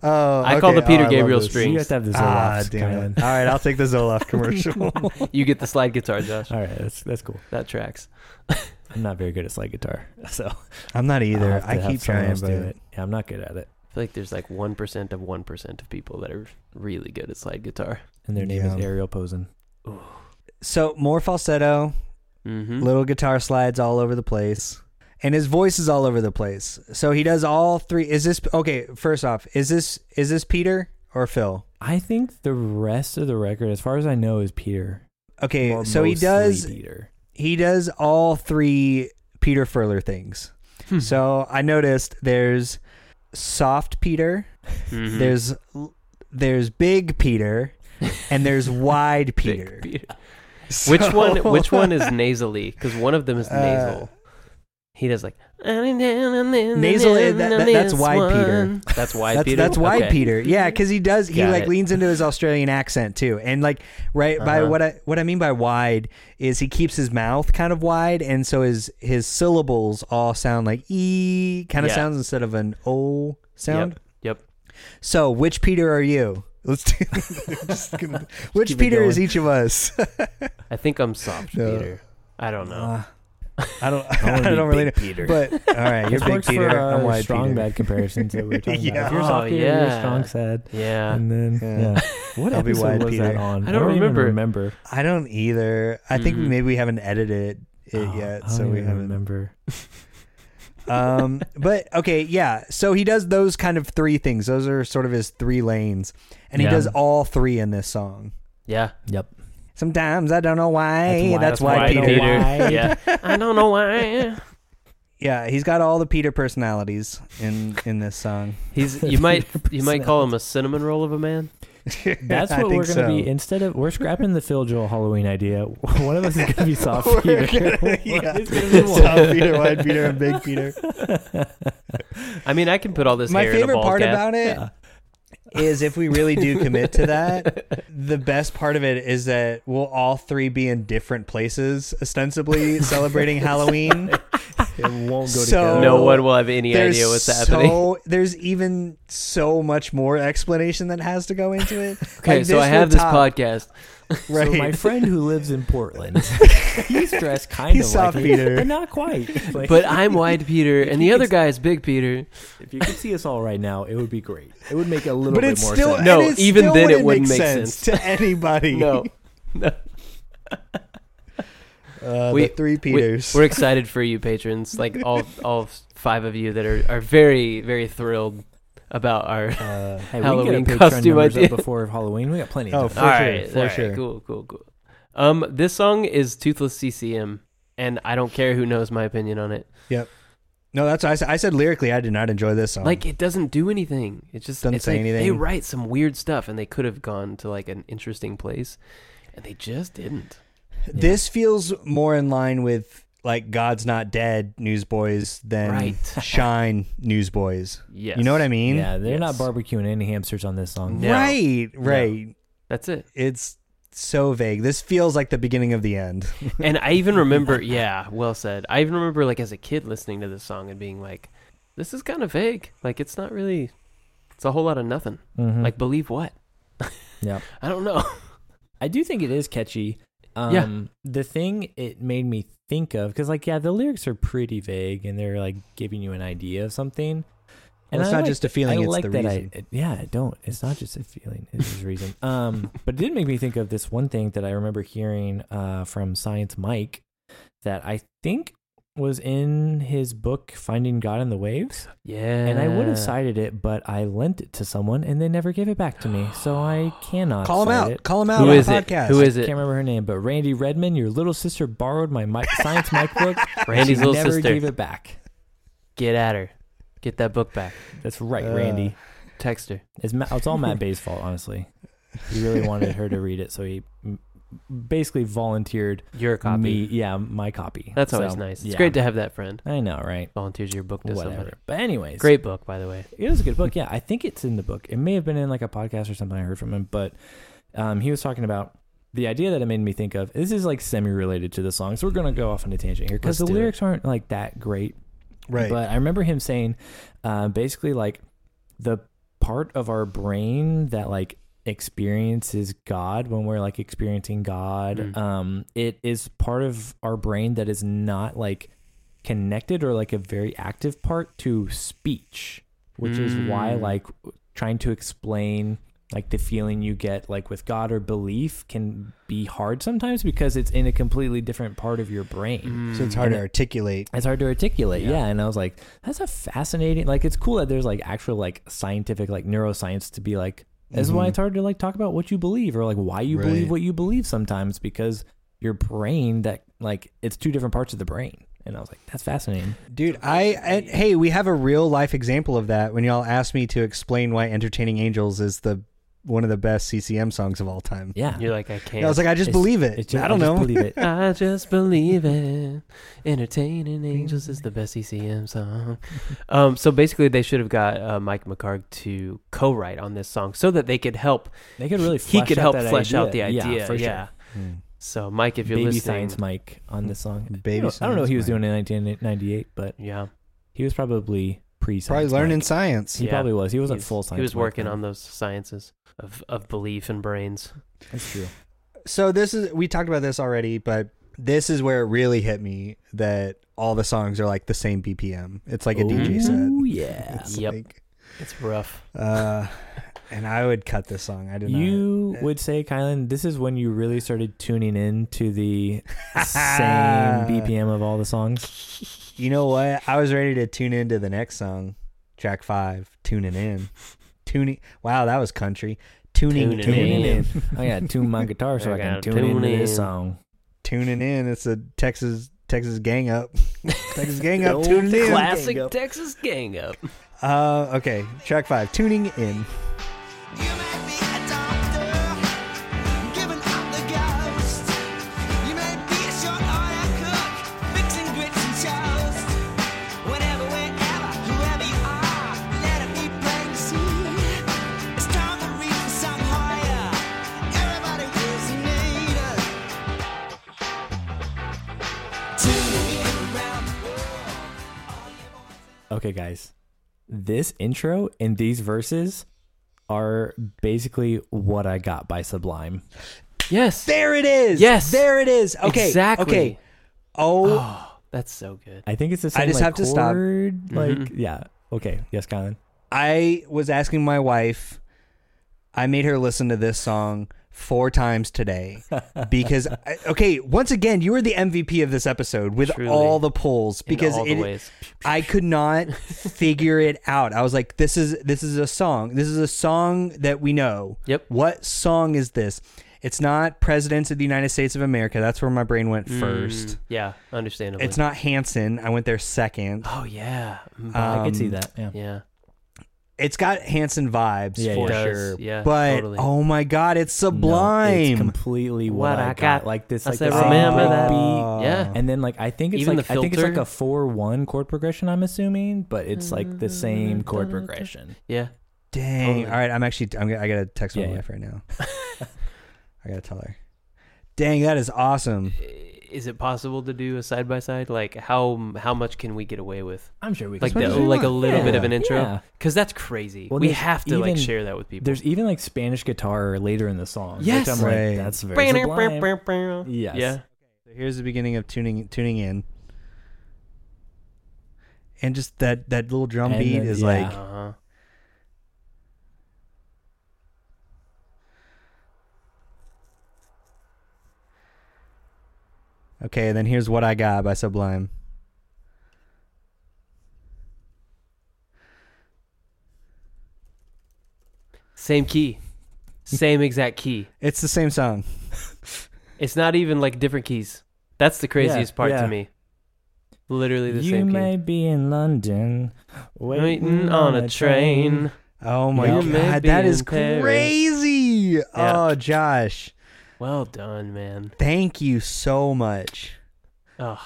[SPEAKER 1] Oh,
[SPEAKER 4] I call
[SPEAKER 1] okay.
[SPEAKER 4] the Peter
[SPEAKER 1] Oh, I love
[SPEAKER 4] Gabriel
[SPEAKER 1] this.
[SPEAKER 4] string.
[SPEAKER 3] You have to have the
[SPEAKER 1] Ah,
[SPEAKER 3] Zoloft.
[SPEAKER 1] damn
[SPEAKER 3] Kylan.
[SPEAKER 1] it! All right, I'll take the Zoloft commercial.
[SPEAKER 4] You get the slide guitar, Josh.
[SPEAKER 3] All right, that's that's cool.
[SPEAKER 4] That tracks.
[SPEAKER 3] I'm not very good at slide guitar, so I'll
[SPEAKER 1] I'm not either.
[SPEAKER 3] have to
[SPEAKER 1] I
[SPEAKER 3] have
[SPEAKER 1] keep
[SPEAKER 3] someone
[SPEAKER 1] trying,
[SPEAKER 3] else do
[SPEAKER 1] but
[SPEAKER 3] it. Yeah, I'm not good at it,
[SPEAKER 4] I feel like there's like one percent of one percent of people that are really good at slide guitar.
[SPEAKER 3] and their name is
[SPEAKER 1] Yeah.
[SPEAKER 3] Ariel Posen.
[SPEAKER 1] so more falsetto.
[SPEAKER 4] Mm-hmm.
[SPEAKER 1] little guitar slides all over the place and his voice is all over the place so he does all three is this okay first off is this is this peter or phil
[SPEAKER 3] I think the rest of the record, as far as I know, is Peter.
[SPEAKER 1] okay
[SPEAKER 3] or
[SPEAKER 1] Eh, so he
[SPEAKER 3] mostly
[SPEAKER 1] does
[SPEAKER 3] Peter.
[SPEAKER 1] he does all three peter furler things
[SPEAKER 4] Hmm.
[SPEAKER 1] so i noticed there's soft peter there's there's big peter and there's wide peter So-
[SPEAKER 4] Which one? Which one is nasally? Because one of them is
[SPEAKER 1] Uh,
[SPEAKER 4] nasal. He does like Nasal.
[SPEAKER 1] eh, that- that- that's wide, Peter.
[SPEAKER 4] That's wide,
[SPEAKER 1] That's
[SPEAKER 4] Peter.
[SPEAKER 1] that's why
[SPEAKER 4] Okay.
[SPEAKER 1] Peter. Yeah, because he does. He
[SPEAKER 4] Got
[SPEAKER 1] like
[SPEAKER 4] it.
[SPEAKER 1] leans into his Australian accent too, and like right by what I what I mean by wide is he keeps his mouth kind of wide, and so his his syllables all sound like e kind of
[SPEAKER 4] Yeah.
[SPEAKER 1] sounds instead of an o sound.
[SPEAKER 4] Yep. Yep.
[SPEAKER 1] So which Peter are you? Let's do, just gonna- which
[SPEAKER 4] keep it
[SPEAKER 1] Peter is
[SPEAKER 4] going.
[SPEAKER 1] each of us?
[SPEAKER 4] I think I'm soft, Peter. I don't know.
[SPEAKER 1] Uh, I don't. I, don't really know. Peter. But all right, you're
[SPEAKER 3] This
[SPEAKER 1] big
[SPEAKER 3] works
[SPEAKER 1] Peter.
[SPEAKER 3] for
[SPEAKER 1] I'm
[SPEAKER 3] our
[SPEAKER 1] wide
[SPEAKER 3] strong
[SPEAKER 1] Peter.
[SPEAKER 3] bad comparisons that we were talking
[SPEAKER 1] Yeah.
[SPEAKER 3] about. If you're
[SPEAKER 4] Oh,
[SPEAKER 3] soft Peter, you're
[SPEAKER 4] yeah.
[SPEAKER 3] strong sad.
[SPEAKER 4] yeah.
[SPEAKER 3] And then
[SPEAKER 1] Yeah.
[SPEAKER 3] yeah, what
[SPEAKER 1] I'll be
[SPEAKER 3] episode
[SPEAKER 1] wide
[SPEAKER 3] was
[SPEAKER 1] Peter.
[SPEAKER 3] that on?
[SPEAKER 4] I don't
[SPEAKER 3] even
[SPEAKER 4] remember.
[SPEAKER 3] remember.
[SPEAKER 1] I don't either. I think
[SPEAKER 4] Mm.
[SPEAKER 1] maybe we haven't edited it
[SPEAKER 3] Oh, I
[SPEAKER 1] yet,
[SPEAKER 3] don't
[SPEAKER 1] so we
[SPEAKER 3] even
[SPEAKER 1] haven't.
[SPEAKER 3] remember.
[SPEAKER 1] um but okay yeah so he does those kind of three things those are sort of his three lanes and
[SPEAKER 4] Yeah.
[SPEAKER 1] he does all three in this song
[SPEAKER 4] Yeah.
[SPEAKER 3] Yep.
[SPEAKER 1] sometimes i don't know why that's why,
[SPEAKER 4] I
[SPEAKER 1] peter
[SPEAKER 4] don't why. yeah. I don't know why.
[SPEAKER 1] yeah he's got all the peter personalities in in this song
[SPEAKER 4] He's you might you might call him a cinnamon roll of a man.
[SPEAKER 3] That's
[SPEAKER 1] I
[SPEAKER 3] what we're
[SPEAKER 1] think
[SPEAKER 3] going to
[SPEAKER 1] so.
[SPEAKER 3] be. Instead of we're scrapping the Phil Joel Halloween idea. One of us is going to be soft
[SPEAKER 1] We're
[SPEAKER 3] Peter.
[SPEAKER 1] gonna-
[SPEAKER 3] One
[SPEAKER 1] yeah.
[SPEAKER 3] is gonna be one.
[SPEAKER 1] Soft Peter, wide Peter, and big Peter.
[SPEAKER 4] I mean, I can put all this
[SPEAKER 1] My
[SPEAKER 4] hair in a
[SPEAKER 1] favorite
[SPEAKER 4] ball
[SPEAKER 1] part
[SPEAKER 4] cap.
[SPEAKER 1] about it is if we really do commit to that, the best part of it is that we'll all three be in different places, ostensibly celebrating Halloween.
[SPEAKER 3] It won't go
[SPEAKER 1] So-
[SPEAKER 3] together.
[SPEAKER 4] no one will have any
[SPEAKER 1] there's
[SPEAKER 4] idea what's
[SPEAKER 1] so,
[SPEAKER 4] happening.
[SPEAKER 1] There's even so much more explanation that has to go into it.
[SPEAKER 4] Okay,
[SPEAKER 1] Like,
[SPEAKER 4] so I
[SPEAKER 1] would
[SPEAKER 4] have this
[SPEAKER 1] top-
[SPEAKER 4] podcast.
[SPEAKER 1] Right.
[SPEAKER 3] So my friend who lives in Portland, he's dressed kind
[SPEAKER 1] He's
[SPEAKER 3] of
[SPEAKER 1] soft
[SPEAKER 3] like
[SPEAKER 1] Peter.
[SPEAKER 3] me, but not quite. Like,
[SPEAKER 4] But I'm Wide Peter, and the other guy is Big Peter.
[SPEAKER 3] if you could see us all right now, it would be great. It would make a little
[SPEAKER 1] but
[SPEAKER 3] bit
[SPEAKER 1] it's
[SPEAKER 3] more
[SPEAKER 1] still
[SPEAKER 3] sense.
[SPEAKER 4] No,
[SPEAKER 1] and it's
[SPEAKER 4] even
[SPEAKER 1] still
[SPEAKER 4] then it
[SPEAKER 1] wouldn't
[SPEAKER 4] wouldn't make sense.
[SPEAKER 1] to anybody.
[SPEAKER 4] No,
[SPEAKER 1] uh,
[SPEAKER 4] We-
[SPEAKER 1] the three
[SPEAKER 4] we-
[SPEAKER 1] Peters.
[SPEAKER 4] we're excited for you patrons, like all all five of you that are are very very thrilled about our.
[SPEAKER 1] uh,
[SPEAKER 3] Hey, we
[SPEAKER 4] Halloween
[SPEAKER 3] can get our Patreon
[SPEAKER 4] costume
[SPEAKER 3] numbers
[SPEAKER 4] idea.
[SPEAKER 3] up before Halloween. We got plenty of
[SPEAKER 1] Oh,
[SPEAKER 3] time.
[SPEAKER 1] for
[SPEAKER 4] All
[SPEAKER 1] sure,
[SPEAKER 4] right,
[SPEAKER 1] for
[SPEAKER 4] all right,
[SPEAKER 1] sure.
[SPEAKER 4] cool, cool, cool. Um, this song is Toothless CCM, and I don't care who knows my opinion on it.
[SPEAKER 1] no, that's what I said. I said lyrically, I did not enjoy this song.
[SPEAKER 4] Like it doesn't do anything. It just
[SPEAKER 1] Um, Doesn't
[SPEAKER 4] it's
[SPEAKER 1] say
[SPEAKER 4] like They
[SPEAKER 1] anything.
[SPEAKER 4] write some weird stuff, and they could have gone to like an interesting place, and they just didn't.
[SPEAKER 1] this feels more in line with like God's Not Dead Newsboys than
[SPEAKER 4] Right.
[SPEAKER 1] Shine Newsboys.
[SPEAKER 4] Yes,
[SPEAKER 1] You know what I mean?
[SPEAKER 3] Yeah, they're not
[SPEAKER 4] Yes.
[SPEAKER 3] barbecuing any hamsters on this song.
[SPEAKER 4] No.
[SPEAKER 1] Right, right.
[SPEAKER 4] That's it.
[SPEAKER 1] It's so vague. This feels like the beginning of the end.
[SPEAKER 4] and I even remember, yeah, well said. I even remember, like, as a kid listening to this song and being like, this is kind of vague. Like, it's not really, it's a whole lot of nothing.
[SPEAKER 1] Mm.
[SPEAKER 3] Mhm.
[SPEAKER 4] Like, believe what?
[SPEAKER 3] Yeah.
[SPEAKER 4] I don't know.
[SPEAKER 3] I do think it is catchy. Um,
[SPEAKER 4] Yeah.
[SPEAKER 3] The thing it made me think of, because, like, yeah, the lyrics are pretty vague and they're, like, giving you an idea of something.
[SPEAKER 1] Well, it's
[SPEAKER 3] I
[SPEAKER 1] not
[SPEAKER 3] like-
[SPEAKER 1] just a feeling,
[SPEAKER 3] I
[SPEAKER 1] it's
[SPEAKER 3] like
[SPEAKER 1] the
[SPEAKER 3] that I-
[SPEAKER 1] reason.
[SPEAKER 3] it- yeah, I don't. It's not just a feeling, it's just reason. Um, but it did make me think of this one thing that I remember hearing uh, from Science Mike that I think was in his book, Finding God in the Waves.
[SPEAKER 4] Yeah.
[SPEAKER 3] And I
[SPEAKER 1] Uh.
[SPEAKER 3] would have cited it, but I lent it to someone and they never gave it back to me. So I cannot
[SPEAKER 1] Call him
[SPEAKER 3] cite
[SPEAKER 1] out.
[SPEAKER 3] It.
[SPEAKER 1] Call him out
[SPEAKER 4] Who
[SPEAKER 1] on
[SPEAKER 4] is
[SPEAKER 1] the
[SPEAKER 4] it?
[SPEAKER 1] podcast.
[SPEAKER 4] Who is
[SPEAKER 3] I
[SPEAKER 4] it?
[SPEAKER 3] can't remember her name, but Randy Redman, your little sister, borrowed my mi- science mic book.
[SPEAKER 4] Randy's
[SPEAKER 3] she
[SPEAKER 4] little
[SPEAKER 3] never
[SPEAKER 4] sister.
[SPEAKER 3] gave it back.
[SPEAKER 4] Get at her. Get that book back.
[SPEAKER 3] That's right,
[SPEAKER 1] Uh.
[SPEAKER 3] Randy.
[SPEAKER 4] Text her.
[SPEAKER 3] It's, Ma- it's all Matt Bay's fault, honestly. He really wanted her to read it, so he m- basically volunteered
[SPEAKER 4] Your copy.
[SPEAKER 3] me. Yeah, my copy.
[SPEAKER 4] That's always
[SPEAKER 3] So,
[SPEAKER 4] nice. It's
[SPEAKER 3] yeah.
[SPEAKER 4] great to have that friend.
[SPEAKER 3] I know, right?
[SPEAKER 4] Volunteers your book to
[SPEAKER 3] Whatever.
[SPEAKER 4] somebody.
[SPEAKER 3] But anyways,
[SPEAKER 4] Great book, by the way.
[SPEAKER 3] It was a good book. Yeah, I think it's in the book. It may have been in like a podcast or something I heard from him, but um, he was talking about the idea that it made me think of. This is like semi-related to the song, so we're gonna go off on a tangent here because
[SPEAKER 4] Let's
[SPEAKER 3] the
[SPEAKER 4] do it.
[SPEAKER 3] lyrics aren't like that great.
[SPEAKER 1] Right.
[SPEAKER 3] But I remember him saying, uh, basically, like the part of our brain that like experiences God when we're like experiencing God,
[SPEAKER 4] Mm.
[SPEAKER 3] um, it is part of our brain that is not like connected or like a very active part to speech, which is why
[SPEAKER 4] Mm.
[SPEAKER 3] like trying to explain like the feeling you get like with God or belief can be hard sometimes because it's in a completely different part of your brain
[SPEAKER 1] so it's hard to articulate.
[SPEAKER 3] it's hard to articulate yeah. and i was like that's a fascinating like it's cool that there's like actual like scientific like neuroscience to be like this is why
[SPEAKER 1] Mhm.
[SPEAKER 4] Mm-hmm.
[SPEAKER 3] it's hard to like talk about what you believe or like why you believe
[SPEAKER 1] Right.
[SPEAKER 3] what you believe sometimes because your brain that like it's two different parts of the brain and i was like that's fascinating
[SPEAKER 1] Dude, I and, hey, we have a real life example of that when y'all asked me to explain why entertaining angels is the one of the best CCM songs of all time.
[SPEAKER 3] Yeah.
[SPEAKER 4] You're like, I can't.
[SPEAKER 1] I was like, I just
[SPEAKER 3] It's-
[SPEAKER 1] believe it.
[SPEAKER 3] it's ju-
[SPEAKER 1] I don't
[SPEAKER 3] just
[SPEAKER 1] know.
[SPEAKER 3] believe it.
[SPEAKER 4] I just believe it. Entertaining Angels is the best ECM song. Um, so basically, they should have got uh, Mike McCarg to co-write on this song so that they could help.
[SPEAKER 3] They could really. Flesh
[SPEAKER 4] he could help
[SPEAKER 3] out that
[SPEAKER 4] flesh
[SPEAKER 3] idea.
[SPEAKER 4] out the idea.
[SPEAKER 3] Yeah, for sure.
[SPEAKER 1] Hmm.
[SPEAKER 4] So Mike, if you're
[SPEAKER 3] Baby
[SPEAKER 4] listening,
[SPEAKER 3] science Mike on this song.
[SPEAKER 1] Baby
[SPEAKER 3] I don't, I don't know what he was
[SPEAKER 1] Science
[SPEAKER 3] doing in 1998, but
[SPEAKER 4] yeah,
[SPEAKER 3] he was probably pre.
[SPEAKER 1] Probably learning science.
[SPEAKER 3] He
[SPEAKER 4] Yeah.
[SPEAKER 3] probably was. He wasn't
[SPEAKER 4] He's-
[SPEAKER 3] full science.
[SPEAKER 4] He was
[SPEAKER 3] Mike
[SPEAKER 4] working
[SPEAKER 3] then.
[SPEAKER 4] on those sciences of of belief and brains.
[SPEAKER 3] That's true.
[SPEAKER 1] So this is we talked about this already, but this is where it really hit me that all the songs are like the same BPM. It's like a DJ
[SPEAKER 3] Ooh,
[SPEAKER 1] set.
[SPEAKER 3] yeah.
[SPEAKER 1] It's
[SPEAKER 4] Yep.
[SPEAKER 1] like,
[SPEAKER 4] It's rough.
[SPEAKER 1] uh, and I would cut this song. I did not.
[SPEAKER 3] You would say, Kylan, this is when you really started tuning in to the same BPM of all the songs.
[SPEAKER 1] You know what? I was ready to tune into the next song, track five. Tuning in, tuning. Wow, that was country. Tuning,
[SPEAKER 4] Tuning
[SPEAKER 1] tuning in.
[SPEAKER 4] in.
[SPEAKER 3] I gotta Oh, tune my guitar so
[SPEAKER 4] I
[SPEAKER 3] I, can
[SPEAKER 4] gotta
[SPEAKER 3] tune,
[SPEAKER 4] tune
[SPEAKER 3] into this
[SPEAKER 4] in.
[SPEAKER 3] song.
[SPEAKER 1] tuning in. It's a Texas Texas gang up. Texas gang up. tuning in.
[SPEAKER 4] Classic Texas gang up.
[SPEAKER 1] Uh, okay, track five. Tuning in.
[SPEAKER 5] You may be a doctor, giving up the ghost. You may be a short order cook, fixing grits and toast. Whenever, wherever, whoever you are, let it be plain It's time to reach for something higher. Everybody wants and needs us. Tuning in around the world.
[SPEAKER 3] Okay, guys. This intro and these verses are basically what I got by Sublime.
[SPEAKER 4] Yes,
[SPEAKER 1] There it is.
[SPEAKER 4] Yes.
[SPEAKER 1] There it is. Okay.
[SPEAKER 4] exactly.
[SPEAKER 1] Okay. Oh,
[SPEAKER 4] That's so good.
[SPEAKER 3] I think it's the same.
[SPEAKER 1] just
[SPEAKER 3] like,
[SPEAKER 1] have to stop.
[SPEAKER 3] chord,
[SPEAKER 4] Mm-hmm.
[SPEAKER 3] Like, yeah. Okay. Yes, Kylan.
[SPEAKER 1] I was asking my wife. I made her listen to this song four times today because I, okay, once again, you were the MVP of this episode with
[SPEAKER 4] Truly.
[SPEAKER 1] all the polls
[SPEAKER 4] In
[SPEAKER 1] because
[SPEAKER 4] all the
[SPEAKER 1] it-
[SPEAKER 4] ways.
[SPEAKER 1] I could not figure it out. I was like, this is this is a song. This is a song that we know.
[SPEAKER 4] Yep.
[SPEAKER 1] What song is this? It's not Presidents of the United States of America. That's where my brain
[SPEAKER 4] Mm.
[SPEAKER 1] went first.
[SPEAKER 4] Yeah, understandably.
[SPEAKER 1] It's not Hanson. I went there second.
[SPEAKER 4] Oh yeah, Mm,
[SPEAKER 3] I
[SPEAKER 1] Um,
[SPEAKER 3] could see that. Yeah.
[SPEAKER 4] yeah.
[SPEAKER 1] It's got Hanson vibes
[SPEAKER 3] Yeah,
[SPEAKER 1] for
[SPEAKER 3] it does.
[SPEAKER 1] sure.
[SPEAKER 4] Yeah,
[SPEAKER 1] but
[SPEAKER 4] totally.
[SPEAKER 1] oh my god, it's
[SPEAKER 3] No,
[SPEAKER 1] sublime. Oh,
[SPEAKER 3] it's completely what, I, got. Like this.
[SPEAKER 4] I
[SPEAKER 3] like
[SPEAKER 4] said,
[SPEAKER 3] the same
[SPEAKER 4] remember that.
[SPEAKER 3] beat.
[SPEAKER 4] Yeah.
[SPEAKER 3] And then like I think it's
[SPEAKER 4] Even
[SPEAKER 3] like
[SPEAKER 4] the
[SPEAKER 3] I think it's like
[SPEAKER 4] filter.
[SPEAKER 3] a four one chord progression. I'm assuming, but it's like the same chord progression.
[SPEAKER 4] Yeah.
[SPEAKER 1] Dang.
[SPEAKER 4] Totally.
[SPEAKER 1] All right, I'm actually I'm gonna, I gotta text my
[SPEAKER 3] Yeah, yeah.
[SPEAKER 1] wife right now. I gotta tell her. Dang, that is awesome.
[SPEAKER 4] Is it possible to do a side by side? Like how how much can we get away with?
[SPEAKER 3] I'm sure we
[SPEAKER 4] Like
[SPEAKER 3] can.
[SPEAKER 4] the,
[SPEAKER 1] much as you
[SPEAKER 4] like a
[SPEAKER 1] want.
[SPEAKER 4] little bit
[SPEAKER 3] Yeah.
[SPEAKER 4] of an
[SPEAKER 3] Yeah.
[SPEAKER 4] intro because that's crazy.
[SPEAKER 3] Well,
[SPEAKER 4] we
[SPEAKER 3] there's
[SPEAKER 4] have to like
[SPEAKER 3] even-
[SPEAKER 4] share that with people.
[SPEAKER 3] There's E even like Spanish guitar later in the song.
[SPEAKER 4] Yes.
[SPEAKER 3] which I'm like,
[SPEAKER 1] Right.
[SPEAKER 3] that's very sublime. Yes.
[SPEAKER 4] Yeah.
[SPEAKER 1] So here's the beginning of tuning tuning in. And just that that little drum
[SPEAKER 3] And
[SPEAKER 1] beat
[SPEAKER 3] then-
[SPEAKER 1] is
[SPEAKER 3] yeah.
[SPEAKER 1] like
[SPEAKER 4] Uh huh.
[SPEAKER 1] okay, then here's what I got by Sublime.
[SPEAKER 4] Same key, same exact key.
[SPEAKER 1] It's the same song.
[SPEAKER 4] It's not even like different keys. That's the craziest part
[SPEAKER 3] yeah.
[SPEAKER 4] to me. Literally the
[SPEAKER 3] You
[SPEAKER 4] same
[SPEAKER 3] may
[SPEAKER 4] key.
[SPEAKER 3] be in London, waiting,
[SPEAKER 4] Waiting on a train.
[SPEAKER 1] Oh my
[SPEAKER 4] Yeah. You may
[SPEAKER 1] god,
[SPEAKER 4] be
[SPEAKER 1] that is
[SPEAKER 4] in Paris.
[SPEAKER 1] crazy. Oh, Josh,
[SPEAKER 4] Well done, man.
[SPEAKER 1] thank you so much.
[SPEAKER 4] Oh,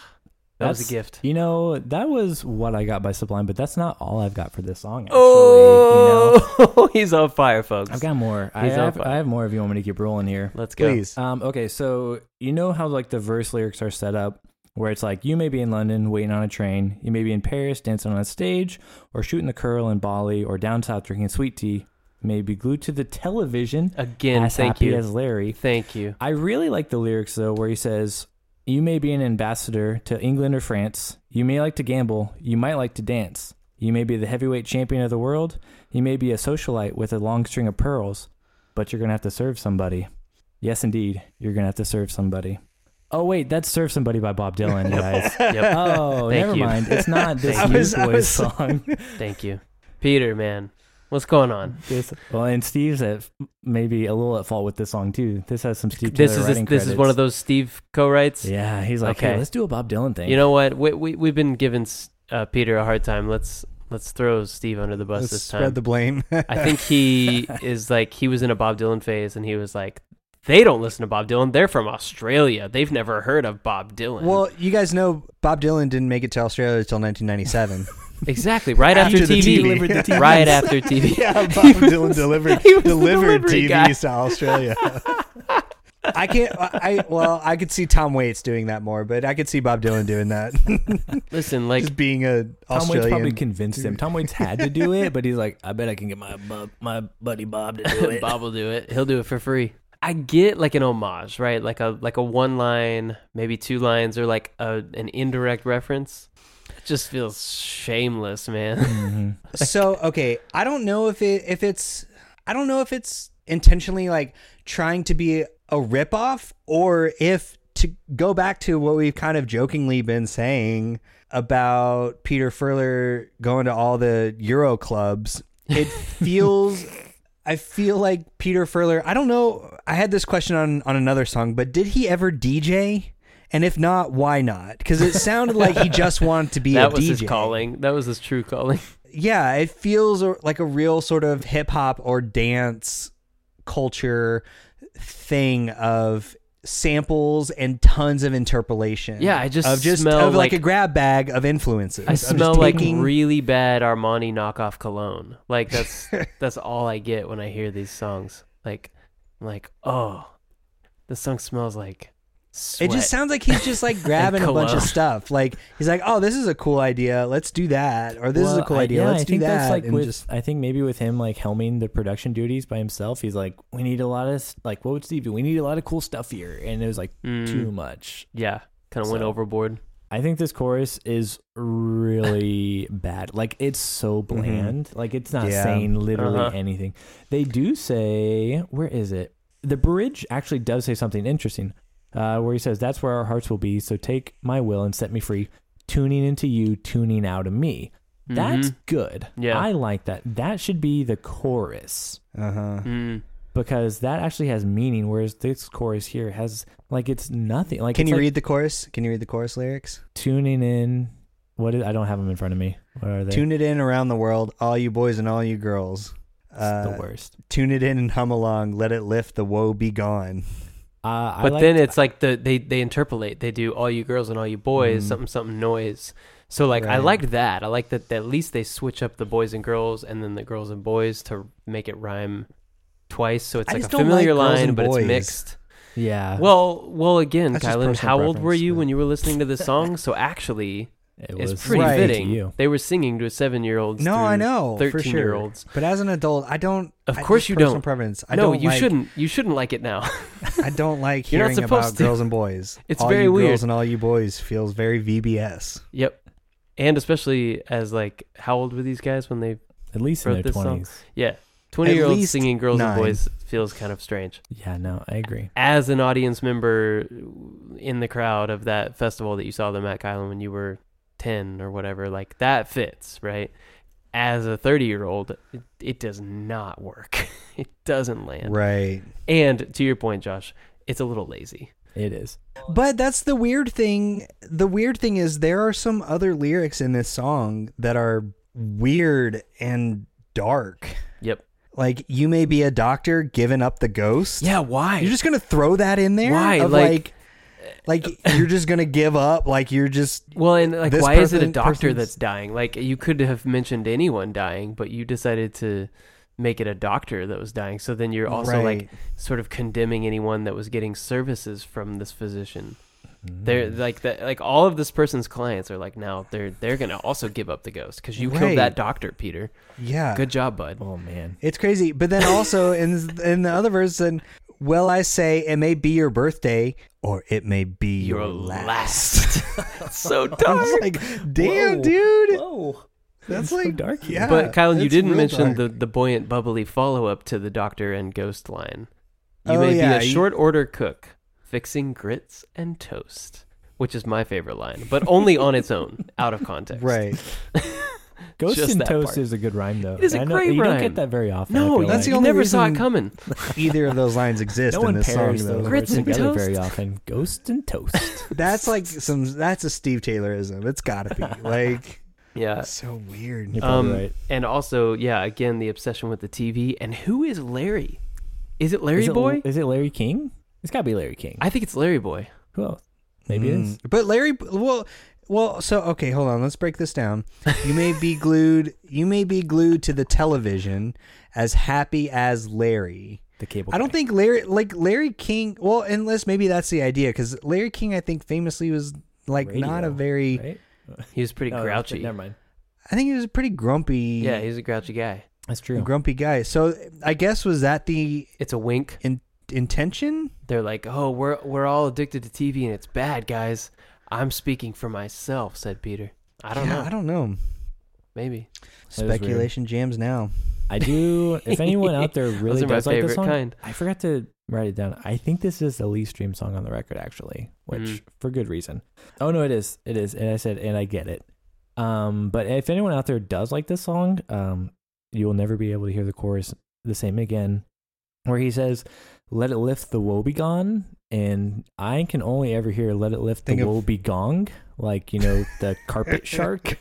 [SPEAKER 4] that was
[SPEAKER 3] That's-
[SPEAKER 4] a gift.
[SPEAKER 3] You know, that was what I got by Sublime, but that's not all I've got for this song. Actually, you know,
[SPEAKER 4] Oh, he's on fire, folks.
[SPEAKER 3] I've got more. I
[SPEAKER 4] He's on
[SPEAKER 3] have,
[SPEAKER 4] fire.
[SPEAKER 3] I have more if you want me to keep rolling here.
[SPEAKER 4] Let's go.
[SPEAKER 1] Please.
[SPEAKER 3] Um, okay, so you know how like the verse lyrics are set up, where it's like you may be in London waiting on a train, you may be in Paris dancing on a stage, or shooting the curl in Bali, or down south drinking sweet tea, you may be glued to the television,
[SPEAKER 4] Again,
[SPEAKER 3] as
[SPEAKER 4] thank
[SPEAKER 3] happy
[SPEAKER 4] you.
[SPEAKER 3] as Larry.
[SPEAKER 4] Thank you.
[SPEAKER 3] I really like the lyrics though, where he says, "You may be an ambassador to England or France. You may like to gamble. You might like to dance. You may be the heavyweight champion of the world. You may be a socialite with a long string of pearls, but you're gonna have to serve somebody. Yes, indeed, you're gonna have to serve somebody." Oh wait, that's "Serve Somebody" by Bob Dylan, guys.
[SPEAKER 4] Yep.
[SPEAKER 3] Oh,
[SPEAKER 4] Thank
[SPEAKER 3] never
[SPEAKER 4] you.
[SPEAKER 3] mind. It's not this
[SPEAKER 4] Thank
[SPEAKER 1] you. I was-
[SPEAKER 3] Newsboys
[SPEAKER 1] I was-
[SPEAKER 3] song.
[SPEAKER 4] Thank you. Peter, man. What's going on?
[SPEAKER 3] This- well, and Steve's at maybe a little at fault with this song too. This has some Steve.
[SPEAKER 4] This
[SPEAKER 3] Taylor
[SPEAKER 4] is this,
[SPEAKER 3] writing
[SPEAKER 4] this is one
[SPEAKER 3] credits.
[SPEAKER 4] of those Steve co-writes.
[SPEAKER 3] Yeah, he's like,
[SPEAKER 4] Okay.
[SPEAKER 3] hey, let's do a Bob Dylan thing.
[SPEAKER 4] You know what? We, we we've been giving uh, Peter a hard time. Let's Let's throw Steve under the bus
[SPEAKER 1] Let's
[SPEAKER 4] this time.
[SPEAKER 1] spread the blame.
[SPEAKER 4] I think he is like he was in a Bob Dylan phase, and he was like, "They don't listen to Bob Dylan. They're from Australia. They've never heard of Bob Dylan."
[SPEAKER 1] well, you guys know Bob Dylan didn't make it to Australia until 1997.
[SPEAKER 4] exactly. Right after,
[SPEAKER 1] After the
[SPEAKER 4] TV,
[SPEAKER 1] TV. Delivered the
[SPEAKER 4] right after TV.
[SPEAKER 1] yeah, Bob Dylan delivered
[SPEAKER 4] he was the
[SPEAKER 1] delivered
[SPEAKER 4] delivery
[SPEAKER 1] TVs
[SPEAKER 4] guy.
[SPEAKER 1] to Australia. I can't. I well, I could see Tom Waits doing that more, but I could see Bob Dylan doing that,
[SPEAKER 4] Listen, like
[SPEAKER 1] just being a
[SPEAKER 3] Tom Waits probably
[SPEAKER 1] Australian.
[SPEAKER 3] convinced him. Tom Waits had to do it, but he's like, I bet I can get my bu- my buddy Bob to do it.
[SPEAKER 4] Bob will do it. He'll do it for free. I get like an homage, right? Like a like a one line, maybe two lines, or like a an indirect reference. It just feels shameless, man.
[SPEAKER 1] so okay, I don't know if it if it's I don't know if it's intentionally like trying to be a ripoff or if to go back to what we've kind of jokingly been saying about Peter Furler going to all the Euro clubs. It feels I feel like Peter Furler I don't know I had this question on on another song, but did he ever DJ? And if not, why not? Because it sounded like he just wanted to be a
[SPEAKER 4] that was
[SPEAKER 1] DJ
[SPEAKER 4] his calling. That was his true calling.
[SPEAKER 1] yeah, it feels or- like a real sort of hip hop or dance culture thing of samples and tons of interpolation.
[SPEAKER 4] Yeah, I just
[SPEAKER 1] of just
[SPEAKER 4] smell
[SPEAKER 1] of like,
[SPEAKER 4] like-
[SPEAKER 1] a grab bag of influences.
[SPEAKER 4] I
[SPEAKER 1] of just
[SPEAKER 4] smell like
[SPEAKER 1] taking-
[SPEAKER 4] really bad Armani knockoff cologne. Like that's that's all I get when I hear these songs. Like, I'm like oh, this song smells like sweat.
[SPEAKER 1] It just sounds like he's just like grabbing a bunch
[SPEAKER 4] cologne.
[SPEAKER 1] of stuff. Like he's like, "Oh, this is a cool idea. Let's do that." Or this is a
[SPEAKER 3] Well,
[SPEAKER 1] cool
[SPEAKER 3] I-
[SPEAKER 1] idea.
[SPEAKER 3] yeah,
[SPEAKER 1] Let's
[SPEAKER 3] I
[SPEAKER 1] do
[SPEAKER 3] think
[SPEAKER 1] that.
[SPEAKER 3] That's like
[SPEAKER 1] and
[SPEAKER 3] with,
[SPEAKER 1] just
[SPEAKER 3] I think maybe with him like helming the production duties by himself, he's like, we need a lot of s- like, what would Steve do? We need a lot of cool stuff here, and it was like
[SPEAKER 4] Mm.
[SPEAKER 3] too much.
[SPEAKER 4] yeah, kind of went
[SPEAKER 3] So-
[SPEAKER 4] overboard.
[SPEAKER 3] I think this chorus is really bad. Like it's so bland. Like it's not
[SPEAKER 1] Mm-hmm. Yeah.
[SPEAKER 3] saying literally
[SPEAKER 4] Uh-huh.
[SPEAKER 3] anything. They do say, where is it? The bridge actually does say something interesting, uh, where he says, "That's where our hearts will be. So take my will and set me free, tuning into you, tuning out of me." That's good.
[SPEAKER 4] Mm-hmm. Yeah.
[SPEAKER 3] I like that. That should be the chorus
[SPEAKER 1] uh-huh.
[SPEAKER 4] Mm.
[SPEAKER 3] because that actually has meaning. Whereas this chorus here has like it's nothing. Like
[SPEAKER 1] Can
[SPEAKER 3] it's
[SPEAKER 1] you
[SPEAKER 3] like
[SPEAKER 1] read the chorus? Can you read the chorus lyrics?
[SPEAKER 3] tuning in? What is, I don't have them in front of me. What are they?
[SPEAKER 1] Tune it in around the world, all you boys and all you girls. Uh,
[SPEAKER 3] It's
[SPEAKER 4] uh,
[SPEAKER 3] the worst.
[SPEAKER 1] tune it in and hum along. Let it lift. The woe be gone.
[SPEAKER 3] Uh, I
[SPEAKER 4] But
[SPEAKER 3] liked-
[SPEAKER 4] then it's like the they they interpolate. They do all you girls and all you boys, something something noise. So like I
[SPEAKER 1] Mm-hmm. Right.
[SPEAKER 4] liked that. I liked that, that at least they switch up the boys and girls and then the girls and boys to make it rhyme twice. So it's
[SPEAKER 1] I
[SPEAKER 4] like a
[SPEAKER 1] just don't like
[SPEAKER 4] familiar
[SPEAKER 1] girls
[SPEAKER 4] line,
[SPEAKER 1] and
[SPEAKER 4] but
[SPEAKER 1] boys.
[SPEAKER 4] it's mixed.
[SPEAKER 3] yeah.
[SPEAKER 4] Well, well, again,
[SPEAKER 1] That's just
[SPEAKER 4] Kylan,
[SPEAKER 1] personal
[SPEAKER 4] how old were
[SPEAKER 1] preference,
[SPEAKER 4] you
[SPEAKER 1] but-
[SPEAKER 4] when you were listening to this song? So actually,
[SPEAKER 3] it
[SPEAKER 4] it's pretty
[SPEAKER 1] Right.
[SPEAKER 4] fitting.
[SPEAKER 3] to you.
[SPEAKER 4] They were singing to seven-year-olds.
[SPEAKER 1] No, I
[SPEAKER 4] through
[SPEAKER 1] know for sure.
[SPEAKER 4] Thirteen-year-olds.
[SPEAKER 1] But as an adult, I don't.
[SPEAKER 4] Of
[SPEAKER 1] I-
[SPEAKER 4] course
[SPEAKER 1] just
[SPEAKER 4] you
[SPEAKER 1] personal
[SPEAKER 4] don't.
[SPEAKER 1] Preference. I
[SPEAKER 4] no,
[SPEAKER 1] don't
[SPEAKER 4] you
[SPEAKER 1] like-
[SPEAKER 4] shouldn't. You shouldn't like it now.
[SPEAKER 1] I don't like
[SPEAKER 4] You're not
[SPEAKER 1] hearing
[SPEAKER 4] supposed
[SPEAKER 1] about
[SPEAKER 4] to.
[SPEAKER 1] girls and boys.
[SPEAKER 4] It's
[SPEAKER 1] all
[SPEAKER 4] very
[SPEAKER 1] you
[SPEAKER 4] weird.
[SPEAKER 1] Girls and all you boys feels very VBS.
[SPEAKER 4] yep. And especially as like, how old were these guys when they?
[SPEAKER 3] At least
[SPEAKER 4] wrote
[SPEAKER 3] in
[SPEAKER 4] this
[SPEAKER 3] their
[SPEAKER 4] song.
[SPEAKER 3] twenties.
[SPEAKER 4] Yeah, twenty-year-olds
[SPEAKER 1] least
[SPEAKER 4] singing "Girls
[SPEAKER 1] nine.
[SPEAKER 4] and Boys" feels kind of strange.
[SPEAKER 3] Yeah. No, I agree.
[SPEAKER 4] As an audience member in the crowd of that festival that you saw them at, Kylan, when you were ten or whatever, like that fits, right? As a thirty-year-old, it, it does not work. It doesn't land.
[SPEAKER 1] Right.
[SPEAKER 4] And to your point, Josh, it's a little lazy.
[SPEAKER 3] It is.
[SPEAKER 1] But that's the weird thing. The weird thing is there are some other lyrics in this song that are weird and dark.
[SPEAKER 4] Yep.
[SPEAKER 1] Like you may be a doctor, giving up the ghost.
[SPEAKER 4] Why?
[SPEAKER 1] You're just gonna throw that in there?
[SPEAKER 4] Why?
[SPEAKER 1] Of
[SPEAKER 4] Like- uh,
[SPEAKER 1] like, like, you're just gonna give up? Like you're just
[SPEAKER 4] well, and like,
[SPEAKER 1] this
[SPEAKER 4] why is it a
[SPEAKER 1] person-
[SPEAKER 4] doctor
[SPEAKER 1] person's-
[SPEAKER 4] that's dying? Like, you could have mentioned anyone dying, but you decided to make it a doctor that was dying. So then you're also like
[SPEAKER 1] Right.
[SPEAKER 4] sort of condemning anyone that was getting services from this physician.
[SPEAKER 1] Mm.
[SPEAKER 4] They're like that. Like all of this person's clients are like now they're they're gonna also give up the ghost because you killed
[SPEAKER 1] Right. Uh,
[SPEAKER 4] that doctor, Peter.
[SPEAKER 1] yeah.
[SPEAKER 4] Good job, bud.
[SPEAKER 3] Oh man.
[SPEAKER 1] It's crazy. But then also in in the other verse, then well, I say it may be your birthday or it may be your,
[SPEAKER 4] Your
[SPEAKER 1] last.
[SPEAKER 4] so
[SPEAKER 1] I'm
[SPEAKER 4] dark.
[SPEAKER 1] just like, damn, dude,
[SPEAKER 3] Oh.
[SPEAKER 1] that's like
[SPEAKER 3] dark here.
[SPEAKER 1] Yeah,
[SPEAKER 4] But Kylan, you
[SPEAKER 1] it's
[SPEAKER 4] didn't
[SPEAKER 1] real
[SPEAKER 4] mention
[SPEAKER 1] dark.
[SPEAKER 4] the, the buoyant, bubbly follow up to the doctor and ghost line. You
[SPEAKER 1] Oh,
[SPEAKER 4] may
[SPEAKER 1] yeah,
[SPEAKER 4] be a
[SPEAKER 1] you-
[SPEAKER 4] short order cook, fixing grits and toast, which is my favorite line, but only on its own, out of context.
[SPEAKER 1] right.
[SPEAKER 3] Ghost
[SPEAKER 4] Just
[SPEAKER 3] and
[SPEAKER 4] that
[SPEAKER 3] toast
[SPEAKER 4] part.
[SPEAKER 3] is a good rhyme though. It
[SPEAKER 4] is a great
[SPEAKER 3] You don't
[SPEAKER 4] rhyme.
[SPEAKER 3] get that very often. I
[SPEAKER 4] No,
[SPEAKER 3] feel
[SPEAKER 1] that's
[SPEAKER 3] like.
[SPEAKER 4] you
[SPEAKER 1] the only
[SPEAKER 4] never saw it
[SPEAKER 1] reason-
[SPEAKER 4] coming.
[SPEAKER 1] Either of those lines exist
[SPEAKER 3] no
[SPEAKER 1] in
[SPEAKER 3] one
[SPEAKER 1] this song
[SPEAKER 3] pairs
[SPEAKER 1] though.
[SPEAKER 3] those
[SPEAKER 4] Grits
[SPEAKER 3] words
[SPEAKER 4] and
[SPEAKER 3] together
[SPEAKER 4] toast.
[SPEAKER 3] very often. Ghost and toast.
[SPEAKER 1] That's like some. That's a Steve Taylorism. It's gotta be like.
[SPEAKER 4] Yeah.
[SPEAKER 1] So weird.
[SPEAKER 3] You're probably
[SPEAKER 4] Um,
[SPEAKER 3] right.
[SPEAKER 4] And also, yeah, again, the obsession with the TV. And who is Larry? Is it Larry
[SPEAKER 3] is it,
[SPEAKER 4] Boy?
[SPEAKER 3] Is it Larry King? It's got to be Larry King.
[SPEAKER 4] I Mm. think it's Larry Boy.
[SPEAKER 3] Who else? Maybe it is.
[SPEAKER 1] But Larry, well, well, so okay, hold on. Let's break this down. You may be glued. You may be glued to the television, as happy as Larry.
[SPEAKER 3] The cable.
[SPEAKER 1] I don't
[SPEAKER 3] guy.
[SPEAKER 1] think Larry, like Larry King. Well, unless maybe that's the idea, because Larry King, I think, famously was like not a
[SPEAKER 3] Radio,
[SPEAKER 1] very.
[SPEAKER 3] Right?
[SPEAKER 4] He was pretty
[SPEAKER 3] No,
[SPEAKER 4] grouchy.
[SPEAKER 3] Oh, Never mind.
[SPEAKER 1] I think he was a pretty grumpy.
[SPEAKER 4] Yeah, he's a grouchy guy.
[SPEAKER 3] That's true.
[SPEAKER 1] grumpy guy. So I guess was that the
[SPEAKER 4] It's a wink.
[SPEAKER 1] in, intention?
[SPEAKER 4] They're like, "Oh, we're we're all addicted to TV and it's bad, guys." I'm speaking for myself," said Peter. I don't
[SPEAKER 1] yeah,
[SPEAKER 4] know.
[SPEAKER 1] I don't know.
[SPEAKER 4] Maybe.
[SPEAKER 3] weird.
[SPEAKER 1] Speculation jams now.
[SPEAKER 3] I do. If anyone out there really
[SPEAKER 4] Those are my
[SPEAKER 3] does like this
[SPEAKER 4] favorite
[SPEAKER 3] song,
[SPEAKER 4] kind.
[SPEAKER 3] I forgot to write it down. I think this is the least streamed song on the record, actually, which
[SPEAKER 4] Mm.
[SPEAKER 3] for good reason. Oh no, it is. It is. And I said, and I get it. Um, but if anyone out there does like this song, um, you will never be able to hear the chorus the same again, where he says, "Let it lift the woe be gone," and I can only ever hear "Let it lift
[SPEAKER 1] Think
[SPEAKER 3] the
[SPEAKER 1] of-
[SPEAKER 3] woe be gong," like you know the carpet shark.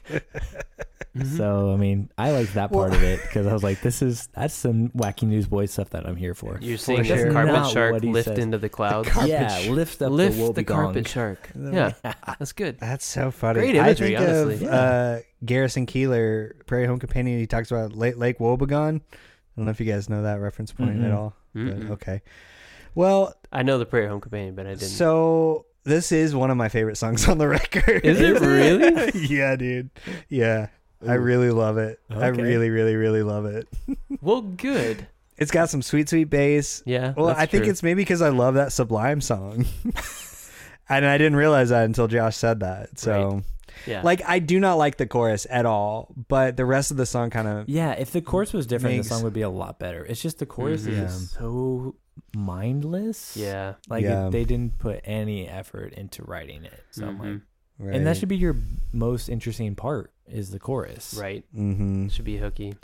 [SPEAKER 4] Mm-hmm.
[SPEAKER 3] So I mean, I liked that part
[SPEAKER 1] Well-
[SPEAKER 3] of it because I was like, "This is that's some wacky newsboy stuff that I'm here for."
[SPEAKER 4] You're seeing
[SPEAKER 1] sure.
[SPEAKER 4] the
[SPEAKER 1] That's
[SPEAKER 4] carpet
[SPEAKER 3] not
[SPEAKER 4] shark
[SPEAKER 3] what he
[SPEAKER 4] lift
[SPEAKER 3] says.
[SPEAKER 4] into the clouds.
[SPEAKER 1] carpet
[SPEAKER 3] yeah,
[SPEAKER 1] sh-
[SPEAKER 3] lift up
[SPEAKER 4] lift
[SPEAKER 3] the,
[SPEAKER 4] the, carpet
[SPEAKER 3] shark.
[SPEAKER 4] shark. Yeah, that's good.
[SPEAKER 1] That's so funny.
[SPEAKER 4] Great imagery,
[SPEAKER 1] I think
[SPEAKER 4] honestly.
[SPEAKER 1] Of,
[SPEAKER 4] Yeah.
[SPEAKER 1] uh, Garrison Keeler, Prairie Home Companion, he talks about Lake, Lake Wobegon. I don't know if you guys know that reference point at
[SPEAKER 3] Mm-mm.
[SPEAKER 1] all. but
[SPEAKER 4] Mm-mm.
[SPEAKER 1] okay. Well,
[SPEAKER 4] I know the prayer home companion, but I didn't.
[SPEAKER 1] so this is one of my favorite songs on the record.
[SPEAKER 4] Is it really?
[SPEAKER 1] yeah, dude. Yeah. I really love it. I
[SPEAKER 3] Okay.
[SPEAKER 1] really, really, really love it.
[SPEAKER 4] well, good.
[SPEAKER 1] It's got some sweet, sweet bass.
[SPEAKER 4] Yeah.
[SPEAKER 1] Well,
[SPEAKER 4] that's
[SPEAKER 1] I think
[SPEAKER 4] true.
[SPEAKER 1] it's maybe because I love that Sublime song. and I didn't realize that until Josh said that. So,
[SPEAKER 4] yeah.
[SPEAKER 1] like, I do not like the chorus at all, but the rest of the song kind of.
[SPEAKER 3] Yeah, if the chorus was different,
[SPEAKER 1] Makes-
[SPEAKER 3] the song would be a lot better. It's just the chorus
[SPEAKER 4] Mhm.
[SPEAKER 3] is just so mindless.
[SPEAKER 4] yeah.
[SPEAKER 3] like it-
[SPEAKER 1] Yeah.
[SPEAKER 3] they didn't put any effort into writing it. So I'm like,
[SPEAKER 4] Mhm.
[SPEAKER 3] and that should be your most interesting part is the chorus.
[SPEAKER 4] right.
[SPEAKER 1] Mm-hmm.
[SPEAKER 4] Should be hooky.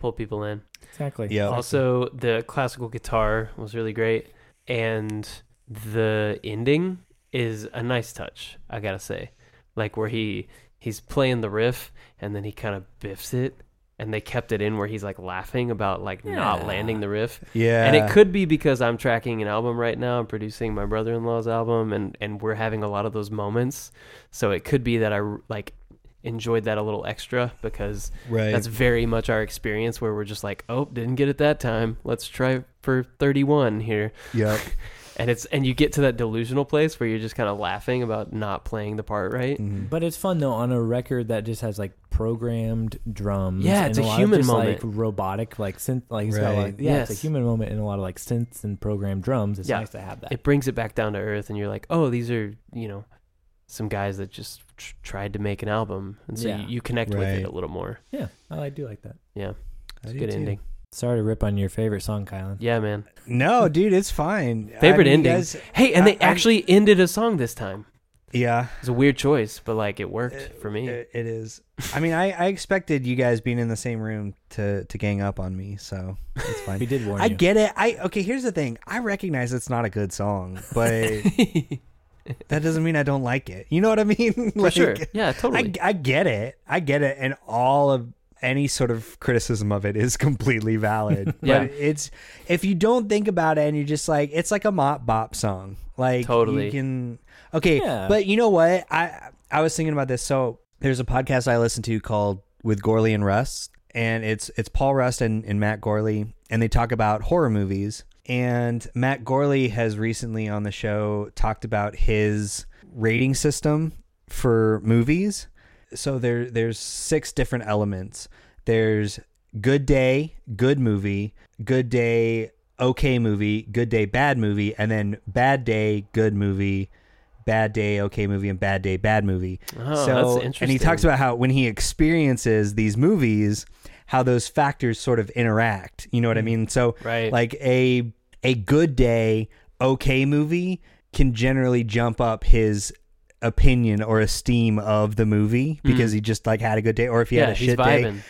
[SPEAKER 4] Pull people in.
[SPEAKER 3] Exactly.
[SPEAKER 1] Yeah.
[SPEAKER 4] Also, the classical guitar was really great, and the ending is a nice touch. I gotta say, like where he he's playing the riff and then he kind of biffs it, and they kept it in where he's like laughing about like not
[SPEAKER 3] Yeah.
[SPEAKER 4] landing the riff.
[SPEAKER 1] Yeah.
[SPEAKER 4] And it could be because I'm tracking an album right now. I'm producing my brother-in-law's album, and and we're having a lot of those moments. So it could be that I like enjoyed that a little extra because
[SPEAKER 1] Right.
[SPEAKER 4] that's very much our experience where we're just like, oh, didn't get it that time. Let's try for 31 here.
[SPEAKER 1] yep.
[SPEAKER 4] And it's and you get to that delusional place where you're just kind of laughing about not playing the part right.
[SPEAKER 1] Mm-hmm.
[SPEAKER 3] But it's fun though on a record that just has like programmed drums.
[SPEAKER 4] Yeah, it's
[SPEAKER 3] and
[SPEAKER 4] a
[SPEAKER 3] lot
[SPEAKER 4] human
[SPEAKER 3] of just,
[SPEAKER 4] moment.
[SPEAKER 3] like robotic, like synth, like it's got,
[SPEAKER 1] Right.
[SPEAKER 3] like- yeah,
[SPEAKER 4] Yes.
[SPEAKER 3] it's a human moment and a lot of like synths and programmed drums. It's
[SPEAKER 4] Yeah.
[SPEAKER 3] nice to have that.
[SPEAKER 4] It brings it back down to earth and you're like, "Oh, these are, you know, some guys that just tr- tried to make an album." And so
[SPEAKER 3] Yeah.
[SPEAKER 4] you, you connect with it
[SPEAKER 1] Right.
[SPEAKER 4] a little more.
[SPEAKER 3] yeah, oh, I do like that.
[SPEAKER 1] I do
[SPEAKER 4] Good
[SPEAKER 1] too.
[SPEAKER 4] ending.
[SPEAKER 3] Sorry to rip on your favorite song, Kylan.
[SPEAKER 4] Yeah, man.
[SPEAKER 1] No, dude, it's fine.
[SPEAKER 4] Favorite
[SPEAKER 1] you
[SPEAKER 4] ending.
[SPEAKER 1] guys-
[SPEAKER 4] Hey, and
[SPEAKER 1] I-
[SPEAKER 4] they
[SPEAKER 1] I'm-
[SPEAKER 4] actually ended a song this time.
[SPEAKER 1] yeah.
[SPEAKER 4] It's a weird choice, but like it worked
[SPEAKER 1] Uh,
[SPEAKER 4] for me.
[SPEAKER 1] It, it is. I mean, I, I expected you guys being in the same room to, to gang up on me, so it's fine.
[SPEAKER 3] We did warn
[SPEAKER 1] I
[SPEAKER 3] you.
[SPEAKER 1] get it. I okay. Here's the thing. I recognize it's not a good song, but that doesn't mean I don't like it. You know what I mean?
[SPEAKER 4] for sure. Yeah,
[SPEAKER 1] I,
[SPEAKER 4] totally.
[SPEAKER 1] I get it. I get it. And all of any sort of criticism of it is completely valid.
[SPEAKER 4] Yeah.
[SPEAKER 1] But it's if you don't think about it and you're just like it's like a mop bop song. Like
[SPEAKER 4] Totally.
[SPEAKER 1] you can Okay,
[SPEAKER 3] Yeah.
[SPEAKER 1] but you know what? I I was thinking about this. So there's a podcast I listen to called With Gorley and Rust, and it's it's Paul Rust and, and Matt Gorley, and they talk about horror movies. And Matt Gorley has recently on the show talked about his rating system for movies. So there there's six different elements. There's good day, good movie, good day, okay movie, good day, bad movie, and then bad day, good movie, bad day, okay movie, and bad day, bad movie.
[SPEAKER 4] Oh,
[SPEAKER 1] so,
[SPEAKER 4] that's
[SPEAKER 1] And he talks
[SPEAKER 4] interesting.
[SPEAKER 1] about how when he experiences these movies, how those factors sort of interact. You know what I mean? So
[SPEAKER 4] Mm. Right.
[SPEAKER 1] like a a good day, okay movie can generally jump up his opinion or esteem of the movie because he just like had a good day or if he
[SPEAKER 4] Mm. yeah,
[SPEAKER 1] had a
[SPEAKER 4] he's
[SPEAKER 1] shit
[SPEAKER 4] vibing.
[SPEAKER 1] day and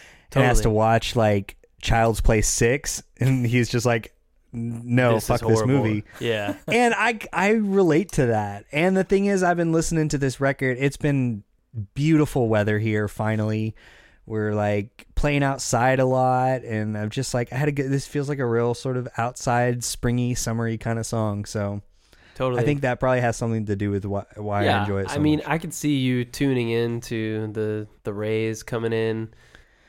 [SPEAKER 1] has to
[SPEAKER 4] Totally.
[SPEAKER 1] watch like Child's Play six, and he's just like, "No,
[SPEAKER 4] This is
[SPEAKER 1] Oh, fuck this
[SPEAKER 4] horrible.
[SPEAKER 1] movie."
[SPEAKER 4] Yeah.
[SPEAKER 1] and I I relate to that. And the thing is, I've been listening to this record. It's been beautiful weather here finally. We're like playing outside a lot and I'm just like I had a good this feels like a real sort of outside springy summery kind of song. So
[SPEAKER 4] Totally.
[SPEAKER 1] I think that probably has something to do with why, why I enjoy it so
[SPEAKER 4] I mean,
[SPEAKER 1] much.
[SPEAKER 4] I could see you tuning in to the the rays coming in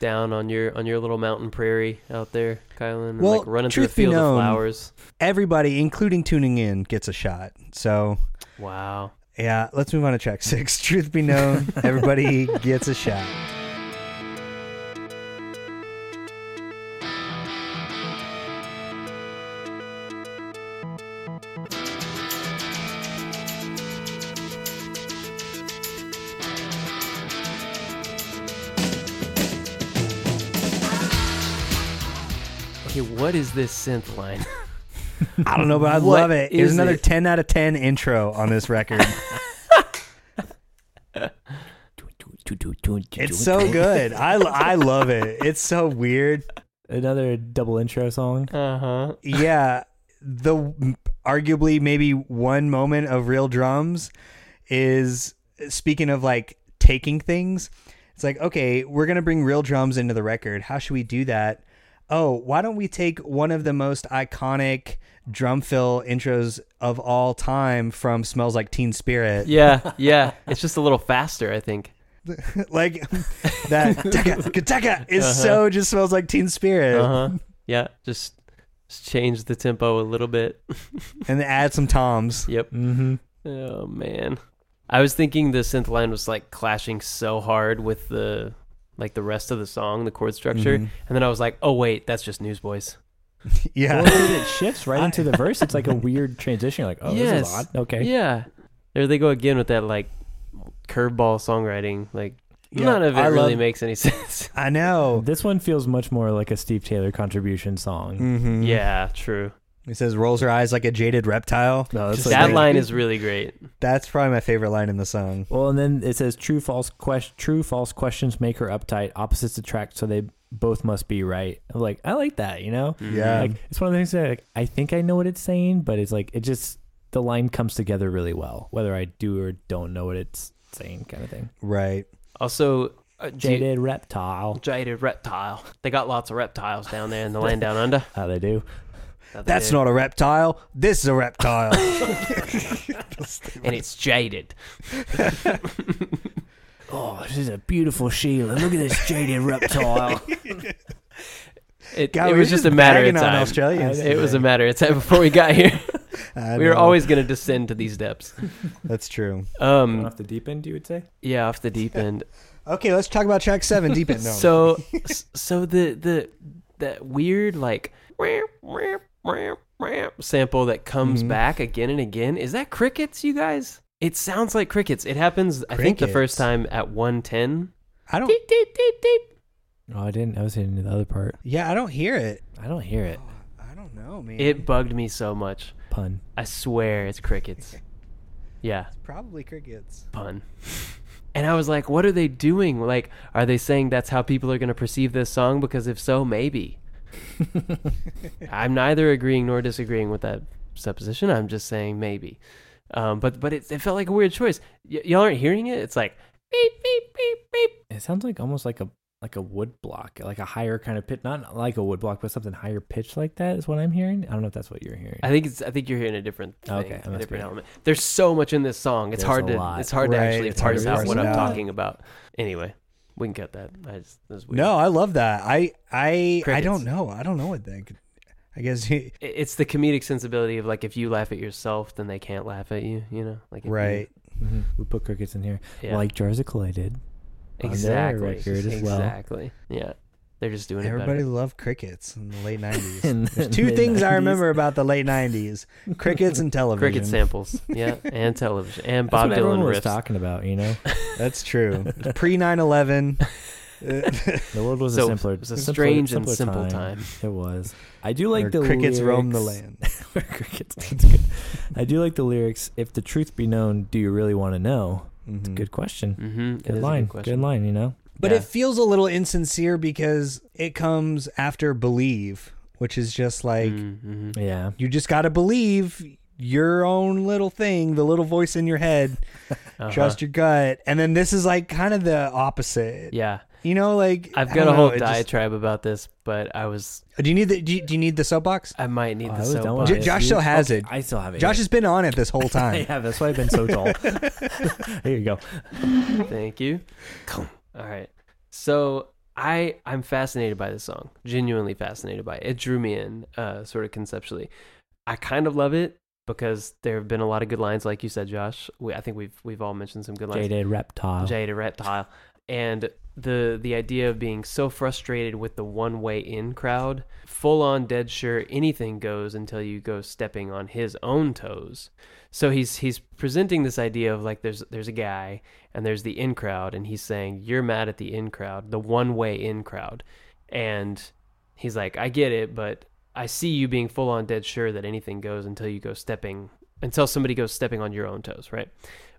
[SPEAKER 4] down on your on your little mountain prairie out there, Kylan.
[SPEAKER 1] Well,
[SPEAKER 4] like running through a
[SPEAKER 1] truth be
[SPEAKER 4] field
[SPEAKER 1] known-
[SPEAKER 4] of flowers.
[SPEAKER 1] everybody including tuning in gets a shot. So
[SPEAKER 4] Wow.
[SPEAKER 1] yeah, let's move on to track 6. Truth be known, everybody gets a shot.
[SPEAKER 4] Okay, what is this synth line?
[SPEAKER 1] I don't know, but I
[SPEAKER 4] What
[SPEAKER 1] love it. There's
[SPEAKER 4] is
[SPEAKER 1] another
[SPEAKER 4] it?
[SPEAKER 1] 10 out of 10 intro on this record. it's so good. I, I love it. It's so weird.
[SPEAKER 3] Another double intro song.
[SPEAKER 4] Uh huh.
[SPEAKER 1] Yeah. The arguably maybe one moment of real drums is speaking of like taking things. It's like, okay, we're going to bring real drums into the record. How should we do that? Oh, why don't we take one of the most iconic drum fill intros of all time from Smells Like Teen Spirit?
[SPEAKER 4] Yeah, yeah. It's just a little faster, I think.
[SPEAKER 1] like that taka, taka is so just smells like teen spirit
[SPEAKER 4] Uh huh. Yeah, just, just change the tempo a little bit.
[SPEAKER 1] and then add some toms
[SPEAKER 4] Yep.
[SPEAKER 3] Mm-hmm.
[SPEAKER 4] Oh man, I was thinking the synth line was like clashing so hard with the like the rest of the song, the chord structure,
[SPEAKER 1] Mhm.
[SPEAKER 4] and then I was like, oh wait, that's just Newsboys.
[SPEAKER 1] yeah
[SPEAKER 3] Well, dude, it shifts right into the verse. It's like a weird transition. You're like, oh, this
[SPEAKER 4] Yes.
[SPEAKER 3] is odd. Okay.
[SPEAKER 4] Yeah, there they go again with that like curveball songwriting. Like none of it
[SPEAKER 1] I
[SPEAKER 4] really
[SPEAKER 1] love-
[SPEAKER 4] makes any sense.
[SPEAKER 1] i know
[SPEAKER 3] This one feels much more like a Steve Taylor contribution song.
[SPEAKER 1] mm-hmm.
[SPEAKER 4] yeah, true.
[SPEAKER 1] he says rolls her eyes like a jaded reptile
[SPEAKER 3] No, that's
[SPEAKER 4] Just
[SPEAKER 3] like
[SPEAKER 4] that
[SPEAKER 3] a-
[SPEAKER 4] line is really great.
[SPEAKER 1] that's probably my favorite line in the song
[SPEAKER 3] Well, and then it says true false question true false questions make her uptight. Opposites attract, so they both must be right. I'm like I like that, you know.
[SPEAKER 1] yeah
[SPEAKER 3] Like it's one of the things that like, I think I know what it's saying, but it's like it just the line comes together really well, whether I do or don't know what it's saying, kind of thing.
[SPEAKER 1] right
[SPEAKER 4] Also, uh, do you-
[SPEAKER 3] Jaded reptile,
[SPEAKER 4] jaded reptile. They got lots of reptiles down there in the land down under.
[SPEAKER 3] how they do.
[SPEAKER 4] That they
[SPEAKER 1] that's
[SPEAKER 4] do.
[SPEAKER 1] not a reptile this is a reptile
[SPEAKER 4] and it's jaded.
[SPEAKER 3] Oh, this is a beautiful Sheila. Look at this jaded reptile.
[SPEAKER 4] It,
[SPEAKER 1] God,
[SPEAKER 4] it
[SPEAKER 1] we're
[SPEAKER 4] was just a matter of
[SPEAKER 1] bagging on
[SPEAKER 4] time.
[SPEAKER 1] australians
[SPEAKER 4] It was a matter of time before we got here.
[SPEAKER 1] I
[SPEAKER 4] we were
[SPEAKER 1] know.
[SPEAKER 4] always going to descend to these depths.
[SPEAKER 1] that's true
[SPEAKER 4] Um,
[SPEAKER 3] Off the deep end, you would say.
[SPEAKER 4] yeah, off the deep end.
[SPEAKER 1] okay let's talk about track seven deep in no
[SPEAKER 4] So, s- so the the that weird like sample that comes
[SPEAKER 1] Mm-hmm.
[SPEAKER 4] back again and again is that crickets, you guys? It sounds like crickets. It happens, I think, the
[SPEAKER 1] Crickets.
[SPEAKER 4] first time at one ten.
[SPEAKER 1] i don't
[SPEAKER 3] Oh, I didn't. I was hitting the other part.
[SPEAKER 1] yeah i don't hear it
[SPEAKER 3] I don't hear it.
[SPEAKER 1] i don't know man
[SPEAKER 4] It bugged me so much.
[SPEAKER 3] Pun.
[SPEAKER 4] I swear, it's crickets. Yeah.
[SPEAKER 1] probably crickets
[SPEAKER 4] pun. And I was like, what are they doing? Like, are they saying that's how people are going to perceive this song? Because if so, maybe. I'm neither agreeing nor disagreeing with that supposition. I'm just saying maybe. Um, but but it, it felt like a weird choice. Y- y'all aren't hearing it? It's like beep, beep, beep, beep.
[SPEAKER 3] It sounds like almost like a like a wood block, like a higher kind of pitch, not like a wood block, but something higher pitched like that is what I'm hearing. I don't know if that's what you're hearing.
[SPEAKER 4] I think it's, I think you're hearing a different thing,
[SPEAKER 3] Okay, that
[SPEAKER 4] a
[SPEAKER 3] must be
[SPEAKER 4] different
[SPEAKER 3] it.
[SPEAKER 4] element. There's so much in this song. It's
[SPEAKER 3] There's
[SPEAKER 4] hard
[SPEAKER 3] a
[SPEAKER 4] to
[SPEAKER 3] lot.
[SPEAKER 4] it's hard
[SPEAKER 1] Right,
[SPEAKER 4] to actually
[SPEAKER 1] it's hard
[SPEAKER 4] parse
[SPEAKER 1] to
[SPEAKER 4] out
[SPEAKER 1] parse
[SPEAKER 4] what
[SPEAKER 1] it
[SPEAKER 4] I'm
[SPEAKER 1] out.
[SPEAKER 4] talking about. Anyway, we can cut that. I just, that was weird.
[SPEAKER 1] No, I love that. I I I
[SPEAKER 4] Crickets.
[SPEAKER 1] don't know. I don't know what that. Could, I guess he,
[SPEAKER 4] it- it's the comedic sensibility of like if you laugh at yourself then they can't laugh at you you know like if you-
[SPEAKER 1] right.
[SPEAKER 3] Mhm. we put crickets in here,
[SPEAKER 4] Yeah.
[SPEAKER 3] like jars of clay did. on their
[SPEAKER 4] exactly
[SPEAKER 3] record as well.
[SPEAKER 4] exactly yeah they're just doing it
[SPEAKER 1] Everybody
[SPEAKER 4] better.
[SPEAKER 1] loved crickets in the late
[SPEAKER 3] In
[SPEAKER 1] nineties.
[SPEAKER 3] the
[SPEAKER 1] There's two things I
[SPEAKER 3] 90s.
[SPEAKER 1] remember about the late nineties: crickets and television.
[SPEAKER 4] cricket samples yeah and television and
[SPEAKER 3] That's
[SPEAKER 4] bob
[SPEAKER 3] what
[SPEAKER 4] dylan
[SPEAKER 3] everyone was
[SPEAKER 4] riffs
[SPEAKER 3] talking about. You know,
[SPEAKER 1] That's true. Pre 9-11. Uh,
[SPEAKER 3] the world was
[SPEAKER 4] So,
[SPEAKER 3] a simpler,
[SPEAKER 4] it was a
[SPEAKER 3] simpler-
[SPEAKER 4] strange and
[SPEAKER 3] simpler
[SPEAKER 4] simple time.
[SPEAKER 3] It was. I do
[SPEAKER 1] where
[SPEAKER 3] like the
[SPEAKER 1] crickets roam the
[SPEAKER 3] lyrics-
[SPEAKER 1] land.
[SPEAKER 3] where crickets. That's good. I do like the lyrics. If the truth be known, do you really want to know?
[SPEAKER 1] Mhm.
[SPEAKER 3] Good question.
[SPEAKER 4] mm-hmm.
[SPEAKER 3] Good line. Good, line. You know.
[SPEAKER 1] But
[SPEAKER 4] Yeah.
[SPEAKER 1] it feels a little insincere because it comes after believe, which is just like
[SPEAKER 4] mm-hmm.
[SPEAKER 3] Yeah.
[SPEAKER 1] you just got to believe your own little thing, the little voice in your head.
[SPEAKER 4] Uh-huh.
[SPEAKER 1] Trust your gut. And then this is like kind of the opposite.
[SPEAKER 4] Yeah,
[SPEAKER 1] You know, like
[SPEAKER 4] I've
[SPEAKER 1] I
[SPEAKER 4] got
[SPEAKER 1] don't
[SPEAKER 4] a whole
[SPEAKER 1] know, it just-
[SPEAKER 4] diatribe about this, but I was
[SPEAKER 1] Do you need the do you, do you need the soapbox?
[SPEAKER 4] I might need
[SPEAKER 3] Oh, I
[SPEAKER 4] the
[SPEAKER 3] was done
[SPEAKER 4] soapbox.
[SPEAKER 3] with
[SPEAKER 1] J-
[SPEAKER 3] it,
[SPEAKER 1] Josh
[SPEAKER 3] dude.
[SPEAKER 1] still has
[SPEAKER 3] Okay,
[SPEAKER 1] it.
[SPEAKER 3] I still have it.
[SPEAKER 1] Josh has been on it this whole time.
[SPEAKER 3] yeah, that's why I've been so dull. Here you go.
[SPEAKER 4] Thank you. All right. So I I'm fascinated by this song. Genuinely fascinated by it. It drew me in, uh, sort of conceptually. I kind of love it because there have been a lot of good lines, like you said, Josh. We, I think we've we've all mentioned some good lines.
[SPEAKER 3] Jade Reptile.
[SPEAKER 4] Jada Reptile, and the the idea of being so frustrated with the one way in crowd, full on dead sure anything goes until you go stepping on his own toes. So he's he's presenting this idea of like there's there's a guy and there's the in crowd, and he's saying you're mad at the in crowd, the one way in crowd, and he's like I get it, but I see you being full on dead sure that anything goes until you go stepping until somebody goes stepping on your own toes, right?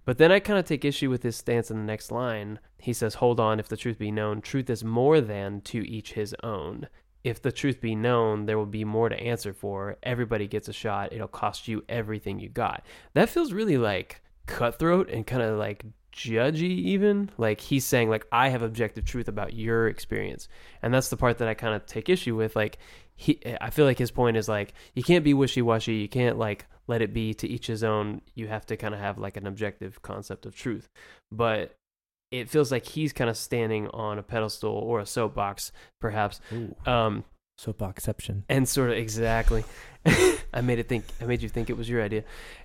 [SPEAKER 4] But then I kind of take issue with his stance in the next line. He says, Hold on, if the truth be known, truth is more than to each his own. If the truth be known, there will be more to answer for. Everybody gets a shot. It'll cost you everything you got. That feels really like cutthroat and kind of like judgy even like he's saying like i have objective truth about your experience and that's the part that i kind of take issue with like he i feel like his point is like you can't be wishy-washy you can't like let it be to each his own you have to kind of have like an objective concept of truth but it feels like he's kind of standing on a pedestal or a soapbox perhaps
[SPEAKER 3] Ooh,
[SPEAKER 4] um
[SPEAKER 3] soapboxception.
[SPEAKER 4] and sort of exactly i made it think i made you think it was your idea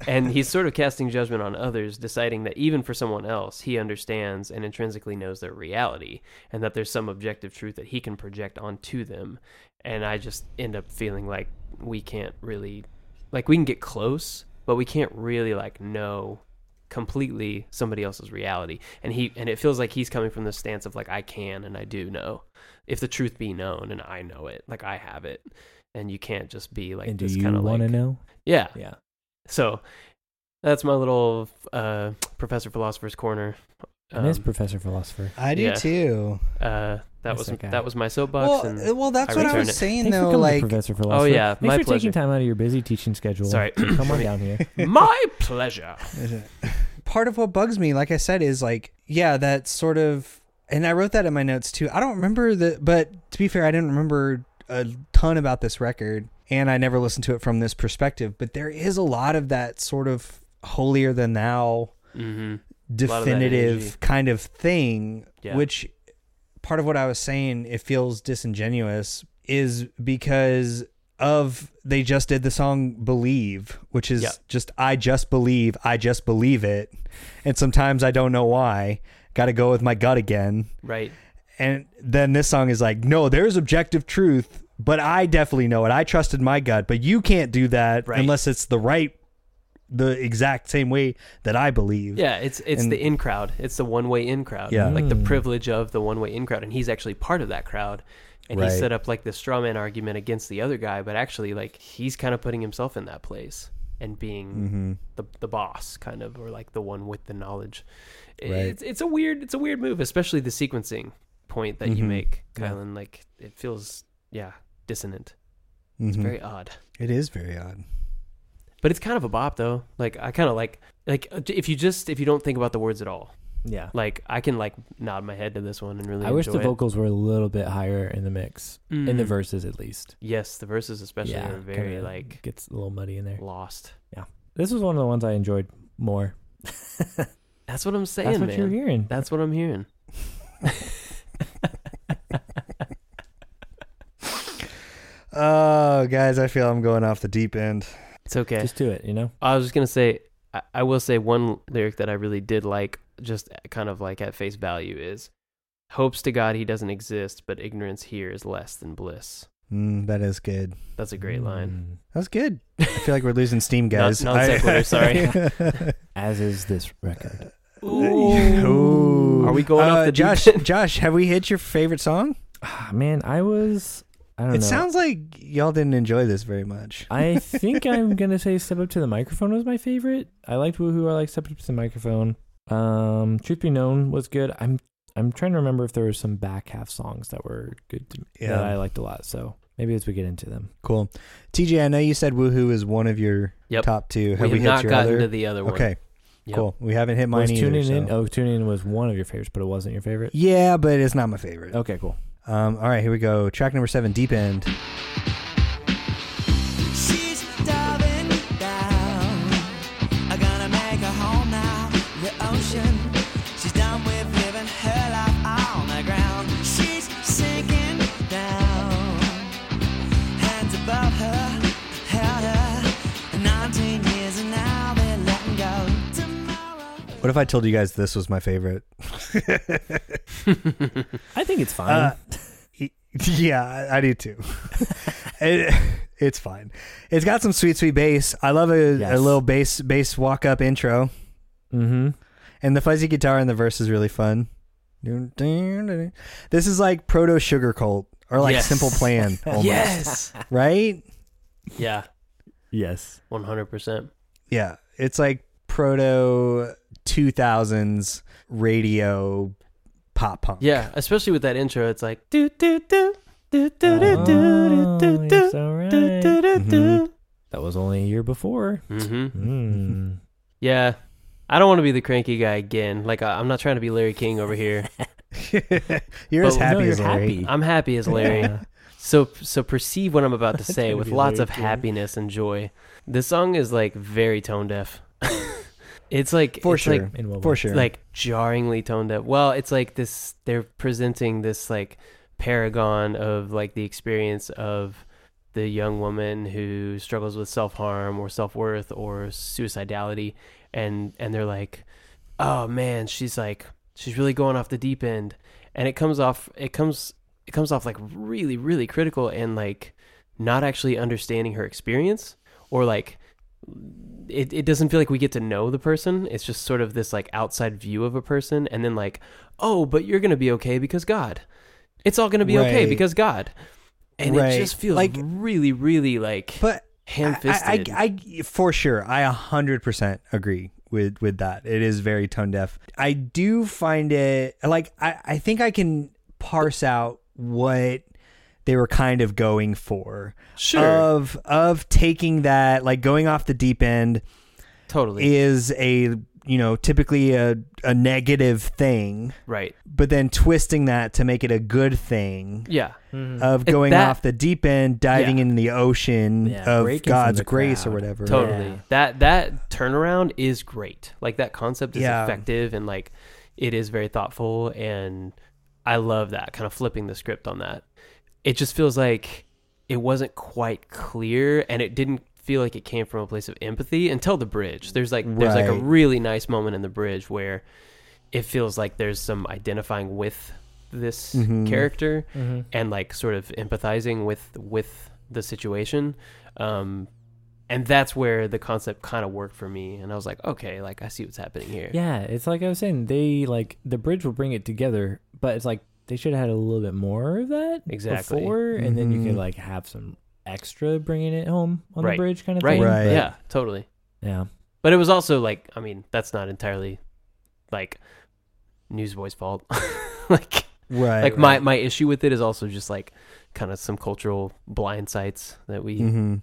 [SPEAKER 4] and he's sort of casting judgment on others deciding that even for someone else he understands and intrinsically knows their reality and that there's some objective truth that he can project onto them and i just end up feeling like we can't really like we can get close but we can't really like know completely somebody else's reality and he and it feels like he's coming from the stance of like i can and i do know if the truth be known and i know it like i have it and you can't just be like
[SPEAKER 3] and do
[SPEAKER 4] this
[SPEAKER 3] you
[SPEAKER 4] kind of
[SPEAKER 3] want
[SPEAKER 4] like
[SPEAKER 3] to know?
[SPEAKER 4] yeah
[SPEAKER 3] Yeah.
[SPEAKER 4] so that's my little uh professor philosopher's corner
[SPEAKER 3] I miss
[SPEAKER 4] Um,
[SPEAKER 3] Professor Philosopher.
[SPEAKER 1] I do
[SPEAKER 4] Yeah.
[SPEAKER 1] too.
[SPEAKER 4] uh that
[SPEAKER 3] Miss
[SPEAKER 4] was
[SPEAKER 3] that guy.
[SPEAKER 4] that was my soapbox
[SPEAKER 1] Well,
[SPEAKER 4] and
[SPEAKER 1] uh, well, that's
[SPEAKER 4] I
[SPEAKER 1] what I
[SPEAKER 4] return
[SPEAKER 1] was
[SPEAKER 4] it.
[SPEAKER 1] saying
[SPEAKER 3] Thanks for
[SPEAKER 1] though.
[SPEAKER 3] coming,
[SPEAKER 1] Like,
[SPEAKER 3] Professor Philosopher.
[SPEAKER 4] Oh, yeah,
[SPEAKER 3] Thanks
[SPEAKER 4] my
[SPEAKER 3] for
[SPEAKER 4] pleasure.
[SPEAKER 3] taking time out of your busy teaching schedule.
[SPEAKER 4] Sorry.
[SPEAKER 3] to come on down here.
[SPEAKER 4] my pleasure
[SPEAKER 1] part of what bugs me, like I said, is like, yeah, that sort of, and I wrote that in my notes too. I don't remember the, but to be fair, I didn't remember a ton about this record, and I never listened to it from this perspective. But there is a lot of that sort of holier than thou,
[SPEAKER 4] hmm lot of that energy.
[SPEAKER 1] definitive kind of thing,
[SPEAKER 4] Yeah.
[SPEAKER 1] which part of what I was saying, it feels disingenuous, is because of they just did the song Believe, which is
[SPEAKER 4] Yeah.
[SPEAKER 1] just I just believe, I just believe it. And sometimes I don't know why. Gotta go with my gut again.
[SPEAKER 4] right
[SPEAKER 1] And then this song is like, no, there's objective truth, but I definitely know it. I trusted my gut, but you can't do that
[SPEAKER 4] Right.
[SPEAKER 1] unless it's the right the exact same way that I believe.
[SPEAKER 4] Yeah, it's it's
[SPEAKER 1] And-
[SPEAKER 4] the in crowd. It's the one way in crowd.
[SPEAKER 1] Yeah.
[SPEAKER 4] Like the privilege of the one way in crowd. And he's actually part of that crowd. And
[SPEAKER 1] Right.
[SPEAKER 4] he set up like this straw man argument against the other guy, but actually like he's kind of putting himself in that place and being
[SPEAKER 1] Mm. Mm-hmm.
[SPEAKER 4] the the boss kind of or like the one with the knowledge. It-
[SPEAKER 1] Right.
[SPEAKER 4] It's it's a weird it's a weird move, especially the sequencing point that you
[SPEAKER 1] Mm-hmm.
[SPEAKER 4] make, Kylan. Like it feels yeah, dissonant. It's
[SPEAKER 1] Mhm.
[SPEAKER 4] very odd.
[SPEAKER 1] It is very odd.
[SPEAKER 4] But it's kind of a bop though. Like I kind of like like uh, if you just if you don't think about the words at all,
[SPEAKER 3] Yeah.
[SPEAKER 4] like I can like nod my head to this one and really.
[SPEAKER 3] I wish the
[SPEAKER 4] enjoy it.
[SPEAKER 3] vocals were a little bit higher in the mix, in the
[SPEAKER 4] Mm.
[SPEAKER 3] verses at least.
[SPEAKER 4] Yes, the verses especially
[SPEAKER 3] yeah,
[SPEAKER 4] are very
[SPEAKER 3] kinda
[SPEAKER 4] like
[SPEAKER 3] gets a little muddy in there.
[SPEAKER 4] lost.
[SPEAKER 3] This was one of the ones I enjoyed more.
[SPEAKER 4] That's what I'm saying,
[SPEAKER 3] That's what
[SPEAKER 4] man.
[SPEAKER 3] you're hearing.
[SPEAKER 4] That's what I'm hearing.
[SPEAKER 1] Oh, guys, I feel I'm going off the deep end.
[SPEAKER 4] It's okay.
[SPEAKER 3] Just do it, you know.
[SPEAKER 4] I was just gonna say, I, I will say one lyric that I really did like, just kind of like at face value, is "Hopes to God he doesn't exist, but ignorance here is less than bliss."
[SPEAKER 1] Mm, that is good.
[SPEAKER 4] That's a great line.
[SPEAKER 3] Mm.
[SPEAKER 1] That's good. I feel like we're losing steam, guys.
[SPEAKER 4] non sequitur,
[SPEAKER 1] sorry.
[SPEAKER 3] As is this record.
[SPEAKER 1] Ooh. Uh,
[SPEAKER 4] Are we going off the deep
[SPEAKER 1] Josh,
[SPEAKER 4] end?
[SPEAKER 1] Josh, have we hit your favorite song?
[SPEAKER 3] Ah, man, I was. I don't
[SPEAKER 1] It
[SPEAKER 3] know.
[SPEAKER 1] sounds like y'all didn't enjoy this very much.
[SPEAKER 3] I think I'm gonna say "Step Up to the Microphone" was my favorite. I liked "Woohoo." I liked "Step Up to the Microphone." Um, "Truth Be Known" was good. I'm I'm trying to remember if there were some back half songs that were good to,
[SPEAKER 1] Yeah.
[SPEAKER 3] that I liked a lot. So Maybe as we get into them.
[SPEAKER 1] Cool. TJ, I know you said Woohoo is one of your
[SPEAKER 4] Yep.
[SPEAKER 1] top two. Have
[SPEAKER 4] we
[SPEAKER 1] we,
[SPEAKER 4] have
[SPEAKER 1] hit
[SPEAKER 4] not
[SPEAKER 1] your
[SPEAKER 4] gotten
[SPEAKER 1] other?
[SPEAKER 4] to the other one.
[SPEAKER 1] Okay.
[SPEAKER 4] Yep.
[SPEAKER 1] Cool. We haven't hit mine
[SPEAKER 3] was
[SPEAKER 1] either.
[SPEAKER 3] tuning in?
[SPEAKER 1] so-
[SPEAKER 3] Oh, tuning in was one of your favorites, but it wasn't your favorite.
[SPEAKER 1] Yeah, but it's not my favorite.
[SPEAKER 3] Okay, cool.
[SPEAKER 1] Um, all right, here we go. Track number seven, Deep End.
[SPEAKER 5] She's diving down. I gonna make her home now. The ocean. She's done with living her life on the ground. She's sinking down. Hands above her, held her. 19 years and now they're letting go. Tomorrow.
[SPEAKER 1] What if I told you guys this was my favorite?
[SPEAKER 3] I think it's fine.
[SPEAKER 1] Uh, yeah, I, I do too. It- it's fine. It's got some sweet, sweet bass. I love a,
[SPEAKER 3] Yes.
[SPEAKER 1] a little bass bass walk up intro,
[SPEAKER 3] mm-hmm.
[SPEAKER 1] and the fuzzy guitar in the verse is really fun. This is like proto Sugar Cult or like
[SPEAKER 4] Yes.
[SPEAKER 1] Simple Plan, almost,
[SPEAKER 4] Yes.
[SPEAKER 1] right?
[SPEAKER 4] yeah.
[SPEAKER 3] Yes.
[SPEAKER 4] One hundred percent.
[SPEAKER 1] Yeah, it's like proto two thousands radio pop punk.
[SPEAKER 4] Yeah. Especially with that intro, it's like do do do do do do do do
[SPEAKER 3] Oh,
[SPEAKER 4] do
[SPEAKER 3] yes, all Oh, right. Mm-hmm.
[SPEAKER 4] do do do.
[SPEAKER 3] That was only a year before.
[SPEAKER 4] Mm-hmm.
[SPEAKER 3] Mm.
[SPEAKER 4] Yeah. I don't want to be the cranky guy again. Like I, I'm not trying to be Larry King over here.
[SPEAKER 1] you're
[SPEAKER 4] But
[SPEAKER 1] as
[SPEAKER 4] no,
[SPEAKER 1] happy
[SPEAKER 3] you're
[SPEAKER 1] as Larry.
[SPEAKER 3] happy.
[SPEAKER 4] I'm happy as Larry.
[SPEAKER 3] Yeah.
[SPEAKER 4] So so perceive what I'm about to say
[SPEAKER 3] gonna
[SPEAKER 4] with
[SPEAKER 3] be
[SPEAKER 4] lots
[SPEAKER 3] Larry
[SPEAKER 4] of
[SPEAKER 3] King.
[SPEAKER 4] happiness and joy. This song is like very tone deaf. it's like
[SPEAKER 1] For
[SPEAKER 4] it's
[SPEAKER 1] sure,
[SPEAKER 4] like
[SPEAKER 3] In what
[SPEAKER 1] for
[SPEAKER 3] way?
[SPEAKER 1] sure.
[SPEAKER 4] like jarringly tone deaf. Well, it's like this they're presenting this like paragon of like the experience of the young woman who struggles with self-harm or self-worth or suicidality and and they're like oh man, she's like she's really going off the deep end and it comes off it comes it comes off like really really critical and like not actually understanding her experience or like it, it doesn't feel like we get to know the person. It's just sort of this like outside view of a person, and then like, oh, but you're gonna be okay because God. It's all gonna be okay
[SPEAKER 1] Right.
[SPEAKER 4] because God. And
[SPEAKER 1] Right.
[SPEAKER 4] it just feels
[SPEAKER 1] Like-
[SPEAKER 4] like really, really like
[SPEAKER 1] but I,
[SPEAKER 4] ham-fisted.
[SPEAKER 1] I, I, I- for sure, I a hundred percent agree with with that. It is very tone deaf. I do find it like I, I think I can parse out what they were kind of going for
[SPEAKER 4] Sure.
[SPEAKER 1] of of taking that like going off the deep end
[SPEAKER 4] totally
[SPEAKER 1] is a you know typically a, a negative thing
[SPEAKER 4] right.
[SPEAKER 1] but then twisting that to make it a good thing
[SPEAKER 4] Yeah.
[SPEAKER 3] Mm.
[SPEAKER 1] of going
[SPEAKER 4] that-
[SPEAKER 1] off the deep end diving
[SPEAKER 4] Yeah.
[SPEAKER 1] in the ocean
[SPEAKER 3] Yeah,
[SPEAKER 1] of
[SPEAKER 3] breaking from
[SPEAKER 1] god's
[SPEAKER 3] the
[SPEAKER 1] grace or
[SPEAKER 3] crowd.
[SPEAKER 1] whatever
[SPEAKER 4] Totally.
[SPEAKER 3] Yeah.
[SPEAKER 4] That that turnaround is great. Like that concept is
[SPEAKER 1] Yeah.
[SPEAKER 4] effective and like it is very thoughtful and I love that kind of flipping the script on that. It just feels like it wasn't quite clear and it didn't feel like it came from a place of empathy until the bridge. There's like there's like a
[SPEAKER 1] Right.
[SPEAKER 4] really nice moment in the bridge where it feels like there's some identifying with this
[SPEAKER 1] Mm-hmm.
[SPEAKER 4] character and like sort of empathizing with with the situation um and that's where the concept kind of worked for me and i was like okay like i see what's happening here
[SPEAKER 3] Yeah, it's like I was saying. They like the bridge will bring it together, but it's like they should have had a little bit more of that
[SPEAKER 4] Exactly.
[SPEAKER 3] before, and then you
[SPEAKER 1] Mhm.
[SPEAKER 3] could like have some extra bringing it home on
[SPEAKER 4] Right.
[SPEAKER 3] the bridge kind of
[SPEAKER 4] right.
[SPEAKER 3] thing.
[SPEAKER 1] Right.
[SPEAKER 4] yeah totally
[SPEAKER 3] Yeah.
[SPEAKER 4] but it was also like i mean that's not entirely like newsboy's fault like
[SPEAKER 1] right
[SPEAKER 4] like my my issue with it is also just like kind of some cultural blind sights that we
[SPEAKER 1] hmm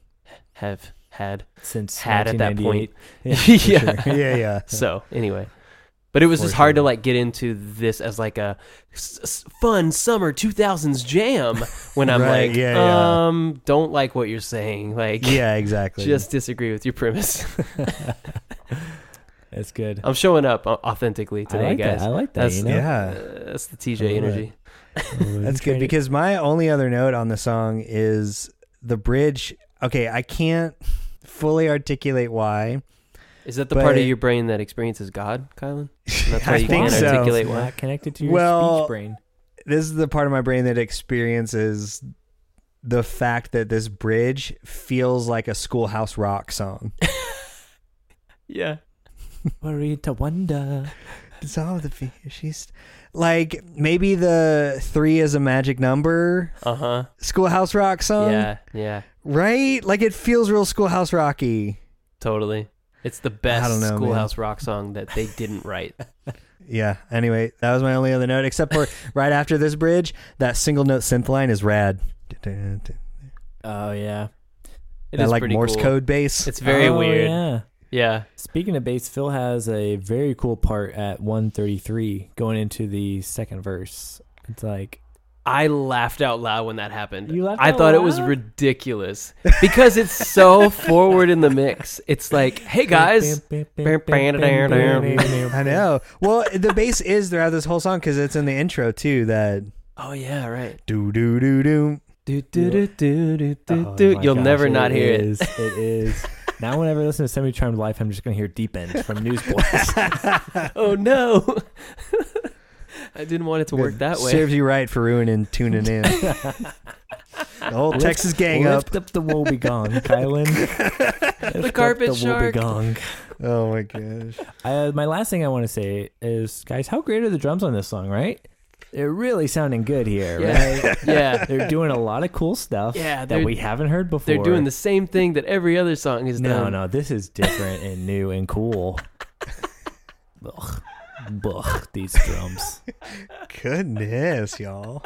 [SPEAKER 4] have had
[SPEAKER 3] Since
[SPEAKER 4] had at that point
[SPEAKER 3] 1998. Yeah. for
[SPEAKER 4] Yeah.
[SPEAKER 3] sure.
[SPEAKER 1] yeah yeah
[SPEAKER 4] so anyway but it was
[SPEAKER 1] For
[SPEAKER 4] just hard to
[SPEAKER 1] sure.
[SPEAKER 4] like get into this as like a s- s- fun summer 2000s jam when i'm
[SPEAKER 1] Right,
[SPEAKER 4] like
[SPEAKER 1] yeah, yeah.
[SPEAKER 4] um don't like what you're saying like
[SPEAKER 1] yeah exactly
[SPEAKER 4] just disagree with your premise
[SPEAKER 3] That's good.
[SPEAKER 4] i'm showing up au- authentically
[SPEAKER 3] I
[SPEAKER 4] today
[SPEAKER 3] like
[SPEAKER 4] guys
[SPEAKER 3] That. I like that.
[SPEAKER 4] That's-
[SPEAKER 3] you know?
[SPEAKER 1] yeah
[SPEAKER 4] Uh, that's the
[SPEAKER 3] I
[SPEAKER 4] tj
[SPEAKER 3] love
[SPEAKER 4] energy
[SPEAKER 1] that's good because my only other note on the song is the bridge okay i can't fully articulate why
[SPEAKER 4] is that the
[SPEAKER 1] But
[SPEAKER 4] part of
[SPEAKER 1] it-
[SPEAKER 4] your brain that experiences god kylan that's why
[SPEAKER 1] I
[SPEAKER 4] you
[SPEAKER 1] think
[SPEAKER 4] can't
[SPEAKER 1] so.
[SPEAKER 4] articulate
[SPEAKER 3] it's
[SPEAKER 4] why
[SPEAKER 3] not connected to your
[SPEAKER 1] Well,
[SPEAKER 3] speech brain.
[SPEAKER 1] this is the part of my brain that experiences the fact that this bridge feels like a schoolhouse rock song.
[SPEAKER 4] yeah
[SPEAKER 3] Worry to wonder.
[SPEAKER 1] Dissolve the fear. She's like maybe the three is a magic number
[SPEAKER 4] uh-huh
[SPEAKER 1] schoolhouse rock song.
[SPEAKER 4] yeah yeah
[SPEAKER 1] Right? Like it feels real schoolhouse rocky.
[SPEAKER 4] totally it's the best
[SPEAKER 1] don't know, man.
[SPEAKER 4] schoolhouse rock song that they didn't write
[SPEAKER 1] Yeah. Anyway, that was my only other note, except for right after this bridge, that single note synth line is rad.
[SPEAKER 3] Oh yeah,
[SPEAKER 4] It
[SPEAKER 1] that
[SPEAKER 4] is
[SPEAKER 1] like
[SPEAKER 4] pretty
[SPEAKER 1] Morse
[SPEAKER 4] cool.
[SPEAKER 1] code base.
[SPEAKER 4] It's very
[SPEAKER 3] Oh,
[SPEAKER 4] weird. Yeah.
[SPEAKER 3] Yeah. Speaking of bass, Phil has a very cool part at 133 going into the second verse. It's like
[SPEAKER 4] I laughed out loud when that happened.
[SPEAKER 3] You laughed
[SPEAKER 4] I
[SPEAKER 3] out
[SPEAKER 4] thought it was
[SPEAKER 3] loud?
[SPEAKER 4] ridiculous because it's so forward in the mix. It's like, hey guys,
[SPEAKER 1] I know. Well, the bass is throughout this whole song because it's in the intro too. That
[SPEAKER 4] oh yeah, right.
[SPEAKER 1] do do do do.
[SPEAKER 4] Do, do, do, do, do, do,
[SPEAKER 3] Oh,
[SPEAKER 4] do.
[SPEAKER 3] my
[SPEAKER 4] You'll
[SPEAKER 3] gosh,
[SPEAKER 4] never not hear it.
[SPEAKER 3] is, it. It is. Now, whenever I listen to Semi Charmed Life, I'm just going to hear Deep End from Newsboys.
[SPEAKER 4] Oh no. I didn't want it to work that way.
[SPEAKER 1] Serves you right for ruining tuning in. the whole Texas gang up.
[SPEAKER 3] Lift up the woe begone, Kylan. the
[SPEAKER 4] carpet
[SPEAKER 3] the
[SPEAKER 4] shark.
[SPEAKER 3] woebegone.
[SPEAKER 1] Oh my gosh.
[SPEAKER 3] Uh, my last thing I want to say is, guys, how great are the drums on this song, right? They're really sounding good here, right?
[SPEAKER 4] Yeah. yeah.
[SPEAKER 3] They're doing a lot of cool stuff
[SPEAKER 4] Yeah,
[SPEAKER 3] that
[SPEAKER 4] they're-
[SPEAKER 3] we haven't heard before.
[SPEAKER 4] They're doing the same thing that every other song is
[SPEAKER 3] No,
[SPEAKER 4] done.
[SPEAKER 3] no, this is different and new and cool. Ugh. Ugh, these drums.
[SPEAKER 1] Goodness, y'all.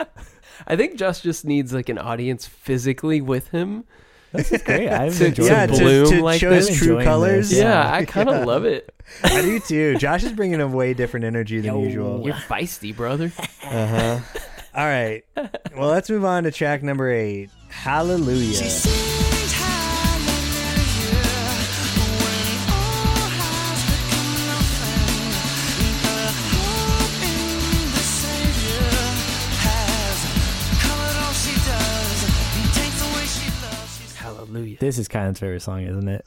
[SPEAKER 4] I think Josh just needs like an audience physically with him.
[SPEAKER 3] This is great. I've enjoyed
[SPEAKER 1] yeah,
[SPEAKER 3] it.
[SPEAKER 1] to,
[SPEAKER 4] bloom
[SPEAKER 1] to
[SPEAKER 4] like
[SPEAKER 1] show
[SPEAKER 4] this.
[SPEAKER 1] his true
[SPEAKER 3] Enjoying
[SPEAKER 1] colors.
[SPEAKER 3] this.
[SPEAKER 4] Yeah,
[SPEAKER 3] Yeah.
[SPEAKER 4] I kind of love it.
[SPEAKER 1] I do too. Josh is bringing a way different energy than usual.
[SPEAKER 4] You're feisty, brother.
[SPEAKER 1] Uh-huh. All right. Well, let's move on to track number eight. Hallelujah.
[SPEAKER 4] Hallelujah.
[SPEAKER 3] This is Kylan's favorite song, isn't it?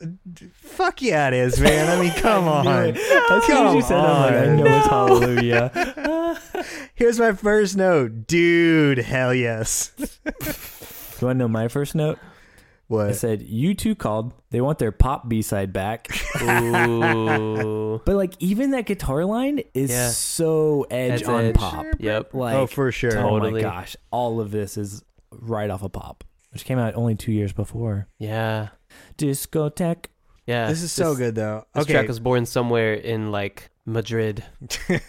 [SPEAKER 1] Fuck yeah, it is, man. I mean, come on.
[SPEAKER 3] As soon as
[SPEAKER 1] Come
[SPEAKER 3] you said, it, I'm like, I
[SPEAKER 1] on.
[SPEAKER 3] know it's Hallelujah.
[SPEAKER 1] Here's my first note. Dude, hell yes.
[SPEAKER 3] You want to know my first note? I
[SPEAKER 1] What?
[SPEAKER 3] said, "You two called. They want their pop B side back."
[SPEAKER 4] Ooh.
[SPEAKER 3] but like, even that guitar line is
[SPEAKER 4] Yeah.
[SPEAKER 3] so edge
[SPEAKER 4] That's
[SPEAKER 3] on
[SPEAKER 4] edge.
[SPEAKER 3] pop.
[SPEAKER 4] Yep.
[SPEAKER 3] Like,
[SPEAKER 1] oh, for sure.
[SPEAKER 3] oh my
[SPEAKER 4] Totally.
[SPEAKER 3] gosh, all of this is right off of pop, which came out only two years before.
[SPEAKER 4] Yeah.
[SPEAKER 3] Discotheque.
[SPEAKER 4] Yeah.
[SPEAKER 1] This is so good, though.
[SPEAKER 4] Uh, This
[SPEAKER 1] okay.
[SPEAKER 4] track was born somewhere in like Madrid,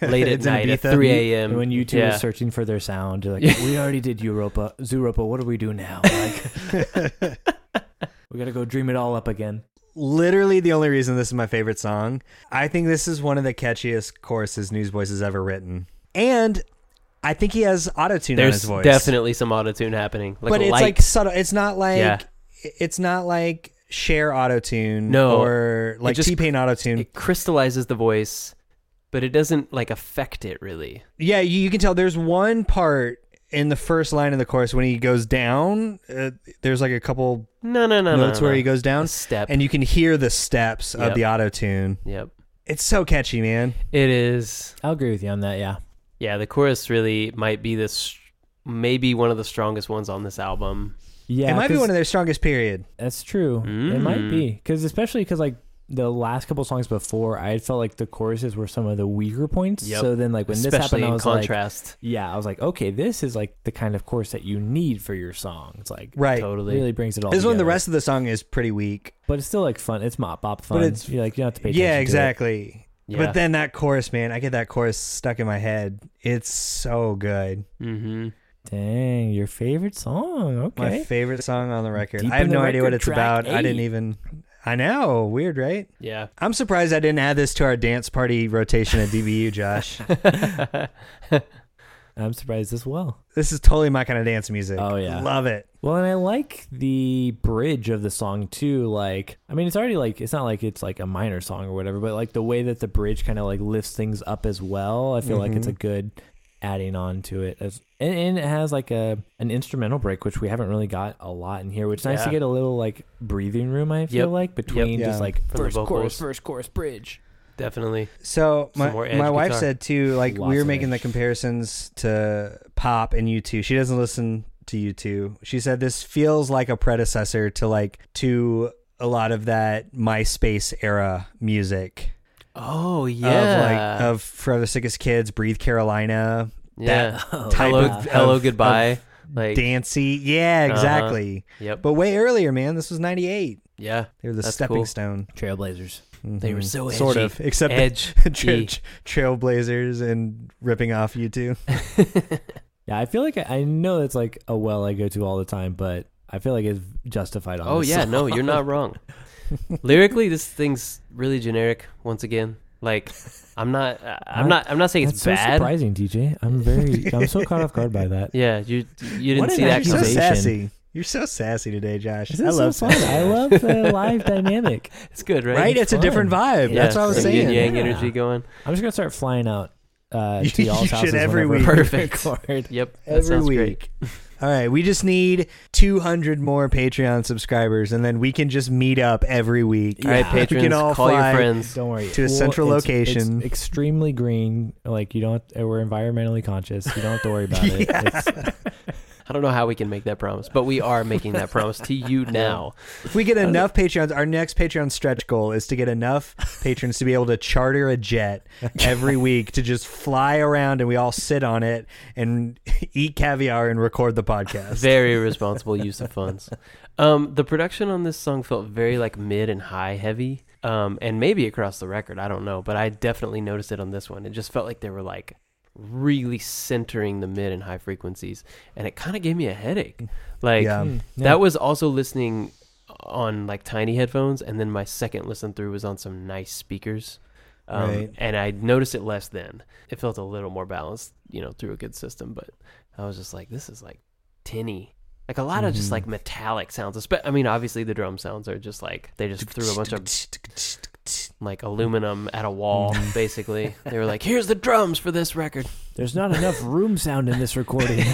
[SPEAKER 4] late at
[SPEAKER 1] It's in
[SPEAKER 4] night at
[SPEAKER 1] Ibiza.
[SPEAKER 4] 3 a.m.
[SPEAKER 3] And when you two
[SPEAKER 4] Um, yeah.
[SPEAKER 3] were searching for their sound, you're like, "We already did Europa, Zuropa. What do we do now? Like, we gotta go dream it all up again."
[SPEAKER 1] Literally the only reason this is my favorite song. I think this is one of the catchiest choruses Newsboys has ever written. And I think he has autotune on
[SPEAKER 4] There's
[SPEAKER 1] his voice.
[SPEAKER 4] definitely some autotune happening. Like
[SPEAKER 1] but
[SPEAKER 4] a
[SPEAKER 1] it's
[SPEAKER 4] light.
[SPEAKER 1] like subtle. It's not like
[SPEAKER 4] Yeah.
[SPEAKER 1] it's not like share autotune
[SPEAKER 4] No.
[SPEAKER 1] or like
[SPEAKER 4] just-
[SPEAKER 1] T Pain autotune.
[SPEAKER 4] it crystallizes the voice, but it doesn't like affect it really.
[SPEAKER 1] yeah, you, you can tell there's one part in the first line of the chorus when he goes down. Uh, there's like a couple
[SPEAKER 4] No, no, no, no.
[SPEAKER 1] notes
[SPEAKER 4] no,
[SPEAKER 1] where
[SPEAKER 4] no.
[SPEAKER 1] he goes down,
[SPEAKER 4] A step.
[SPEAKER 1] and you can hear the steps
[SPEAKER 4] Yep.
[SPEAKER 1] of the autotune.
[SPEAKER 4] yep.
[SPEAKER 1] It's so catchy, man.
[SPEAKER 4] It is.
[SPEAKER 3] I'll agree with you on that. Yeah.
[SPEAKER 4] Yeah, the chorus really might be this, maybe one of the strongest ones on this album.
[SPEAKER 3] Yeah,
[SPEAKER 1] it might be
[SPEAKER 3] 'cause-
[SPEAKER 1] one of their strongest period.
[SPEAKER 3] That's true. It
[SPEAKER 4] Mm.
[SPEAKER 3] might be because especially because like the last couple songs before, I had felt like the choruses were some of the weaker points.
[SPEAKER 4] Yep.
[SPEAKER 3] So then like when
[SPEAKER 4] Especially
[SPEAKER 3] this happened, I
[SPEAKER 4] in
[SPEAKER 3] was like,
[SPEAKER 4] contrast.
[SPEAKER 3] yeah, I was like, okay, this is like the kind of chorus that you need for your song. It's like
[SPEAKER 1] Right.
[SPEAKER 4] totally.
[SPEAKER 3] really brings it all.
[SPEAKER 1] This one, the
[SPEAKER 3] together.
[SPEAKER 1] rest of the song is pretty weak.
[SPEAKER 3] but it's still like fun. It's mop bop fun.
[SPEAKER 1] it's-
[SPEAKER 3] You're like you don't have to pay.
[SPEAKER 1] Yeah,
[SPEAKER 3] attention
[SPEAKER 1] exactly.
[SPEAKER 4] Yeah.
[SPEAKER 1] But then that chorus, man, I get that chorus stuck in my head. It's so good.
[SPEAKER 4] Mm-hmm.
[SPEAKER 3] To it. Dang, your favorite song.
[SPEAKER 1] My
[SPEAKER 3] Okay.
[SPEAKER 1] favorite song on the record.
[SPEAKER 3] Deep
[SPEAKER 1] I have
[SPEAKER 3] in the
[SPEAKER 1] no idea what
[SPEAKER 3] record,
[SPEAKER 1] it's
[SPEAKER 3] track
[SPEAKER 1] about. I didn't
[SPEAKER 3] eight.
[SPEAKER 1] even. I know. Weird, right?
[SPEAKER 4] Yeah.
[SPEAKER 1] I'm surprised I didn't add this to our dance party rotation at DBU, Josh.
[SPEAKER 3] I'm surprised as well.
[SPEAKER 1] this is totally my kind of dance music.
[SPEAKER 3] Oh, yeah.
[SPEAKER 1] Love it.
[SPEAKER 3] Well, and I like the bridge of the song too. Like, I mean, it's already like it's not like it's like a minor song or whatever, but like the way that the bridge kind of like lifts things up as well. I feel like it's a
[SPEAKER 4] Mm-hmm.
[SPEAKER 3] good adding on to it as and, and it has like a an instrumental break which we haven't really got a lot in here which is nice to
[SPEAKER 4] Yeah.
[SPEAKER 3] get a little like breathing room i
[SPEAKER 4] Yep.
[SPEAKER 3] feel like between
[SPEAKER 1] Yep.
[SPEAKER 3] just
[SPEAKER 1] Yeah.
[SPEAKER 3] like
[SPEAKER 4] the
[SPEAKER 3] first chorus
[SPEAKER 4] vocals.
[SPEAKER 3] first chorus bridge
[SPEAKER 4] Definitely.
[SPEAKER 1] So
[SPEAKER 4] Some
[SPEAKER 1] my
[SPEAKER 4] more edge
[SPEAKER 1] my wife
[SPEAKER 4] guitar.
[SPEAKER 1] said too, like
[SPEAKER 3] Lots
[SPEAKER 1] we were
[SPEAKER 3] of
[SPEAKER 1] making the
[SPEAKER 3] edge.
[SPEAKER 1] comparisons to pop and U two. She doesn't listen to U two. She said this feels like a predecessor to like to a lot of that MySpace era music
[SPEAKER 4] Oh
[SPEAKER 1] of like of For the Sickest Kids, Breathe Carolina,
[SPEAKER 4] yeah.
[SPEAKER 1] type
[SPEAKER 4] hello,
[SPEAKER 1] of-
[SPEAKER 4] hello,
[SPEAKER 1] of-
[SPEAKER 4] goodbye.
[SPEAKER 1] of
[SPEAKER 4] like.
[SPEAKER 1] dancey. Yeah,
[SPEAKER 4] Uh-huh.
[SPEAKER 1] exactly.
[SPEAKER 4] Yep.
[SPEAKER 1] But way earlier, man. This was '98.
[SPEAKER 4] yeah.
[SPEAKER 1] They were the
[SPEAKER 4] That's
[SPEAKER 1] stepping
[SPEAKER 4] cool.
[SPEAKER 1] stone. Mm-hmm.
[SPEAKER 3] trailblazers
[SPEAKER 4] They were so edgy.
[SPEAKER 1] Sort of, except the-
[SPEAKER 4] edge.
[SPEAKER 1] Tra- trailblazers and ripping off you two.
[SPEAKER 3] yeah i feel like i, I know that's like a well i go to all the time but I- I feel like it's justified on
[SPEAKER 4] Oh
[SPEAKER 3] this
[SPEAKER 4] yeah,
[SPEAKER 3] song.
[SPEAKER 4] no, you're not wrong. Lyrically, this thing's really generic. Once again, like I'm not, I- I'm not, I'm not saying
[SPEAKER 3] That's
[SPEAKER 4] it's
[SPEAKER 3] so
[SPEAKER 4] bad.
[SPEAKER 3] surprising, DJ. I'm very I'm so caught off guard by that.
[SPEAKER 4] Yeah, you you didn't
[SPEAKER 3] What an
[SPEAKER 4] see that
[SPEAKER 1] You're so
[SPEAKER 3] accusation.
[SPEAKER 4] coming.
[SPEAKER 1] sassy. You're so sassy today, Josh.
[SPEAKER 3] This
[SPEAKER 1] I
[SPEAKER 3] is so
[SPEAKER 1] love
[SPEAKER 3] fun.
[SPEAKER 1] sassy.
[SPEAKER 3] I love the live dynamic.
[SPEAKER 4] It's good, right?
[SPEAKER 1] Right? It's a
[SPEAKER 3] fun.
[SPEAKER 1] different vibe.
[SPEAKER 4] Yeah,
[SPEAKER 1] That's what I was
[SPEAKER 4] some yin
[SPEAKER 1] saying.
[SPEAKER 4] Yang
[SPEAKER 3] Yeah.
[SPEAKER 4] energy going.
[SPEAKER 3] I'm just gonna start flying out uh,
[SPEAKER 1] You-
[SPEAKER 3] to y'all's
[SPEAKER 1] you
[SPEAKER 3] houses
[SPEAKER 1] should every
[SPEAKER 3] whenever
[SPEAKER 4] week.
[SPEAKER 3] we
[SPEAKER 4] Perfect.
[SPEAKER 3] record.
[SPEAKER 4] Yep, that
[SPEAKER 1] Every
[SPEAKER 4] sounds
[SPEAKER 1] week.
[SPEAKER 4] great.
[SPEAKER 1] All right, we just need 200 more Patreon subscribers, and then we can just meet up every week.
[SPEAKER 4] All right,
[SPEAKER 1] We
[SPEAKER 4] patrons,
[SPEAKER 1] can all
[SPEAKER 4] call
[SPEAKER 1] fly.
[SPEAKER 4] your friends.
[SPEAKER 3] Don't worry.
[SPEAKER 1] To a central
[SPEAKER 3] it's-
[SPEAKER 1] location.
[SPEAKER 3] It's extremely green. Like you don't. uh, We're environmentally conscious. You don't have to worry about it. It's,
[SPEAKER 4] I don't know how we can make that promise, but we are making that promise to you now.
[SPEAKER 1] If we get enough patrons, our next Patreon stretch goal is to get enough patrons to be able to charter a jet every week to just fly around and we all sit on it and eat caviar and record the podcast.
[SPEAKER 4] Very responsible use of funds. Um, the production on this song felt very like mid and high heavy, um, and maybe across the record. I don't know, but I definitely noticed it on this one. It just felt like they were like really centering the mid and high frequencies, and it kind of gave me a headache. Like
[SPEAKER 1] Yeah.
[SPEAKER 3] Mm, yeah.
[SPEAKER 4] that was also listening on like tiny headphones, and then my second listen through was on some nice speakers. Um,
[SPEAKER 1] Right.
[SPEAKER 4] And I noticed it less then. It felt a little more balanced, you know, through a good system. But I was just like, this is like tinny. Like a lot of just like metallic sounds. Espe- I mean, obviously the drum sounds are just like they just threw a bunch of like aluminum at a wall. Basically, they were like, "Here's the drums for this record."
[SPEAKER 3] There's not enough room sound in this recording.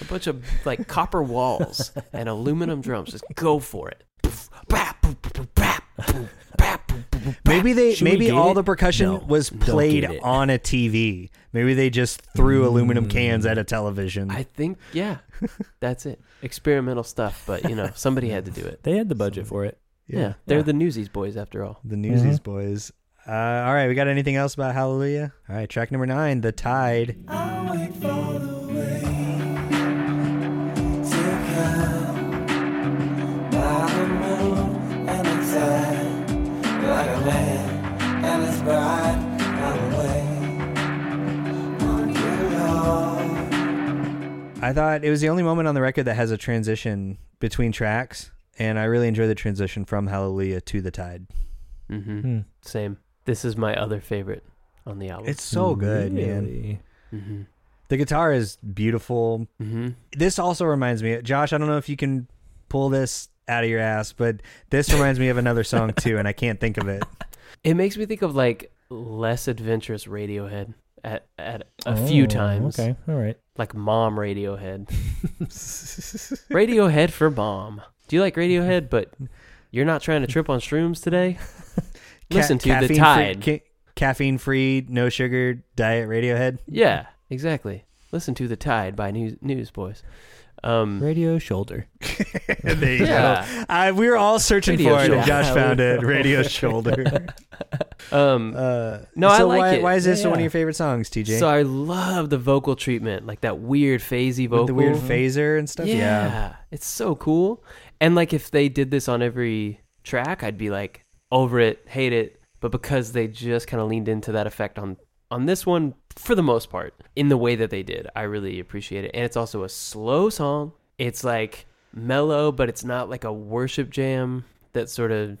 [SPEAKER 4] A bunch of like copper walls and aluminum drums. Just go for it. Poof, bap, boop, boop, boop, bap, boop, bap, boop, boop, boop, bap.
[SPEAKER 1] Maybe they
[SPEAKER 3] Should we
[SPEAKER 1] maybe
[SPEAKER 3] gate
[SPEAKER 1] all
[SPEAKER 3] it?
[SPEAKER 1] the percussion
[SPEAKER 3] No,
[SPEAKER 1] was
[SPEAKER 3] don't gate
[SPEAKER 1] played
[SPEAKER 3] it.
[SPEAKER 1] on a TV. Maybe they just threw aluminum cans at a television.
[SPEAKER 4] I think yeah, that's it. Experimental stuff, but you know somebody had to do it.
[SPEAKER 3] They had the budget for it.
[SPEAKER 4] Yeah, they're
[SPEAKER 3] Yeah.
[SPEAKER 4] the Newsies boys after all.
[SPEAKER 1] the Newsies boys. Uh, all right, we got anything else about Hallelujah? All right, track number nine, The Tide. I thought it was the only moment on the record that has a transition between tracks, and I really enjoy the transition from Hallelujah to The Tide.
[SPEAKER 4] hmm
[SPEAKER 3] Hmm.
[SPEAKER 4] Same. This is my other favorite on the album.
[SPEAKER 1] It's so good, man.
[SPEAKER 3] Really?
[SPEAKER 4] hmm
[SPEAKER 1] The guitar is beautiful.
[SPEAKER 4] hmm
[SPEAKER 1] This also reminds me, Josh, I don't know if you can pull this out of your ass, but this reminds me of another song too, and I can't think of it.
[SPEAKER 4] It makes me think of like less adventurous Radiohead at at a few
[SPEAKER 3] Oh,
[SPEAKER 4] times,
[SPEAKER 3] Okay, all right.
[SPEAKER 4] like Mom Radiohead. Radiohead for Mom. Do you like Radiohead? But you're not trying to trip on shrooms today. Listen to the
[SPEAKER 1] caffeine-free-
[SPEAKER 4] tide.
[SPEAKER 1] ca- caffeine-free, no sugar diet Radiohead.
[SPEAKER 4] yeah, exactly. Listen to the tide by News Newsboys. Um,
[SPEAKER 3] Radio shoulder.
[SPEAKER 1] there you
[SPEAKER 4] Yeah.
[SPEAKER 1] go. Uh, we were all searching
[SPEAKER 4] Radio
[SPEAKER 1] for it, and
[SPEAKER 4] shoulder.
[SPEAKER 1] Josh found it. Radio shoulder.
[SPEAKER 4] um,
[SPEAKER 1] Uh,
[SPEAKER 4] No, I
[SPEAKER 1] so
[SPEAKER 4] like
[SPEAKER 1] why,
[SPEAKER 4] it.
[SPEAKER 1] Why is this
[SPEAKER 3] Yeah,
[SPEAKER 1] one of
[SPEAKER 3] yeah.
[SPEAKER 1] your favorite songs, TJ?
[SPEAKER 4] so I love the vocal treatment, like that weird phasey vocal,
[SPEAKER 1] With the weird phaser and stuff.
[SPEAKER 4] Yeah. It's so cool. And like if they did this on every track, I'd be like over it, hate it, but because they just kind of leaned into that effect on on this one for the most part in the way that they did, I really appreciate it. And it's also a slow song. It's like mellow, but it's not like a worship jam that sort of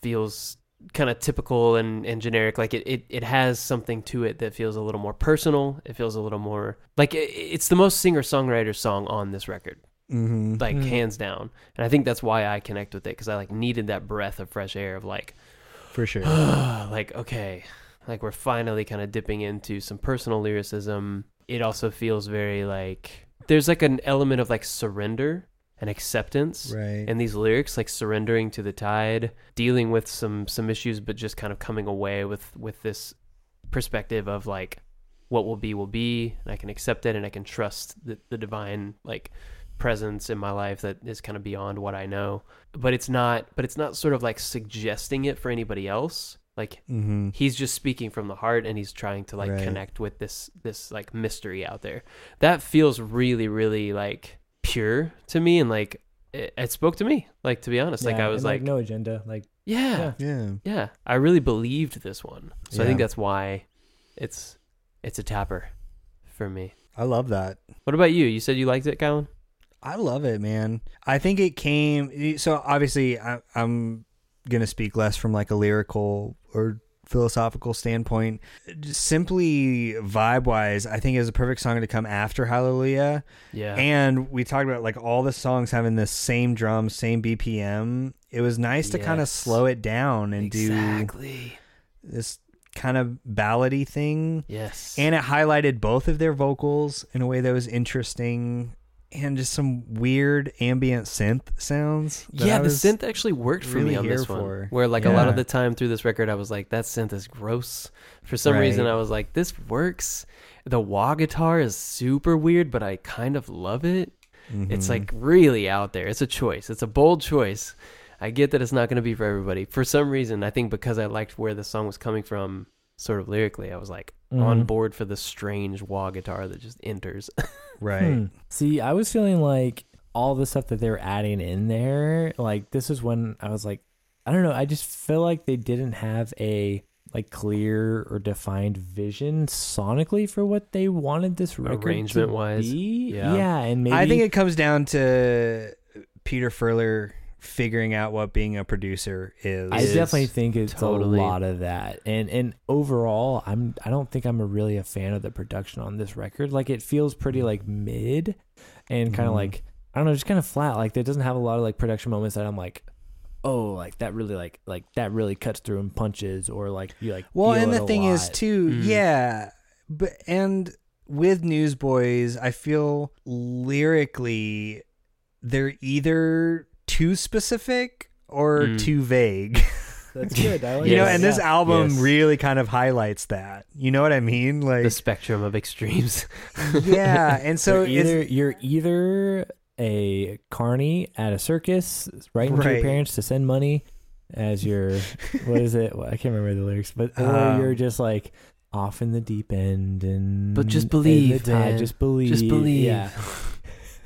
[SPEAKER 4] feels kind of typical and, and generic like it, it it has something to it that feels a little more personal it feels a little more like it, it's the most singer-songwriter song on this record
[SPEAKER 1] Mm-hmm.
[SPEAKER 4] like hands down and i think that's why i connect with it because i like needed that breath of fresh air of like
[SPEAKER 1] For sure.
[SPEAKER 4] like okay like we're finally kind of dipping into some personal lyricism it also feels very like there's like an element of like surrender and acceptance
[SPEAKER 1] Right.
[SPEAKER 4] and these lyrics like surrendering to the tide dealing with some some issues but just kind of coming away with with this perspective of like what will be will be and i can accept it and i can trust the, the divine like presence in my life that is kind of beyond what i know but it's not but it's not sort of like suggesting it for anybody else like
[SPEAKER 1] mm-hmm.
[SPEAKER 4] he's just speaking from the heart and he's trying to like
[SPEAKER 1] Right.
[SPEAKER 4] connect with this this like mystery out there that feels really really like pure to me and like it, it spoke to me like to be honest like
[SPEAKER 3] Yeah,
[SPEAKER 4] i was
[SPEAKER 3] and,
[SPEAKER 4] like,
[SPEAKER 3] no agenda. Like
[SPEAKER 4] yeah, yeah
[SPEAKER 3] yeah.
[SPEAKER 1] Yeah.
[SPEAKER 4] i really believed this one so i think
[SPEAKER 1] Yeah.
[SPEAKER 4] that's why it's it's a tapper for me
[SPEAKER 1] I love that.
[SPEAKER 4] what about you you said you liked it Colin?
[SPEAKER 1] I love it, man. I think it came. So obviously, I, I'm gonna speak less from like a lyrical or philosophical standpoint. Just simply vibe wise, I think it was a perfect song to come after Hallelujah.
[SPEAKER 4] Yeah.
[SPEAKER 1] And we talked about like all the songs having the same drum, same BPM. It was nice to kind of
[SPEAKER 4] Yes.
[SPEAKER 1] slow it down and do
[SPEAKER 4] exactly.
[SPEAKER 1] this kind of ballady thing.
[SPEAKER 4] Yes.
[SPEAKER 1] And it highlighted both of their vocals in a way that was interesting and just some weird ambient synth sounds. that
[SPEAKER 4] yeah,
[SPEAKER 1] I
[SPEAKER 4] the
[SPEAKER 1] was-
[SPEAKER 4] synth actually worked for
[SPEAKER 1] really
[SPEAKER 4] me on
[SPEAKER 1] here
[SPEAKER 4] this one.
[SPEAKER 1] for.
[SPEAKER 4] Where like a lot
[SPEAKER 1] Yeah.
[SPEAKER 4] of the time through this record, I was like, that synth is gross. For some reason,
[SPEAKER 1] Right.
[SPEAKER 4] I was like, this works. The wah guitar is super weird, but I kind of love it.
[SPEAKER 1] Mm-hmm.
[SPEAKER 4] It's like really out there. It's a choice. It's a bold choice. I get that it's not going to be for everybody. For some reason, I think because I liked where the song was coming from, sort of lyrically, I was like on
[SPEAKER 1] Mm-hmm.
[SPEAKER 4] board for the strange wah guitar that just enters.
[SPEAKER 1] Right.
[SPEAKER 3] Hmm. See, I was feeling like all the stuff that they were adding in there, like this is when I was like, I don't know, I just feel like they didn't have a like clear or defined vision sonically for what they wanted this record to
[SPEAKER 4] Arrangement-wise,
[SPEAKER 3] be.
[SPEAKER 4] yeah.
[SPEAKER 3] and maybe
[SPEAKER 1] I think it comes down to Peter Furler figuring out what being a producer is.
[SPEAKER 3] I definitely think it's
[SPEAKER 4] totally-
[SPEAKER 3] a lot of that, and and overall, I'm I don't think I'm a really a fan of the production on this record. Like it feels pretty like mid, and kind of
[SPEAKER 1] Mm-hmm.
[SPEAKER 3] like I don't know, just kind of flat. Like there doesn't have a lot of like production moments that I'm like, oh, like that really like like that really cuts through and punches, or like you like.
[SPEAKER 1] Well,
[SPEAKER 3] feel
[SPEAKER 1] and
[SPEAKER 3] it
[SPEAKER 1] the
[SPEAKER 3] a
[SPEAKER 1] thing is
[SPEAKER 3] lot. Hmm.
[SPEAKER 1] too, yeah, but and with Newsboys, I feel lyrically they're either too specific or
[SPEAKER 3] Hmm.
[SPEAKER 4] Mm.
[SPEAKER 1] too vague.
[SPEAKER 3] that's good. I like
[SPEAKER 1] you know,
[SPEAKER 3] that.
[SPEAKER 1] and this
[SPEAKER 3] Yeah.
[SPEAKER 1] album
[SPEAKER 4] Yes.
[SPEAKER 1] really kind of highlights that. You know what I mean?
[SPEAKER 4] the
[SPEAKER 1] Like,
[SPEAKER 4] spectrum of extremes.
[SPEAKER 1] yeah, and so
[SPEAKER 3] You're
[SPEAKER 1] it's
[SPEAKER 3] either you're either a carny at a circus writing to
[SPEAKER 1] Right.
[SPEAKER 3] your parents to send money as your what is it? Well, I can't remember the lyrics, but or
[SPEAKER 1] Um,
[SPEAKER 3] you're just like off in the deep end and
[SPEAKER 4] But just
[SPEAKER 3] and the
[SPEAKER 4] believe,
[SPEAKER 3] tide,
[SPEAKER 4] man.
[SPEAKER 3] just believe,
[SPEAKER 4] Just believe.
[SPEAKER 3] Yeah.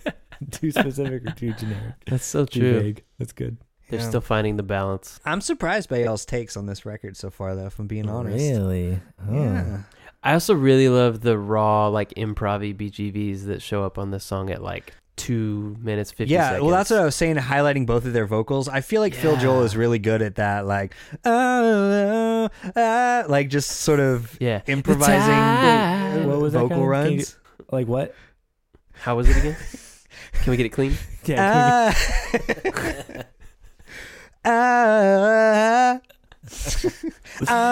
[SPEAKER 3] too specific or too generic,
[SPEAKER 4] That's so
[SPEAKER 3] too
[SPEAKER 4] true.
[SPEAKER 3] vague. That's good.
[SPEAKER 4] They're
[SPEAKER 1] Yeah.
[SPEAKER 4] still finding the balance.
[SPEAKER 1] I'm surprised by y'all's takes on this record so far, though. If I'm being honest,
[SPEAKER 3] Oh, Really? Oh.
[SPEAKER 1] yeah,
[SPEAKER 4] I also really love the raw, like improv BGVs that show up on this song at like two minutes fifty.
[SPEAKER 1] yeah.
[SPEAKER 4] seconds.
[SPEAKER 1] Well, that's what I was saying, highlighting both of their vocals. I feel like Phil Joel
[SPEAKER 4] Yeah.
[SPEAKER 1] is really good at that, like, oh, ah, like just sort of
[SPEAKER 4] yeah.
[SPEAKER 1] improvising
[SPEAKER 3] What was that
[SPEAKER 1] vocal
[SPEAKER 3] kind of- can you-
[SPEAKER 1] runs.
[SPEAKER 3] Like what?
[SPEAKER 4] How was it again? Can we get it clean?
[SPEAKER 3] Yeah.
[SPEAKER 1] Ah. Ah.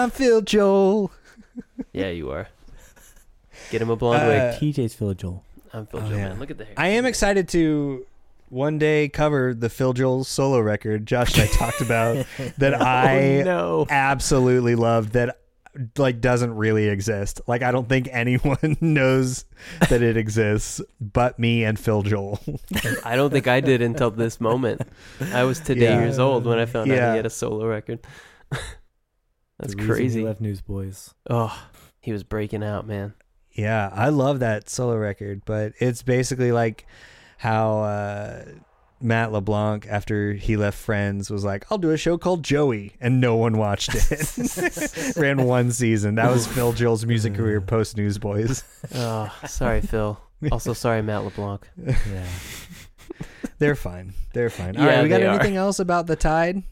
[SPEAKER 1] I'm Phil Joel.
[SPEAKER 4] Yeah, you are. Get him a blonde
[SPEAKER 1] Uh,
[SPEAKER 4] wig.
[SPEAKER 3] TJ's Phil Joel.
[SPEAKER 4] I'm Phil
[SPEAKER 1] oh,
[SPEAKER 4] Joel,
[SPEAKER 1] yeah.
[SPEAKER 4] man. Look at the hair.
[SPEAKER 1] I am excited to one day cover the Phil Joel solo record Josh and I talked about that I
[SPEAKER 4] Oh, no.
[SPEAKER 1] absolutely loved that like doesn't really exist. Like I don't think anyone knows that it exists but me and Phil Joel.
[SPEAKER 4] I don't think I did until this moment. I was today
[SPEAKER 1] Yeah.
[SPEAKER 4] years old when I found out
[SPEAKER 1] Yeah.
[SPEAKER 4] he had a solo record. that's
[SPEAKER 3] The reason he
[SPEAKER 4] crazy.
[SPEAKER 3] left Newsboys.
[SPEAKER 4] Oh, he was breaking out, man.
[SPEAKER 1] yeah, I love that solo record, but it's basically like how uh Matt LeBlanc, after he left Friends, was like, I'll do a show called Joey. And no one watched it. Ran one season. That was Phil Joel's music
[SPEAKER 4] Mm.
[SPEAKER 1] career post Newsboys.
[SPEAKER 4] Oh, sorry, Phil. Also, sorry, Matt LeBlanc.
[SPEAKER 3] Yeah.
[SPEAKER 1] They're fine. They're fine. All
[SPEAKER 4] Yeah,
[SPEAKER 1] right, we got
[SPEAKER 4] they are.
[SPEAKER 1] anything else about the tide?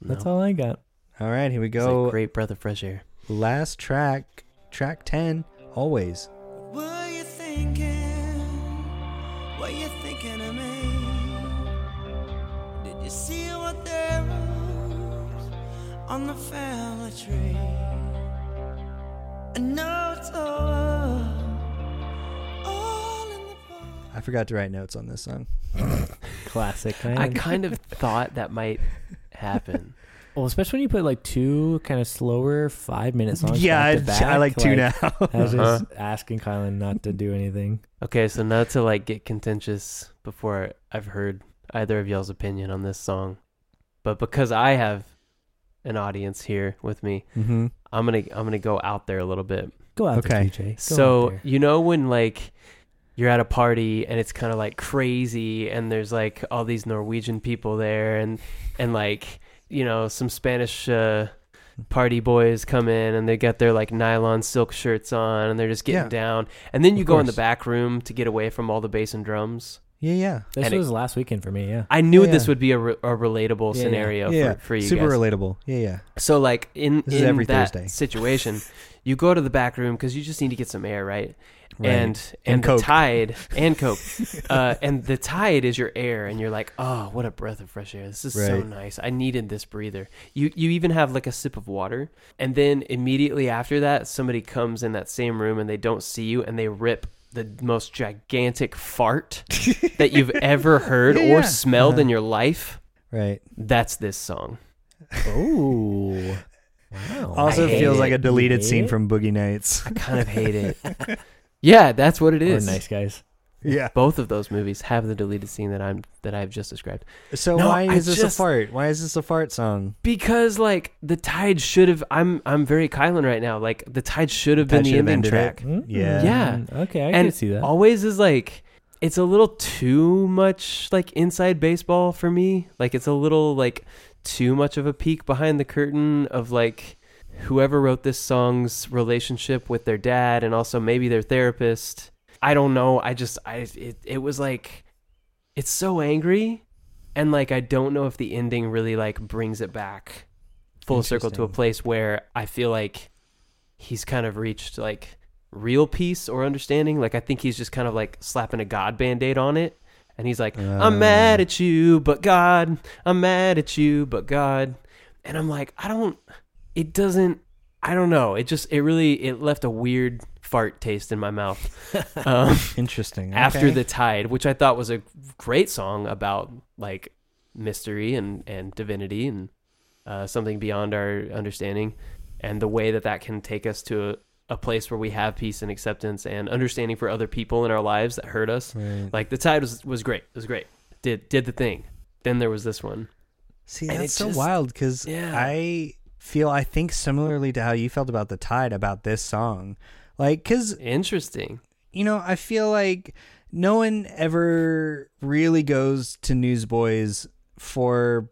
[SPEAKER 3] That's
[SPEAKER 4] No.
[SPEAKER 3] all I got.
[SPEAKER 1] All right, here we
[SPEAKER 4] It's a
[SPEAKER 1] go.
[SPEAKER 4] great breath of fresh air.
[SPEAKER 1] Last track, track 10, always.
[SPEAKER 5] Were you thinking? Were you thinking of me? Did you see what there was on the family tree? A note all in the past.
[SPEAKER 1] I forgot to write notes on this song.
[SPEAKER 3] Classic.
[SPEAKER 4] I kind of thought that might happen.
[SPEAKER 3] Well, especially when you put like two kind of slower five minute songs.
[SPEAKER 1] yeah,
[SPEAKER 3] back
[SPEAKER 1] I,
[SPEAKER 3] to back,
[SPEAKER 1] I like two now.
[SPEAKER 3] I was
[SPEAKER 4] Uh-huh.
[SPEAKER 3] just asking Kylan not to do anything.
[SPEAKER 4] Okay, so not to like get contentious before I've heard either of y'all's opinion on this song, but because I have an audience here with me,
[SPEAKER 1] mm-hmm.
[SPEAKER 4] I'm gonna I'm gonna go out there a little bit.
[SPEAKER 3] Go out
[SPEAKER 1] Okay.
[SPEAKER 3] there, TJ. Go out
[SPEAKER 4] so
[SPEAKER 3] there.
[SPEAKER 4] you know when like you're at a party and it's kind of like crazy and there's like all these Norwegian people there and and like you know some Spanish uh, party boys come in and they got their like nylon silk shirts on and they're just getting
[SPEAKER 1] Yeah.
[SPEAKER 4] down and then you
[SPEAKER 1] Of
[SPEAKER 4] go in the
[SPEAKER 1] course.
[SPEAKER 4] back room to get away from all the bass and drums
[SPEAKER 1] Yeah, yeah.
[SPEAKER 3] This
[SPEAKER 4] And it-
[SPEAKER 3] was last weekend for me. Yeah.
[SPEAKER 4] I knew
[SPEAKER 1] Yeah.
[SPEAKER 4] this would be a, re- a relatable
[SPEAKER 3] Yeah, yeah.
[SPEAKER 4] scenario
[SPEAKER 1] yeah.
[SPEAKER 4] For, for you
[SPEAKER 1] Super
[SPEAKER 4] guys.
[SPEAKER 1] relatable. Yeah, yeah.
[SPEAKER 4] So like in,
[SPEAKER 1] This is
[SPEAKER 4] in
[SPEAKER 1] every
[SPEAKER 4] that
[SPEAKER 1] Thursday.
[SPEAKER 4] situation, you go to the back room because you just need to get some air, right?
[SPEAKER 1] Right.
[SPEAKER 4] And and,
[SPEAKER 1] And
[SPEAKER 4] the
[SPEAKER 1] Coke.
[SPEAKER 4] tide and coke, uh, and the tide is your air, and you're like, oh, what a breath of fresh air! This is so
[SPEAKER 1] Right.
[SPEAKER 4] nice. I needed this breather. You you even have like a sip of water, and then immediately after that, somebody comes in that same room and they don't see you, and they rip the most gigantic fart that you've ever heard
[SPEAKER 1] Yeah, Uh-huh. yeah.
[SPEAKER 4] or smelled in your life.
[SPEAKER 1] Right.
[SPEAKER 4] That's this song.
[SPEAKER 3] Oh. Wow.
[SPEAKER 1] Also
[SPEAKER 4] I hate
[SPEAKER 1] feels like
[SPEAKER 4] it.
[SPEAKER 1] a deleted
[SPEAKER 3] You hate
[SPEAKER 1] scene
[SPEAKER 3] it?
[SPEAKER 1] from Boogie Nights.
[SPEAKER 4] Kind of hate it. Yeah, that's what it
[SPEAKER 3] We're
[SPEAKER 4] is.
[SPEAKER 3] nice guys.
[SPEAKER 1] yeah.
[SPEAKER 4] Both of those movies have the deleted scene that I'm that I've just described.
[SPEAKER 1] So
[SPEAKER 4] No,
[SPEAKER 1] why
[SPEAKER 4] I
[SPEAKER 1] is this
[SPEAKER 4] just-
[SPEAKER 1] a fart? Why is this a fart song?
[SPEAKER 4] Because like the tide should have I'm I'm very Kylan right now. Like the tide should have been
[SPEAKER 1] That
[SPEAKER 4] the
[SPEAKER 1] should have
[SPEAKER 4] ending
[SPEAKER 1] ended it.
[SPEAKER 4] track.
[SPEAKER 3] Mm-hmm.
[SPEAKER 1] Yeah.
[SPEAKER 4] Hmm? Yeah.
[SPEAKER 3] Okay, I
[SPEAKER 4] and
[SPEAKER 3] can see that.
[SPEAKER 4] always is like it's a little too much like inside baseball for me. Like it's a little like too much of a peek behind the curtain of like whoever wrote this song's relationship with their dad and also maybe their therapist. I don't know. I just I it, it was like it's so angry and like I don't know if the ending really like brings it back full circle to a
[SPEAKER 1] Interesting.
[SPEAKER 4] place where I feel like he's kind of reached like real peace or understanding. Like I think he's just kind of like slapping a God band aid on it. And he's like, I'm mad at you, but God, I'm mad at you, but God. And I'm like, I don't, it doesn't, I don't know. It just, it really, it left a weird fart taste in my mouth. Um,
[SPEAKER 1] Interesting.
[SPEAKER 4] after
[SPEAKER 1] Okay.
[SPEAKER 4] the tide which i thought was a great song about like mystery and and divinity and uh, something beyond our understanding and the way that that can take us to a, a place where we have peace and acceptance and understanding for other people in our lives that hurt us
[SPEAKER 1] Right.
[SPEAKER 4] like the tide was was great it was great did did the thing then there was this one
[SPEAKER 1] See,
[SPEAKER 4] And
[SPEAKER 1] that's
[SPEAKER 4] it
[SPEAKER 1] so
[SPEAKER 4] just-
[SPEAKER 1] wild because
[SPEAKER 4] yeah.
[SPEAKER 1] I feel I think similarly to how you felt about the tide about this song, like because
[SPEAKER 4] interesting
[SPEAKER 1] you know I feel like no one ever really goes to Newsboys for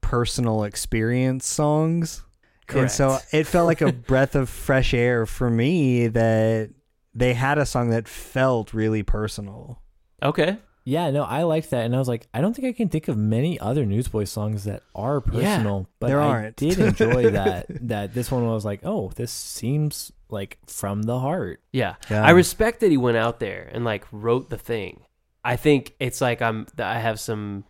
[SPEAKER 1] personal experience songs, and so
[SPEAKER 4] Correct.
[SPEAKER 1] it felt like a breath of fresh air for me that they had a song that felt really personal.
[SPEAKER 4] okay
[SPEAKER 3] yeah, no, I liked that, and I was like, I don't think I can think of many other Newsboy songs that are personal, but
[SPEAKER 1] there
[SPEAKER 3] I
[SPEAKER 1] aren't.
[SPEAKER 3] did enjoy that. That this one was like, oh, this seems like from the heart.
[SPEAKER 4] Yeah.
[SPEAKER 1] Yeah.
[SPEAKER 4] I respect that he went out there and like wrote the thing. I think it's like I'm that I have some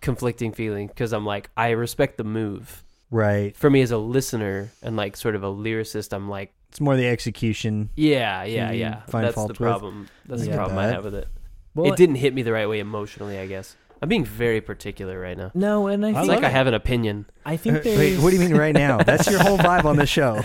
[SPEAKER 4] conflicting feeling because I'm like I respect the move.
[SPEAKER 1] Right,
[SPEAKER 4] For me as a listener and like sort of a lyricist, I'm like
[SPEAKER 1] it's more the execution.
[SPEAKER 4] yeah, yeah,
[SPEAKER 1] Mm,
[SPEAKER 4] yeah.
[SPEAKER 1] find
[SPEAKER 4] That's
[SPEAKER 1] fault
[SPEAKER 4] the
[SPEAKER 1] with.
[SPEAKER 4] problem. That's the
[SPEAKER 3] Yeah.
[SPEAKER 4] problem I
[SPEAKER 1] Bad.
[SPEAKER 4] have with it.
[SPEAKER 3] Well,
[SPEAKER 4] it didn't hit me the right way emotionally, I guess. I'm being very particular right now.
[SPEAKER 3] No, and I
[SPEAKER 4] It's
[SPEAKER 3] think
[SPEAKER 4] like I have an opinion.
[SPEAKER 3] I think there's.
[SPEAKER 1] Wait, what do you mean right now? That's your whole vibe on the show.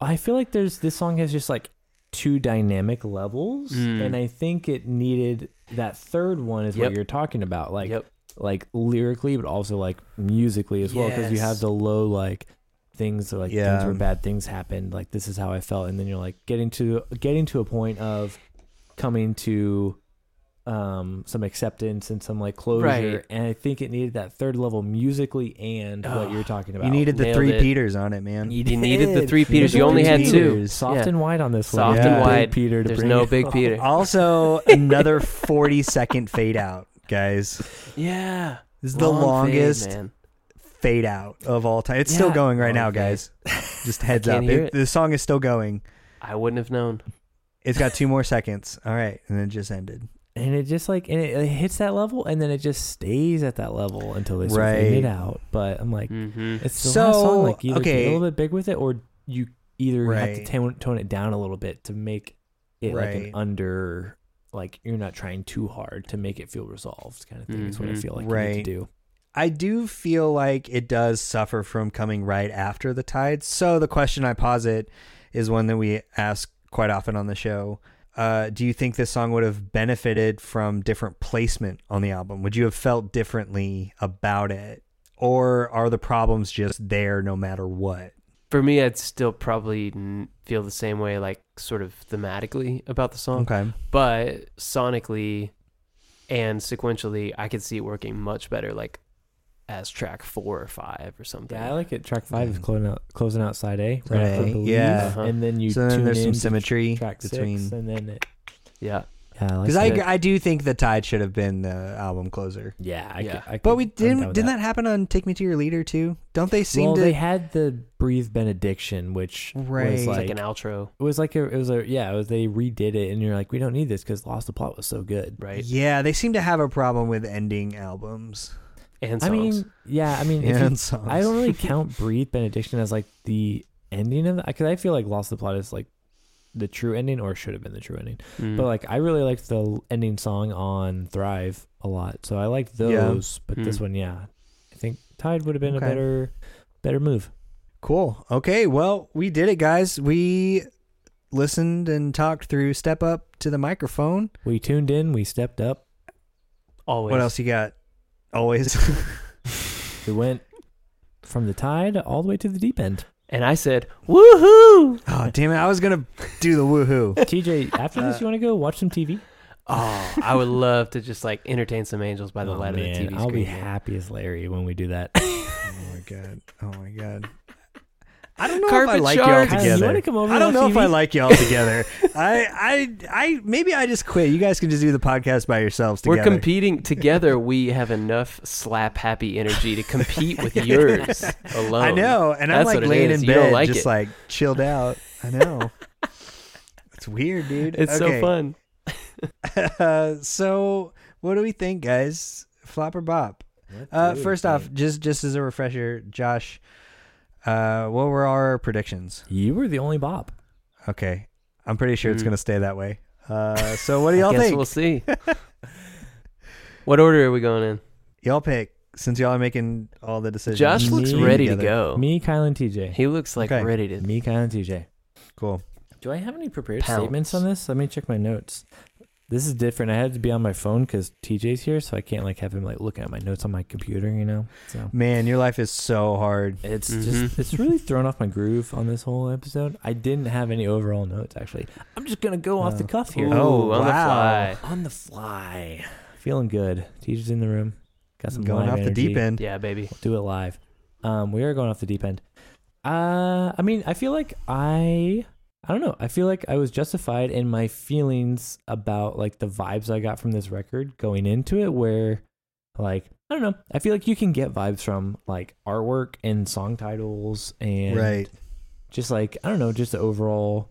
[SPEAKER 3] I feel like there's this song has just like two dynamic levels,
[SPEAKER 4] Mm.
[SPEAKER 3] and I think it needed that third one is
[SPEAKER 4] Yep.
[SPEAKER 3] what you're talking about, like
[SPEAKER 4] Yep.
[SPEAKER 3] like lyrically, but also like musically as well, because you
[SPEAKER 4] Yes.
[SPEAKER 3] have the low like things like things
[SPEAKER 1] Yeah.
[SPEAKER 3] were bad things happened, like this is how I felt, and then you're like getting to getting to a point of coming to um some acceptance and some like closure
[SPEAKER 4] Right.
[SPEAKER 3] and i think it needed that third level musically and what you're talking about
[SPEAKER 1] You needed the
[SPEAKER 4] Nailed
[SPEAKER 1] three
[SPEAKER 4] it.
[SPEAKER 1] Peters on it, man.
[SPEAKER 4] You needed the
[SPEAKER 3] did.
[SPEAKER 4] three Peters. You
[SPEAKER 1] the
[SPEAKER 4] only
[SPEAKER 1] three
[SPEAKER 4] had two.
[SPEAKER 1] Peters.
[SPEAKER 3] Soft
[SPEAKER 4] Yeah.
[SPEAKER 3] and wide on this one.
[SPEAKER 4] Soft
[SPEAKER 1] Yeah.
[SPEAKER 4] and
[SPEAKER 1] Big
[SPEAKER 4] wide.
[SPEAKER 3] Peter to
[SPEAKER 4] There's
[SPEAKER 3] bring
[SPEAKER 4] no
[SPEAKER 3] it
[SPEAKER 4] big
[SPEAKER 3] home.
[SPEAKER 4] Peter.
[SPEAKER 1] Also, another 40 second fade out, guys.
[SPEAKER 4] Yeah.
[SPEAKER 1] This is the
[SPEAKER 4] Long fade,
[SPEAKER 1] longest
[SPEAKER 4] man.
[SPEAKER 1] fade out of all time. It's still
[SPEAKER 4] Yeah.
[SPEAKER 1] going right
[SPEAKER 4] Long
[SPEAKER 1] now,
[SPEAKER 4] fade.
[SPEAKER 1] guys. Just heads
[SPEAKER 4] can't
[SPEAKER 1] up.
[SPEAKER 4] hear
[SPEAKER 1] It-
[SPEAKER 4] it.
[SPEAKER 1] The song is still going.
[SPEAKER 4] I wouldn't have known.
[SPEAKER 1] It's got two more seconds. All right. And then it just ended.
[SPEAKER 3] and it just like and it, it hits that level and then it just stays at that level until they start fading it
[SPEAKER 1] Right.
[SPEAKER 3] out. But I'm like,
[SPEAKER 4] Mm-hmm.
[SPEAKER 3] it's the
[SPEAKER 1] So,
[SPEAKER 3] last song. Like either get
[SPEAKER 1] okay.
[SPEAKER 3] a little bit big with it, or you either have to
[SPEAKER 1] Right.
[SPEAKER 3] tone, tone it down a little bit to make it like an
[SPEAKER 1] Right.
[SPEAKER 3] under. Like you're not trying too hard to make it feel resolved, kind of thing. Is what I
[SPEAKER 4] Mhm.
[SPEAKER 3] feel like you need
[SPEAKER 1] Right.
[SPEAKER 3] to do.
[SPEAKER 1] I do feel like it does suffer from coming right after the tide. So the question I posit is one that we ask quite often on the show. Uh, do you think this song would have benefited from different placement on the album? Would you have felt differently about it? Or are the problems just there no matter what?
[SPEAKER 4] For me, I'd still probably n- feel the same way, like sort of thematically about the song,
[SPEAKER 1] Okay.
[SPEAKER 4] but sonically and sequentially, I could see it working much better, like as track four or five or something.
[SPEAKER 3] Yeah, I like it. Track five is closing out, closing out side A, right? after
[SPEAKER 1] Right,
[SPEAKER 3] Believe,
[SPEAKER 1] yeah.
[SPEAKER 3] and then you
[SPEAKER 1] So then
[SPEAKER 3] tune
[SPEAKER 1] there's
[SPEAKER 3] in
[SPEAKER 1] some
[SPEAKER 3] to
[SPEAKER 1] symmetry
[SPEAKER 3] Mm-hmm. Uh-huh. track six,
[SPEAKER 1] between.
[SPEAKER 3] and then it,
[SPEAKER 4] yeah.
[SPEAKER 3] yeah, Yeah, I like
[SPEAKER 1] Because I,
[SPEAKER 3] that.
[SPEAKER 1] I do think the tide should have been the album closer.
[SPEAKER 3] yeah, I,
[SPEAKER 4] Yeah.
[SPEAKER 3] Could, I
[SPEAKER 1] But
[SPEAKER 3] could-
[SPEAKER 1] we
[SPEAKER 3] I'm down
[SPEAKER 1] didn't
[SPEAKER 3] with
[SPEAKER 1] didn't that. happen on Take Me to Your Leader too? Don't they seem
[SPEAKER 3] well,
[SPEAKER 1] to
[SPEAKER 3] they had the breathe benediction, which
[SPEAKER 1] Right.
[SPEAKER 3] was like,
[SPEAKER 4] like an outro,
[SPEAKER 3] it was like a, it was a yeah, it was they redid it, and you're like, we don't need this because Lost the Plot was so good,
[SPEAKER 4] right?
[SPEAKER 1] Yeah, they seem to have a problem with ending albums.
[SPEAKER 4] And
[SPEAKER 3] I
[SPEAKER 4] songs.
[SPEAKER 3] mean, yeah, I mean, if
[SPEAKER 1] Yeah,
[SPEAKER 3] you-
[SPEAKER 1] and songs.
[SPEAKER 3] I don't really count breathe benediction as like the ending of it because I feel like Lost the Plot is like the true ending or should have been the true ending.
[SPEAKER 4] Mm.
[SPEAKER 3] But like I really liked the l- ending song on Thrive a lot, so I liked those. But this
[SPEAKER 4] Mm.
[SPEAKER 3] one, yeah, I think Tide would have been
[SPEAKER 1] Okay.
[SPEAKER 3] a better better move.
[SPEAKER 1] Cool. Okay, well, we did it guys. We listened and talked through Step Up to the Microphone.
[SPEAKER 3] We tuned in, we stepped up,
[SPEAKER 4] always.
[SPEAKER 1] What else you got? Always.
[SPEAKER 3] we went from the tide all the way to the deep end.
[SPEAKER 4] And I said, "Woohoo!"
[SPEAKER 1] oh, damn it. I was going to do the woohoo.
[SPEAKER 3] TJ, after this, you want to go watch some TV?
[SPEAKER 4] Oh, I would love to just like entertain some angels by the
[SPEAKER 3] Oh,
[SPEAKER 4] light of the
[SPEAKER 3] man,
[SPEAKER 4] TV
[SPEAKER 3] I'll be
[SPEAKER 4] screen.
[SPEAKER 3] happy as Larry when we do that.
[SPEAKER 1] Oh my god. Oh my god. I don't know if I
[SPEAKER 4] Carpet
[SPEAKER 1] like
[SPEAKER 4] sharks.
[SPEAKER 1] y'all
[SPEAKER 3] Kyle, you
[SPEAKER 1] together.
[SPEAKER 3] wanna come over
[SPEAKER 1] I
[SPEAKER 3] to
[SPEAKER 1] don't
[SPEAKER 3] that
[SPEAKER 1] know if I
[SPEAKER 3] TV?
[SPEAKER 1] like y'all together. I I I maybe I just quit. You guys can just do the podcast by yourselves
[SPEAKER 4] We're
[SPEAKER 1] together.
[SPEAKER 4] competing together. We have enough slap happy energy to compete with yours alone.
[SPEAKER 1] I know, and I'm
[SPEAKER 4] Oh, That's
[SPEAKER 1] like
[SPEAKER 4] what it
[SPEAKER 1] laying
[SPEAKER 4] is.
[SPEAKER 1] in
[SPEAKER 4] You don't
[SPEAKER 1] bed,
[SPEAKER 4] like
[SPEAKER 1] just
[SPEAKER 4] it.
[SPEAKER 1] like chilled out. I know. it's weird, dude.
[SPEAKER 4] It's so
[SPEAKER 1] Okay,
[SPEAKER 4] fun.
[SPEAKER 1] Uh, so, what do we think, guys? Flop or bop? Uh, first off, just just as a refresher, Josh, uh, what were our predictions?
[SPEAKER 3] you were the only Bob.
[SPEAKER 1] Okay, I'm pretty sure it's
[SPEAKER 3] Hmm.
[SPEAKER 4] Mm.
[SPEAKER 1] gonna stay that way. Uh, so, what do y'all
[SPEAKER 4] Guess
[SPEAKER 1] think?
[SPEAKER 4] we'll see. what order are we going in?
[SPEAKER 1] Y'all pick since y'all are making all the decisions.
[SPEAKER 4] Josh looks
[SPEAKER 3] Me
[SPEAKER 4] ready to
[SPEAKER 1] together.
[SPEAKER 4] go.
[SPEAKER 3] Me, Kyle, and TJ.
[SPEAKER 4] He looks like
[SPEAKER 1] Okay.
[SPEAKER 4] ready to.
[SPEAKER 3] Me, Kyle, and TJ.
[SPEAKER 1] Cool.
[SPEAKER 3] Do I have any prepared
[SPEAKER 4] Pounce.
[SPEAKER 3] statements on this? Let me check my notes. This is different. I had to be on my phone because TJ's here, so I can't like have him like looking at my notes on my computer, you know. So
[SPEAKER 1] Man, your life is so hard.
[SPEAKER 3] it's
[SPEAKER 4] Mhm.
[SPEAKER 3] just it's really thrown off my groove on this whole episode. I didn't have any overall notes actually. Uh, I'm just gonna go off the
[SPEAKER 1] Oh.
[SPEAKER 3] cuff here.
[SPEAKER 4] Ooh,
[SPEAKER 1] Oh,
[SPEAKER 4] on
[SPEAKER 1] wow.
[SPEAKER 4] the fly.
[SPEAKER 3] On the fly, feeling good. TJ's in the room. Got some
[SPEAKER 1] Going
[SPEAKER 3] live
[SPEAKER 1] off the
[SPEAKER 3] energy.
[SPEAKER 1] deep end.
[SPEAKER 4] Yeah, baby.
[SPEAKER 3] do it live. Um, we are going off the deep end. Uh, I mean, I feel like I, I don't know. I feel like I was justified in my feelings about like the vibes I got from this record going into it. Where, like, I don't know. I feel like you can get vibes from like artwork and song titles and
[SPEAKER 1] Right.
[SPEAKER 3] just like I don't know, just the overall.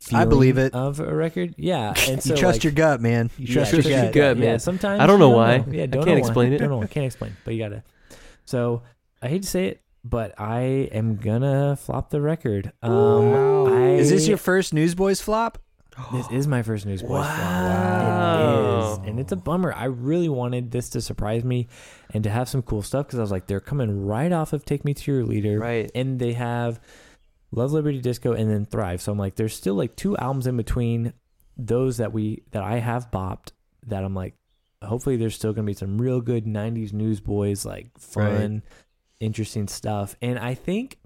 [SPEAKER 3] feeling
[SPEAKER 1] believe it.
[SPEAKER 3] of a record. Yeah, and so
[SPEAKER 1] you trust
[SPEAKER 3] like,
[SPEAKER 1] your gut, man. You trust
[SPEAKER 3] yeah,
[SPEAKER 1] your
[SPEAKER 4] trust your
[SPEAKER 1] gut.
[SPEAKER 4] gut. man.
[SPEAKER 3] Yeah, sometimes
[SPEAKER 4] I don't know
[SPEAKER 3] you
[SPEAKER 4] why.
[SPEAKER 3] Yeah,
[SPEAKER 4] I
[SPEAKER 3] don't
[SPEAKER 4] can't
[SPEAKER 3] know
[SPEAKER 4] explain
[SPEAKER 3] why.
[SPEAKER 4] it.
[SPEAKER 3] Don't know. Can't explain, but you gotta. So I hate to say it, but I am gonna flop the record. Um, I,
[SPEAKER 1] Is this your first Newsboys flop?
[SPEAKER 3] This is my first Newsboys flop.
[SPEAKER 4] Wow.
[SPEAKER 3] It is, and it's a bummer. I really wanted this to surprise me and to have some cool stuff because I was like, they're coming right off of Take Me to Your Leader,
[SPEAKER 4] Right.
[SPEAKER 3] And they have Love Liberty Disco and then Thrive. So I'm like, there's still like two albums in between those that we that I have bopped that I'm like, hopefully there's still gonna be some real good '90s Newsboys like fun, interesting stuff. And I think,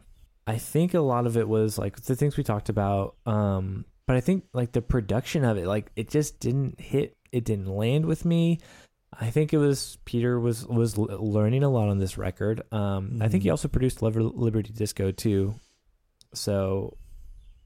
[SPEAKER 3] I think a lot of it was like the things we talked about. Um, but I think like the production of it, like it just didn't hit. It didn't land with me. I think it was Peter was was l- learning a lot on this record. Um, I think he also produced Liber- Liberty Disco too, so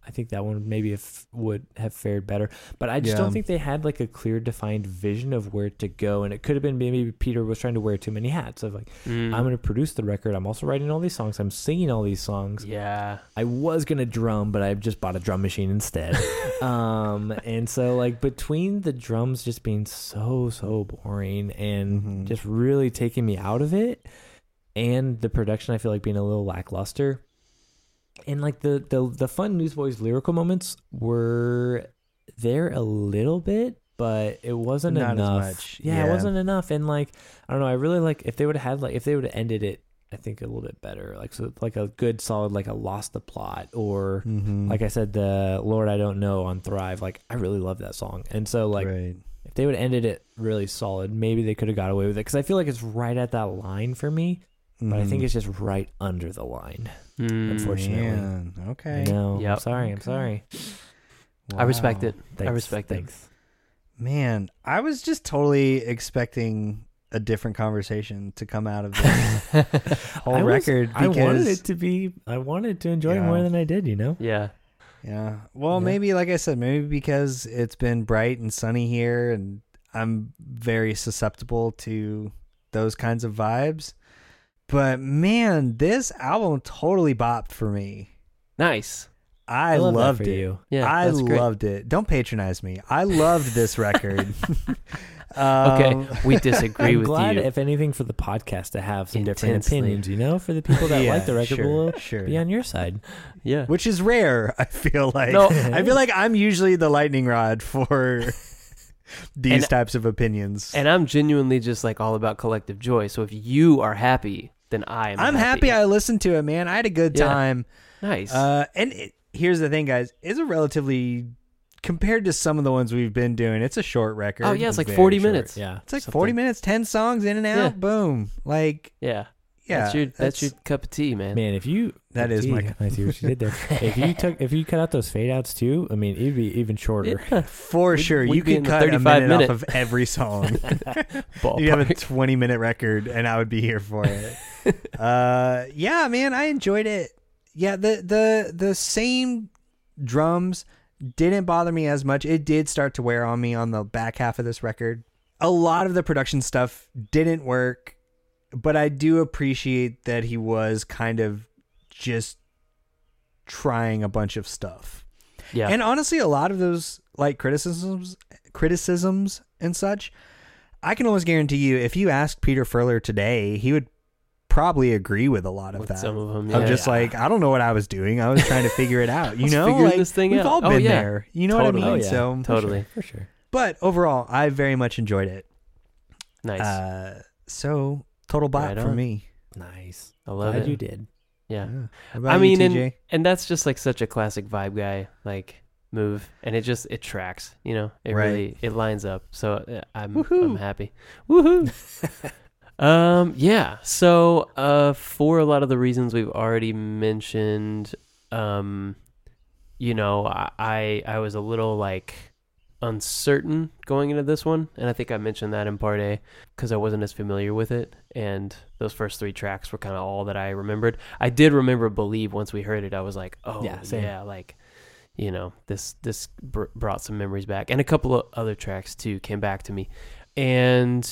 [SPEAKER 3] I think that one maybe if would have fared better. But I just
[SPEAKER 1] Yeah.
[SPEAKER 3] don't think they had like a clear defined vision of where to go, and it could have been maybe Peter was trying to wear too many hats of like
[SPEAKER 4] Mm.
[SPEAKER 3] I'm going to produce the record. I'm also writing all these songs. I'm singing all these songs.
[SPEAKER 4] yeah.
[SPEAKER 3] I was gonna drum, but I just bought a drum machine instead. um, and so like between the drums just being so so boring and
[SPEAKER 1] Mhm.
[SPEAKER 3] just really taking me out of it, and the production I feel like being a little lackluster, and like the the the fun Newsboys lyrical moments were there a little bit. But it wasn't
[SPEAKER 1] Not as
[SPEAKER 3] enough.
[SPEAKER 1] much,
[SPEAKER 3] Yeah,
[SPEAKER 1] yeah.
[SPEAKER 3] it wasn't enough. And like, I don't know. I really like if they would have had like if they would have ended it I think a little bit better. Like so, like a good solid, like a lost the plot, or
[SPEAKER 1] Mm-hmm.
[SPEAKER 3] like I said, the Lord I don't know on Thrive. Like I really love that song, and so like
[SPEAKER 1] right.
[SPEAKER 3] if they would have ended it really solid, maybe they could have got away with it because I feel like it's right at that line for me, but I
[SPEAKER 1] Mm-hmm.
[SPEAKER 3] think it's just right under the line.
[SPEAKER 4] Mm.
[SPEAKER 3] Unfortunately,
[SPEAKER 1] Man, okay.
[SPEAKER 3] no,
[SPEAKER 4] Yep.
[SPEAKER 3] I'm sorry, I'm sorry.
[SPEAKER 4] I respect
[SPEAKER 1] Wow.
[SPEAKER 4] it.
[SPEAKER 3] Thanks,
[SPEAKER 4] respect it.
[SPEAKER 3] thanks.
[SPEAKER 1] Man, I was just totally expecting a different conversation to come out of this whole
[SPEAKER 3] I was-
[SPEAKER 1] record
[SPEAKER 3] I wanted
[SPEAKER 1] because
[SPEAKER 3] it to be. I wanted to enjoy it more
[SPEAKER 1] Yeah.
[SPEAKER 3] than I did. You know.
[SPEAKER 4] Yeah.
[SPEAKER 1] Yeah. Well, maybe like I said, maybe because it's been bright and sunny here and I'm very susceptible to those kinds of vibes. But man, this album totally bopped for me.
[SPEAKER 4] Nice.
[SPEAKER 1] I,
[SPEAKER 3] I love that
[SPEAKER 1] loved
[SPEAKER 3] for
[SPEAKER 1] it.
[SPEAKER 3] you.
[SPEAKER 4] Yeah,
[SPEAKER 1] I
[SPEAKER 4] that's great.
[SPEAKER 1] loved it. Don't patronize me. I loved this record.
[SPEAKER 4] Okay,
[SPEAKER 1] Um,
[SPEAKER 4] we disagree
[SPEAKER 3] I'm
[SPEAKER 4] with
[SPEAKER 3] glad,
[SPEAKER 4] you.
[SPEAKER 3] if anything, for the podcast to have some different
[SPEAKER 4] Intensely.
[SPEAKER 3] opinions. You know, for the people that
[SPEAKER 1] Yeah,
[SPEAKER 3] like the record,
[SPEAKER 1] sure,
[SPEAKER 3] will
[SPEAKER 1] sure.
[SPEAKER 3] be on your side.
[SPEAKER 4] yeah.
[SPEAKER 1] Which is rare, I feel like.
[SPEAKER 4] No.
[SPEAKER 1] I feel like I'm usually the lightning rod for these
[SPEAKER 4] And-
[SPEAKER 1] types of opinions.
[SPEAKER 4] And I'm genuinely just like all about collective joy. So if you are happy, then I am.
[SPEAKER 1] I'm happy I listened to it, man. I had a good
[SPEAKER 4] Yeah.
[SPEAKER 1] time.
[SPEAKER 4] nice.
[SPEAKER 1] Uh, and it, here's the thing, guys. It's a relatively, compared to some of the ones we've been doing, it's a short record.
[SPEAKER 4] oh yeah, it's like
[SPEAKER 1] Very
[SPEAKER 4] 40
[SPEAKER 1] short.
[SPEAKER 4] minutes.
[SPEAKER 3] Yeah.
[SPEAKER 1] It's like
[SPEAKER 4] Something.
[SPEAKER 1] 40 minutes, 10 songs in and out.
[SPEAKER 4] Yeah.
[SPEAKER 1] Boom. Like,
[SPEAKER 4] Yeah.
[SPEAKER 1] yeah.
[SPEAKER 4] That's your that's, your cup of tea, man.
[SPEAKER 3] Man, if you
[SPEAKER 1] That is my-
[SPEAKER 3] Gee, I see what you did there. if you took if you cut out those fade outs too, I mean, it'd be even shorter.
[SPEAKER 4] Yeah.
[SPEAKER 1] For
[SPEAKER 4] We'd-
[SPEAKER 1] sure.
[SPEAKER 4] we'd
[SPEAKER 1] You
[SPEAKER 4] be in
[SPEAKER 1] could
[SPEAKER 4] the
[SPEAKER 1] cut a
[SPEAKER 4] 35
[SPEAKER 1] minute,
[SPEAKER 4] minute.
[SPEAKER 1] off of every song. you have a
[SPEAKER 4] Ballpark.
[SPEAKER 1] 20 minute record, and I would be here for it. uh, yeah, man. I enjoyed it. Yeah. The, the, the same drums didn't bother me as much. It did start to wear on me on the back half of this record. A lot of the production stuff didn't work, but I do appreciate that he was kind of just trying a bunch of stuff.
[SPEAKER 4] Yeah.
[SPEAKER 1] And honestly, a lot of those like criticisms criticisms and such, I can almost guarantee you if you asked Peter Furler today, he would probably agree with a lot of
[SPEAKER 4] With
[SPEAKER 1] that.
[SPEAKER 4] some of 'em,
[SPEAKER 1] Of
[SPEAKER 4] yeah.
[SPEAKER 1] just like, I don't know what I was doing. I was trying to figure it out. You
[SPEAKER 4] was
[SPEAKER 1] know,
[SPEAKER 4] figuring
[SPEAKER 1] like,
[SPEAKER 4] this thing
[SPEAKER 1] we've
[SPEAKER 4] out.
[SPEAKER 1] all
[SPEAKER 4] Oh,
[SPEAKER 1] been
[SPEAKER 4] yeah.
[SPEAKER 1] there. You know
[SPEAKER 4] Totally.
[SPEAKER 1] what I mean?
[SPEAKER 4] Oh, yeah.
[SPEAKER 1] So,
[SPEAKER 4] Totally.
[SPEAKER 3] for sure.
[SPEAKER 1] but overall, I very much enjoyed it.
[SPEAKER 4] Nice.
[SPEAKER 1] Uh, so total bot
[SPEAKER 4] Right
[SPEAKER 1] for
[SPEAKER 4] on.
[SPEAKER 1] me.
[SPEAKER 3] Nice.
[SPEAKER 4] I love
[SPEAKER 3] Glad
[SPEAKER 4] it.
[SPEAKER 3] you did.
[SPEAKER 4] Yeah.
[SPEAKER 1] Yeah. How about
[SPEAKER 4] I
[SPEAKER 1] you,
[SPEAKER 4] mean, and,
[SPEAKER 1] TJ?
[SPEAKER 4] and that's just like such a classic vibe guy like move, and it just it tracks. You know, it
[SPEAKER 1] Right.
[SPEAKER 4] really it lines up. So uh, I'm I'm
[SPEAKER 1] Woohoo.
[SPEAKER 4] happy. Woohoo! um, yeah. So uh, for a lot of the reasons we've already mentioned, um, you know, I I, I was a little like uncertain going into this one and i think i mentioned that in part a because i wasn't as familiar with it and those first three tracks were kind of all that i remembered i did remember believe once we heard it i was like oh yeah,
[SPEAKER 3] Yeah, same.
[SPEAKER 4] like you know this this br- brought some memories back and a couple of other tracks too came back to me and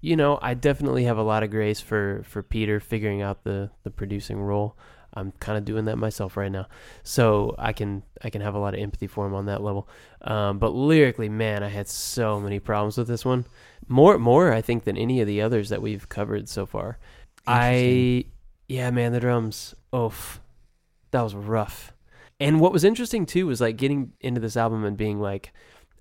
[SPEAKER 4] you know i definitely have a lot of grace for for peter figuring out the the producing role i'm kind of doing that myself right now so i can i can have a lot of empathy for him on that level um, but lyrically man i had so many problems with this one more more i think than any of the others that we've covered so far i yeah man the drums oof that was rough and what was interesting too was like getting into this album and being like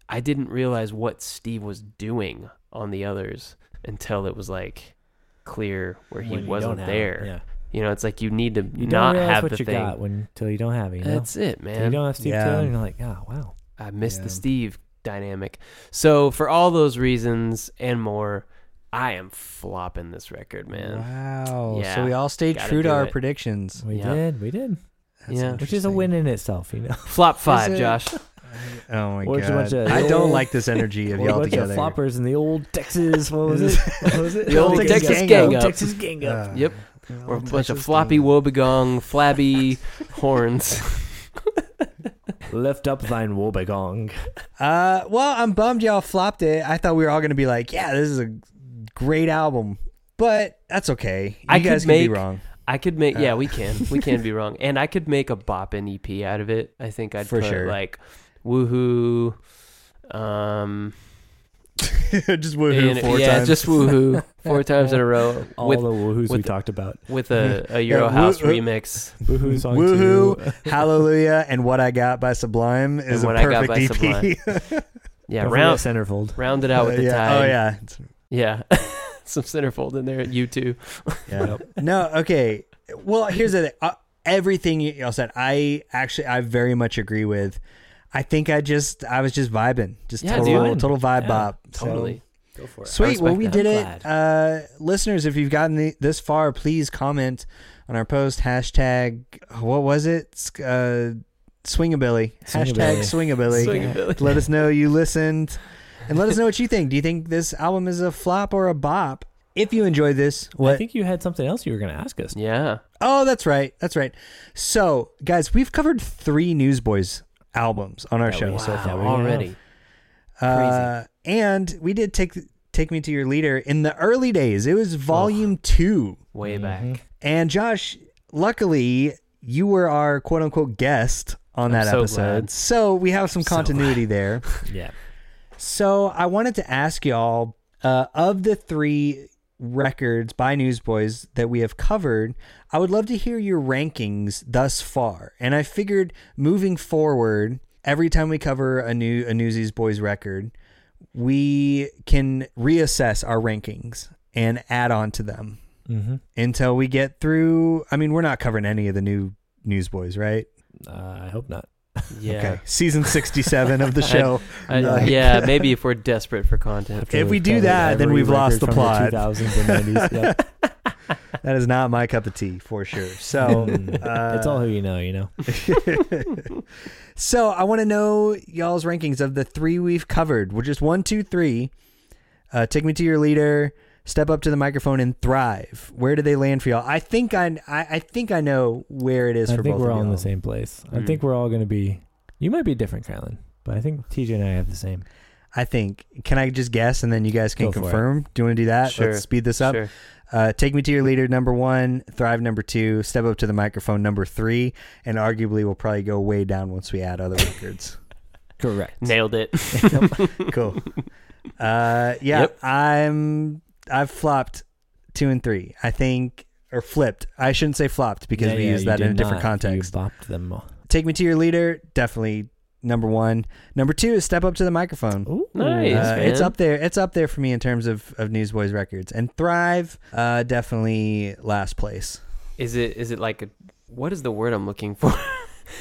[SPEAKER 4] i didn't realize what steve was doing on the others until it was like clear where he
[SPEAKER 3] When you
[SPEAKER 4] wasn't
[SPEAKER 3] don't have it,
[SPEAKER 4] there
[SPEAKER 3] Yeah.
[SPEAKER 4] you know it's like you need to
[SPEAKER 3] You
[SPEAKER 4] not
[SPEAKER 3] don't realize
[SPEAKER 4] have
[SPEAKER 3] what
[SPEAKER 4] the
[SPEAKER 3] you
[SPEAKER 4] thing
[SPEAKER 3] got when until you don't have it. You know?
[SPEAKER 4] that's it man
[SPEAKER 3] Till you don't have Steve
[SPEAKER 1] Yeah.
[SPEAKER 3] Taylor, and you're like, oh wow.
[SPEAKER 4] I miss
[SPEAKER 1] Yeah.
[SPEAKER 4] the Steve dynamic. So for all those reasons and more, I am flopping this record, man.
[SPEAKER 1] Wow.
[SPEAKER 4] Yeah.
[SPEAKER 1] so we all stayed
[SPEAKER 4] Gotta
[SPEAKER 1] true to
[SPEAKER 4] do
[SPEAKER 1] our
[SPEAKER 4] it.
[SPEAKER 1] predictions.
[SPEAKER 3] We
[SPEAKER 4] Yeah.
[SPEAKER 3] did. We did.
[SPEAKER 4] yeah.
[SPEAKER 3] Which is a
[SPEAKER 1] Interesting.
[SPEAKER 3] win in itself. You know.
[SPEAKER 4] Flop five,
[SPEAKER 1] it-
[SPEAKER 4] Josh.
[SPEAKER 1] Oh my
[SPEAKER 3] Or just a
[SPEAKER 1] god.
[SPEAKER 3] bunch of-
[SPEAKER 1] I don't like this energy of
[SPEAKER 3] We're a
[SPEAKER 1] y'all
[SPEAKER 3] bunch
[SPEAKER 1] together.
[SPEAKER 3] of floppers in the old Texas. What was it? What was it?
[SPEAKER 4] The old
[SPEAKER 3] Gang
[SPEAKER 4] Texas
[SPEAKER 3] up.
[SPEAKER 4] gang
[SPEAKER 3] Old
[SPEAKER 4] up.
[SPEAKER 3] Texas gang up.
[SPEAKER 1] Uh,
[SPEAKER 4] Yep.
[SPEAKER 1] well,
[SPEAKER 4] We're a bunch of
[SPEAKER 1] Texas
[SPEAKER 4] floppy
[SPEAKER 1] thing.
[SPEAKER 4] woebegong, flabby horns.
[SPEAKER 3] Lift up thine woebegong.
[SPEAKER 1] Uh, well, I'm bummed y'all flopped it. I thought we were all gonna be like, yeah, this is a great album, but that's okay. You
[SPEAKER 4] I could
[SPEAKER 1] guys can
[SPEAKER 4] make-
[SPEAKER 1] be wrong
[SPEAKER 4] I could make yeah, we can. We can be wrong. And I could make a boppin EP out of it. I think I'd
[SPEAKER 1] For
[SPEAKER 4] put
[SPEAKER 1] sure.
[SPEAKER 4] like woohoo um
[SPEAKER 1] just woohoo
[SPEAKER 4] and-
[SPEAKER 1] four
[SPEAKER 4] yeah,
[SPEAKER 1] times.
[SPEAKER 4] just woohoo four times in a row
[SPEAKER 3] All
[SPEAKER 4] with
[SPEAKER 3] the woohoos we
[SPEAKER 4] with-
[SPEAKER 3] talked about.
[SPEAKER 4] with a, a Euro
[SPEAKER 1] woo-
[SPEAKER 4] house
[SPEAKER 1] woo-
[SPEAKER 4] remix.
[SPEAKER 3] Woohoo song two.
[SPEAKER 1] Woohoo, Hallelujah, and What I Got by Sublime
[SPEAKER 4] And
[SPEAKER 1] is a
[SPEAKER 4] What I Got
[SPEAKER 1] perfect E
[SPEAKER 4] by Sublime.
[SPEAKER 1] EP.
[SPEAKER 4] Yeah,
[SPEAKER 3] Don't forget
[SPEAKER 4] round
[SPEAKER 3] centerfold.
[SPEAKER 4] round it out with
[SPEAKER 1] Uh,
[SPEAKER 4] the
[SPEAKER 1] yeah.
[SPEAKER 4] tide.
[SPEAKER 1] Oh yeah. It's-
[SPEAKER 4] Yeah. Some centerfold in there at U2.
[SPEAKER 1] Yeah. no. Okay. Well, here's the thing. Uh, everything y- y'all said, I actually I very much agree with. I think I just I was just vibing, just
[SPEAKER 4] Yeah,
[SPEAKER 1] total
[SPEAKER 4] dude.
[SPEAKER 1] total vibe
[SPEAKER 3] Yeah,
[SPEAKER 1] bop. So-
[SPEAKER 4] Totally.
[SPEAKER 1] Sweet. Well,
[SPEAKER 4] respect
[SPEAKER 1] we
[SPEAKER 4] that.
[SPEAKER 1] did
[SPEAKER 3] I'm
[SPEAKER 1] it. Uh, listeners, if you've gotten the, this far, please comment on our post. Hashtag, what was it? S- Uh, swingabilly. Hashtag swingabilly.
[SPEAKER 4] Swingabilly.
[SPEAKER 1] Let us know you listened and let us know what you think. Do you think this album is a flop or a bop? If you enjoyed this, what?
[SPEAKER 3] I think you had something else you were going to ask us.
[SPEAKER 4] Yeah.
[SPEAKER 1] oh, that's right. That's right. So, guys, we've covered three Newsboys albums
[SPEAKER 4] Oh,
[SPEAKER 1] on our show so far.
[SPEAKER 4] already.
[SPEAKER 1] Uh, and we did take take me to your leader in the early days. It was volume two.
[SPEAKER 4] Way back.
[SPEAKER 1] And Josh, luckily, you were our quote unquote guest on that
[SPEAKER 4] so
[SPEAKER 1] episode.
[SPEAKER 4] glad.
[SPEAKER 1] So we have some continuity there.
[SPEAKER 3] Yeah.
[SPEAKER 1] So I wanted to ask y'all uh, of the three records by Newsboys that we have covered, I would love to hear your rankings thus far. And I figured moving forward, every time we cover a new a Newsies Boys record, we can reassess our rankings and add on to them
[SPEAKER 3] Mm-hmm.
[SPEAKER 1] until we get through. I mean, we're not covering any of the new Newsboys, right?
[SPEAKER 3] Uh, I hope not.
[SPEAKER 4] Yeah.
[SPEAKER 1] Season 67 of the show.
[SPEAKER 4] I-
[SPEAKER 1] Like-
[SPEAKER 4] yeah, maybe if we're desperate for content.
[SPEAKER 3] After
[SPEAKER 1] If we
[SPEAKER 3] we've
[SPEAKER 1] do
[SPEAKER 3] covered
[SPEAKER 1] that, then
[SPEAKER 3] every
[SPEAKER 1] we've lost
[SPEAKER 3] record
[SPEAKER 1] the
[SPEAKER 3] from
[SPEAKER 1] plot.
[SPEAKER 3] 2000s and 90s. Yep.
[SPEAKER 1] that is not my cup of tea for sure. So uh,
[SPEAKER 3] Mm. it's all who you know, you know.
[SPEAKER 1] So I want to know y'all's rankings of the three we've covered. We're just one, two, three. Uh, Take me to your leader. Step up to the microphone and thrive. Where do they land for y'all? I think I I, I think I know where it is
[SPEAKER 3] I
[SPEAKER 1] for
[SPEAKER 3] think
[SPEAKER 1] both
[SPEAKER 3] we're
[SPEAKER 1] of
[SPEAKER 3] all in
[SPEAKER 1] y'all.
[SPEAKER 3] the same place. I
[SPEAKER 4] Mm.
[SPEAKER 3] think we're all going to be. You might be different, Kylan, but I think TJ and I have the same.
[SPEAKER 1] I think. Can I just guess and then you guys can
[SPEAKER 3] Go for it.
[SPEAKER 1] confirm? Do you want to do that?
[SPEAKER 4] Sure.
[SPEAKER 1] Let's speed this up.
[SPEAKER 4] Sure.
[SPEAKER 1] Uh, Take me to your leader, number one. Thrive, number two. Step up to the microphone, number three. And arguably, we'll probably go way down once we add other records.
[SPEAKER 3] Correct.
[SPEAKER 4] Nailed it.
[SPEAKER 1] cool. Uh, yeah,
[SPEAKER 4] Yep.
[SPEAKER 1] I'm. I've flopped two and three. I think, or flipped. I shouldn't say flopped because we use that in a different context.
[SPEAKER 3] You bopped them. all.
[SPEAKER 1] Take me to your leader. Definitely number one. Number two is step up to the microphone.
[SPEAKER 3] Ooh.
[SPEAKER 4] Nice.
[SPEAKER 1] Uh, it's
[SPEAKER 4] man.
[SPEAKER 1] up there. It's up there for me in terms of, of Newsboys records and Thrive. Uh, definitely last place.
[SPEAKER 4] Is it is it like a what is the word I'm looking for?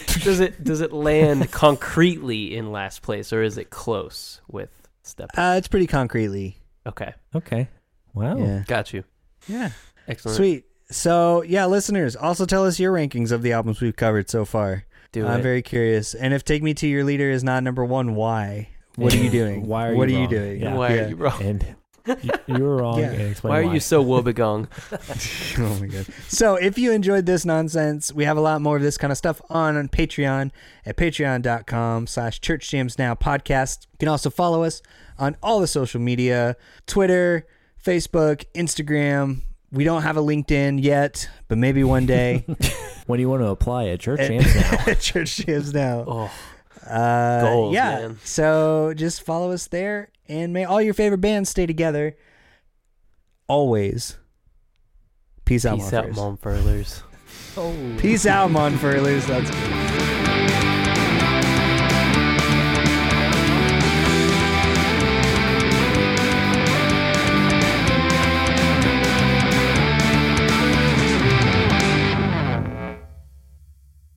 [SPEAKER 4] does it does it land concretely in last place or is it close with step?
[SPEAKER 1] Uh, it's pretty concretely.
[SPEAKER 4] Okay,
[SPEAKER 3] Okay. Wow.
[SPEAKER 1] Yeah.
[SPEAKER 4] got you.
[SPEAKER 1] Yeah.
[SPEAKER 4] Excellent.
[SPEAKER 1] Sweet. So yeah, listeners, also tell us your rankings of the albums we've covered so far.
[SPEAKER 4] Do
[SPEAKER 1] I'm
[SPEAKER 4] it.
[SPEAKER 1] very curious. And if Take Me to Your Leader is not number one, why? What are you doing?
[SPEAKER 3] Why are
[SPEAKER 1] what
[SPEAKER 3] you
[SPEAKER 1] are
[SPEAKER 3] wrong?
[SPEAKER 1] you doing?
[SPEAKER 3] Yeah.
[SPEAKER 4] Why
[SPEAKER 1] Yeah.
[SPEAKER 4] are you wrong?
[SPEAKER 3] And you, you were wrong.
[SPEAKER 1] Yeah.
[SPEAKER 3] And explain
[SPEAKER 4] Why are you so woebegong?
[SPEAKER 1] oh my god. So if you enjoyed this nonsense, we have a lot more of this kind of stuff on, on Patreon at patreon.com slash church jams now podcast. You can also follow us on all the social media, Twitter, Facebook, Instagram. We don't have a LinkedIn yet, but maybe one day.
[SPEAKER 3] When you want to apply at church jams now.
[SPEAKER 1] church jams now.
[SPEAKER 4] Oh,
[SPEAKER 1] Uh,
[SPEAKER 4] Goals,
[SPEAKER 1] yeah.
[SPEAKER 4] man.
[SPEAKER 1] So just follow us there, and may all your favorite bands stay together. Always. Peace out,
[SPEAKER 4] peace out,
[SPEAKER 1] Monfers.
[SPEAKER 4] mom furlers.
[SPEAKER 1] Peace out, Monfurlers. That's good.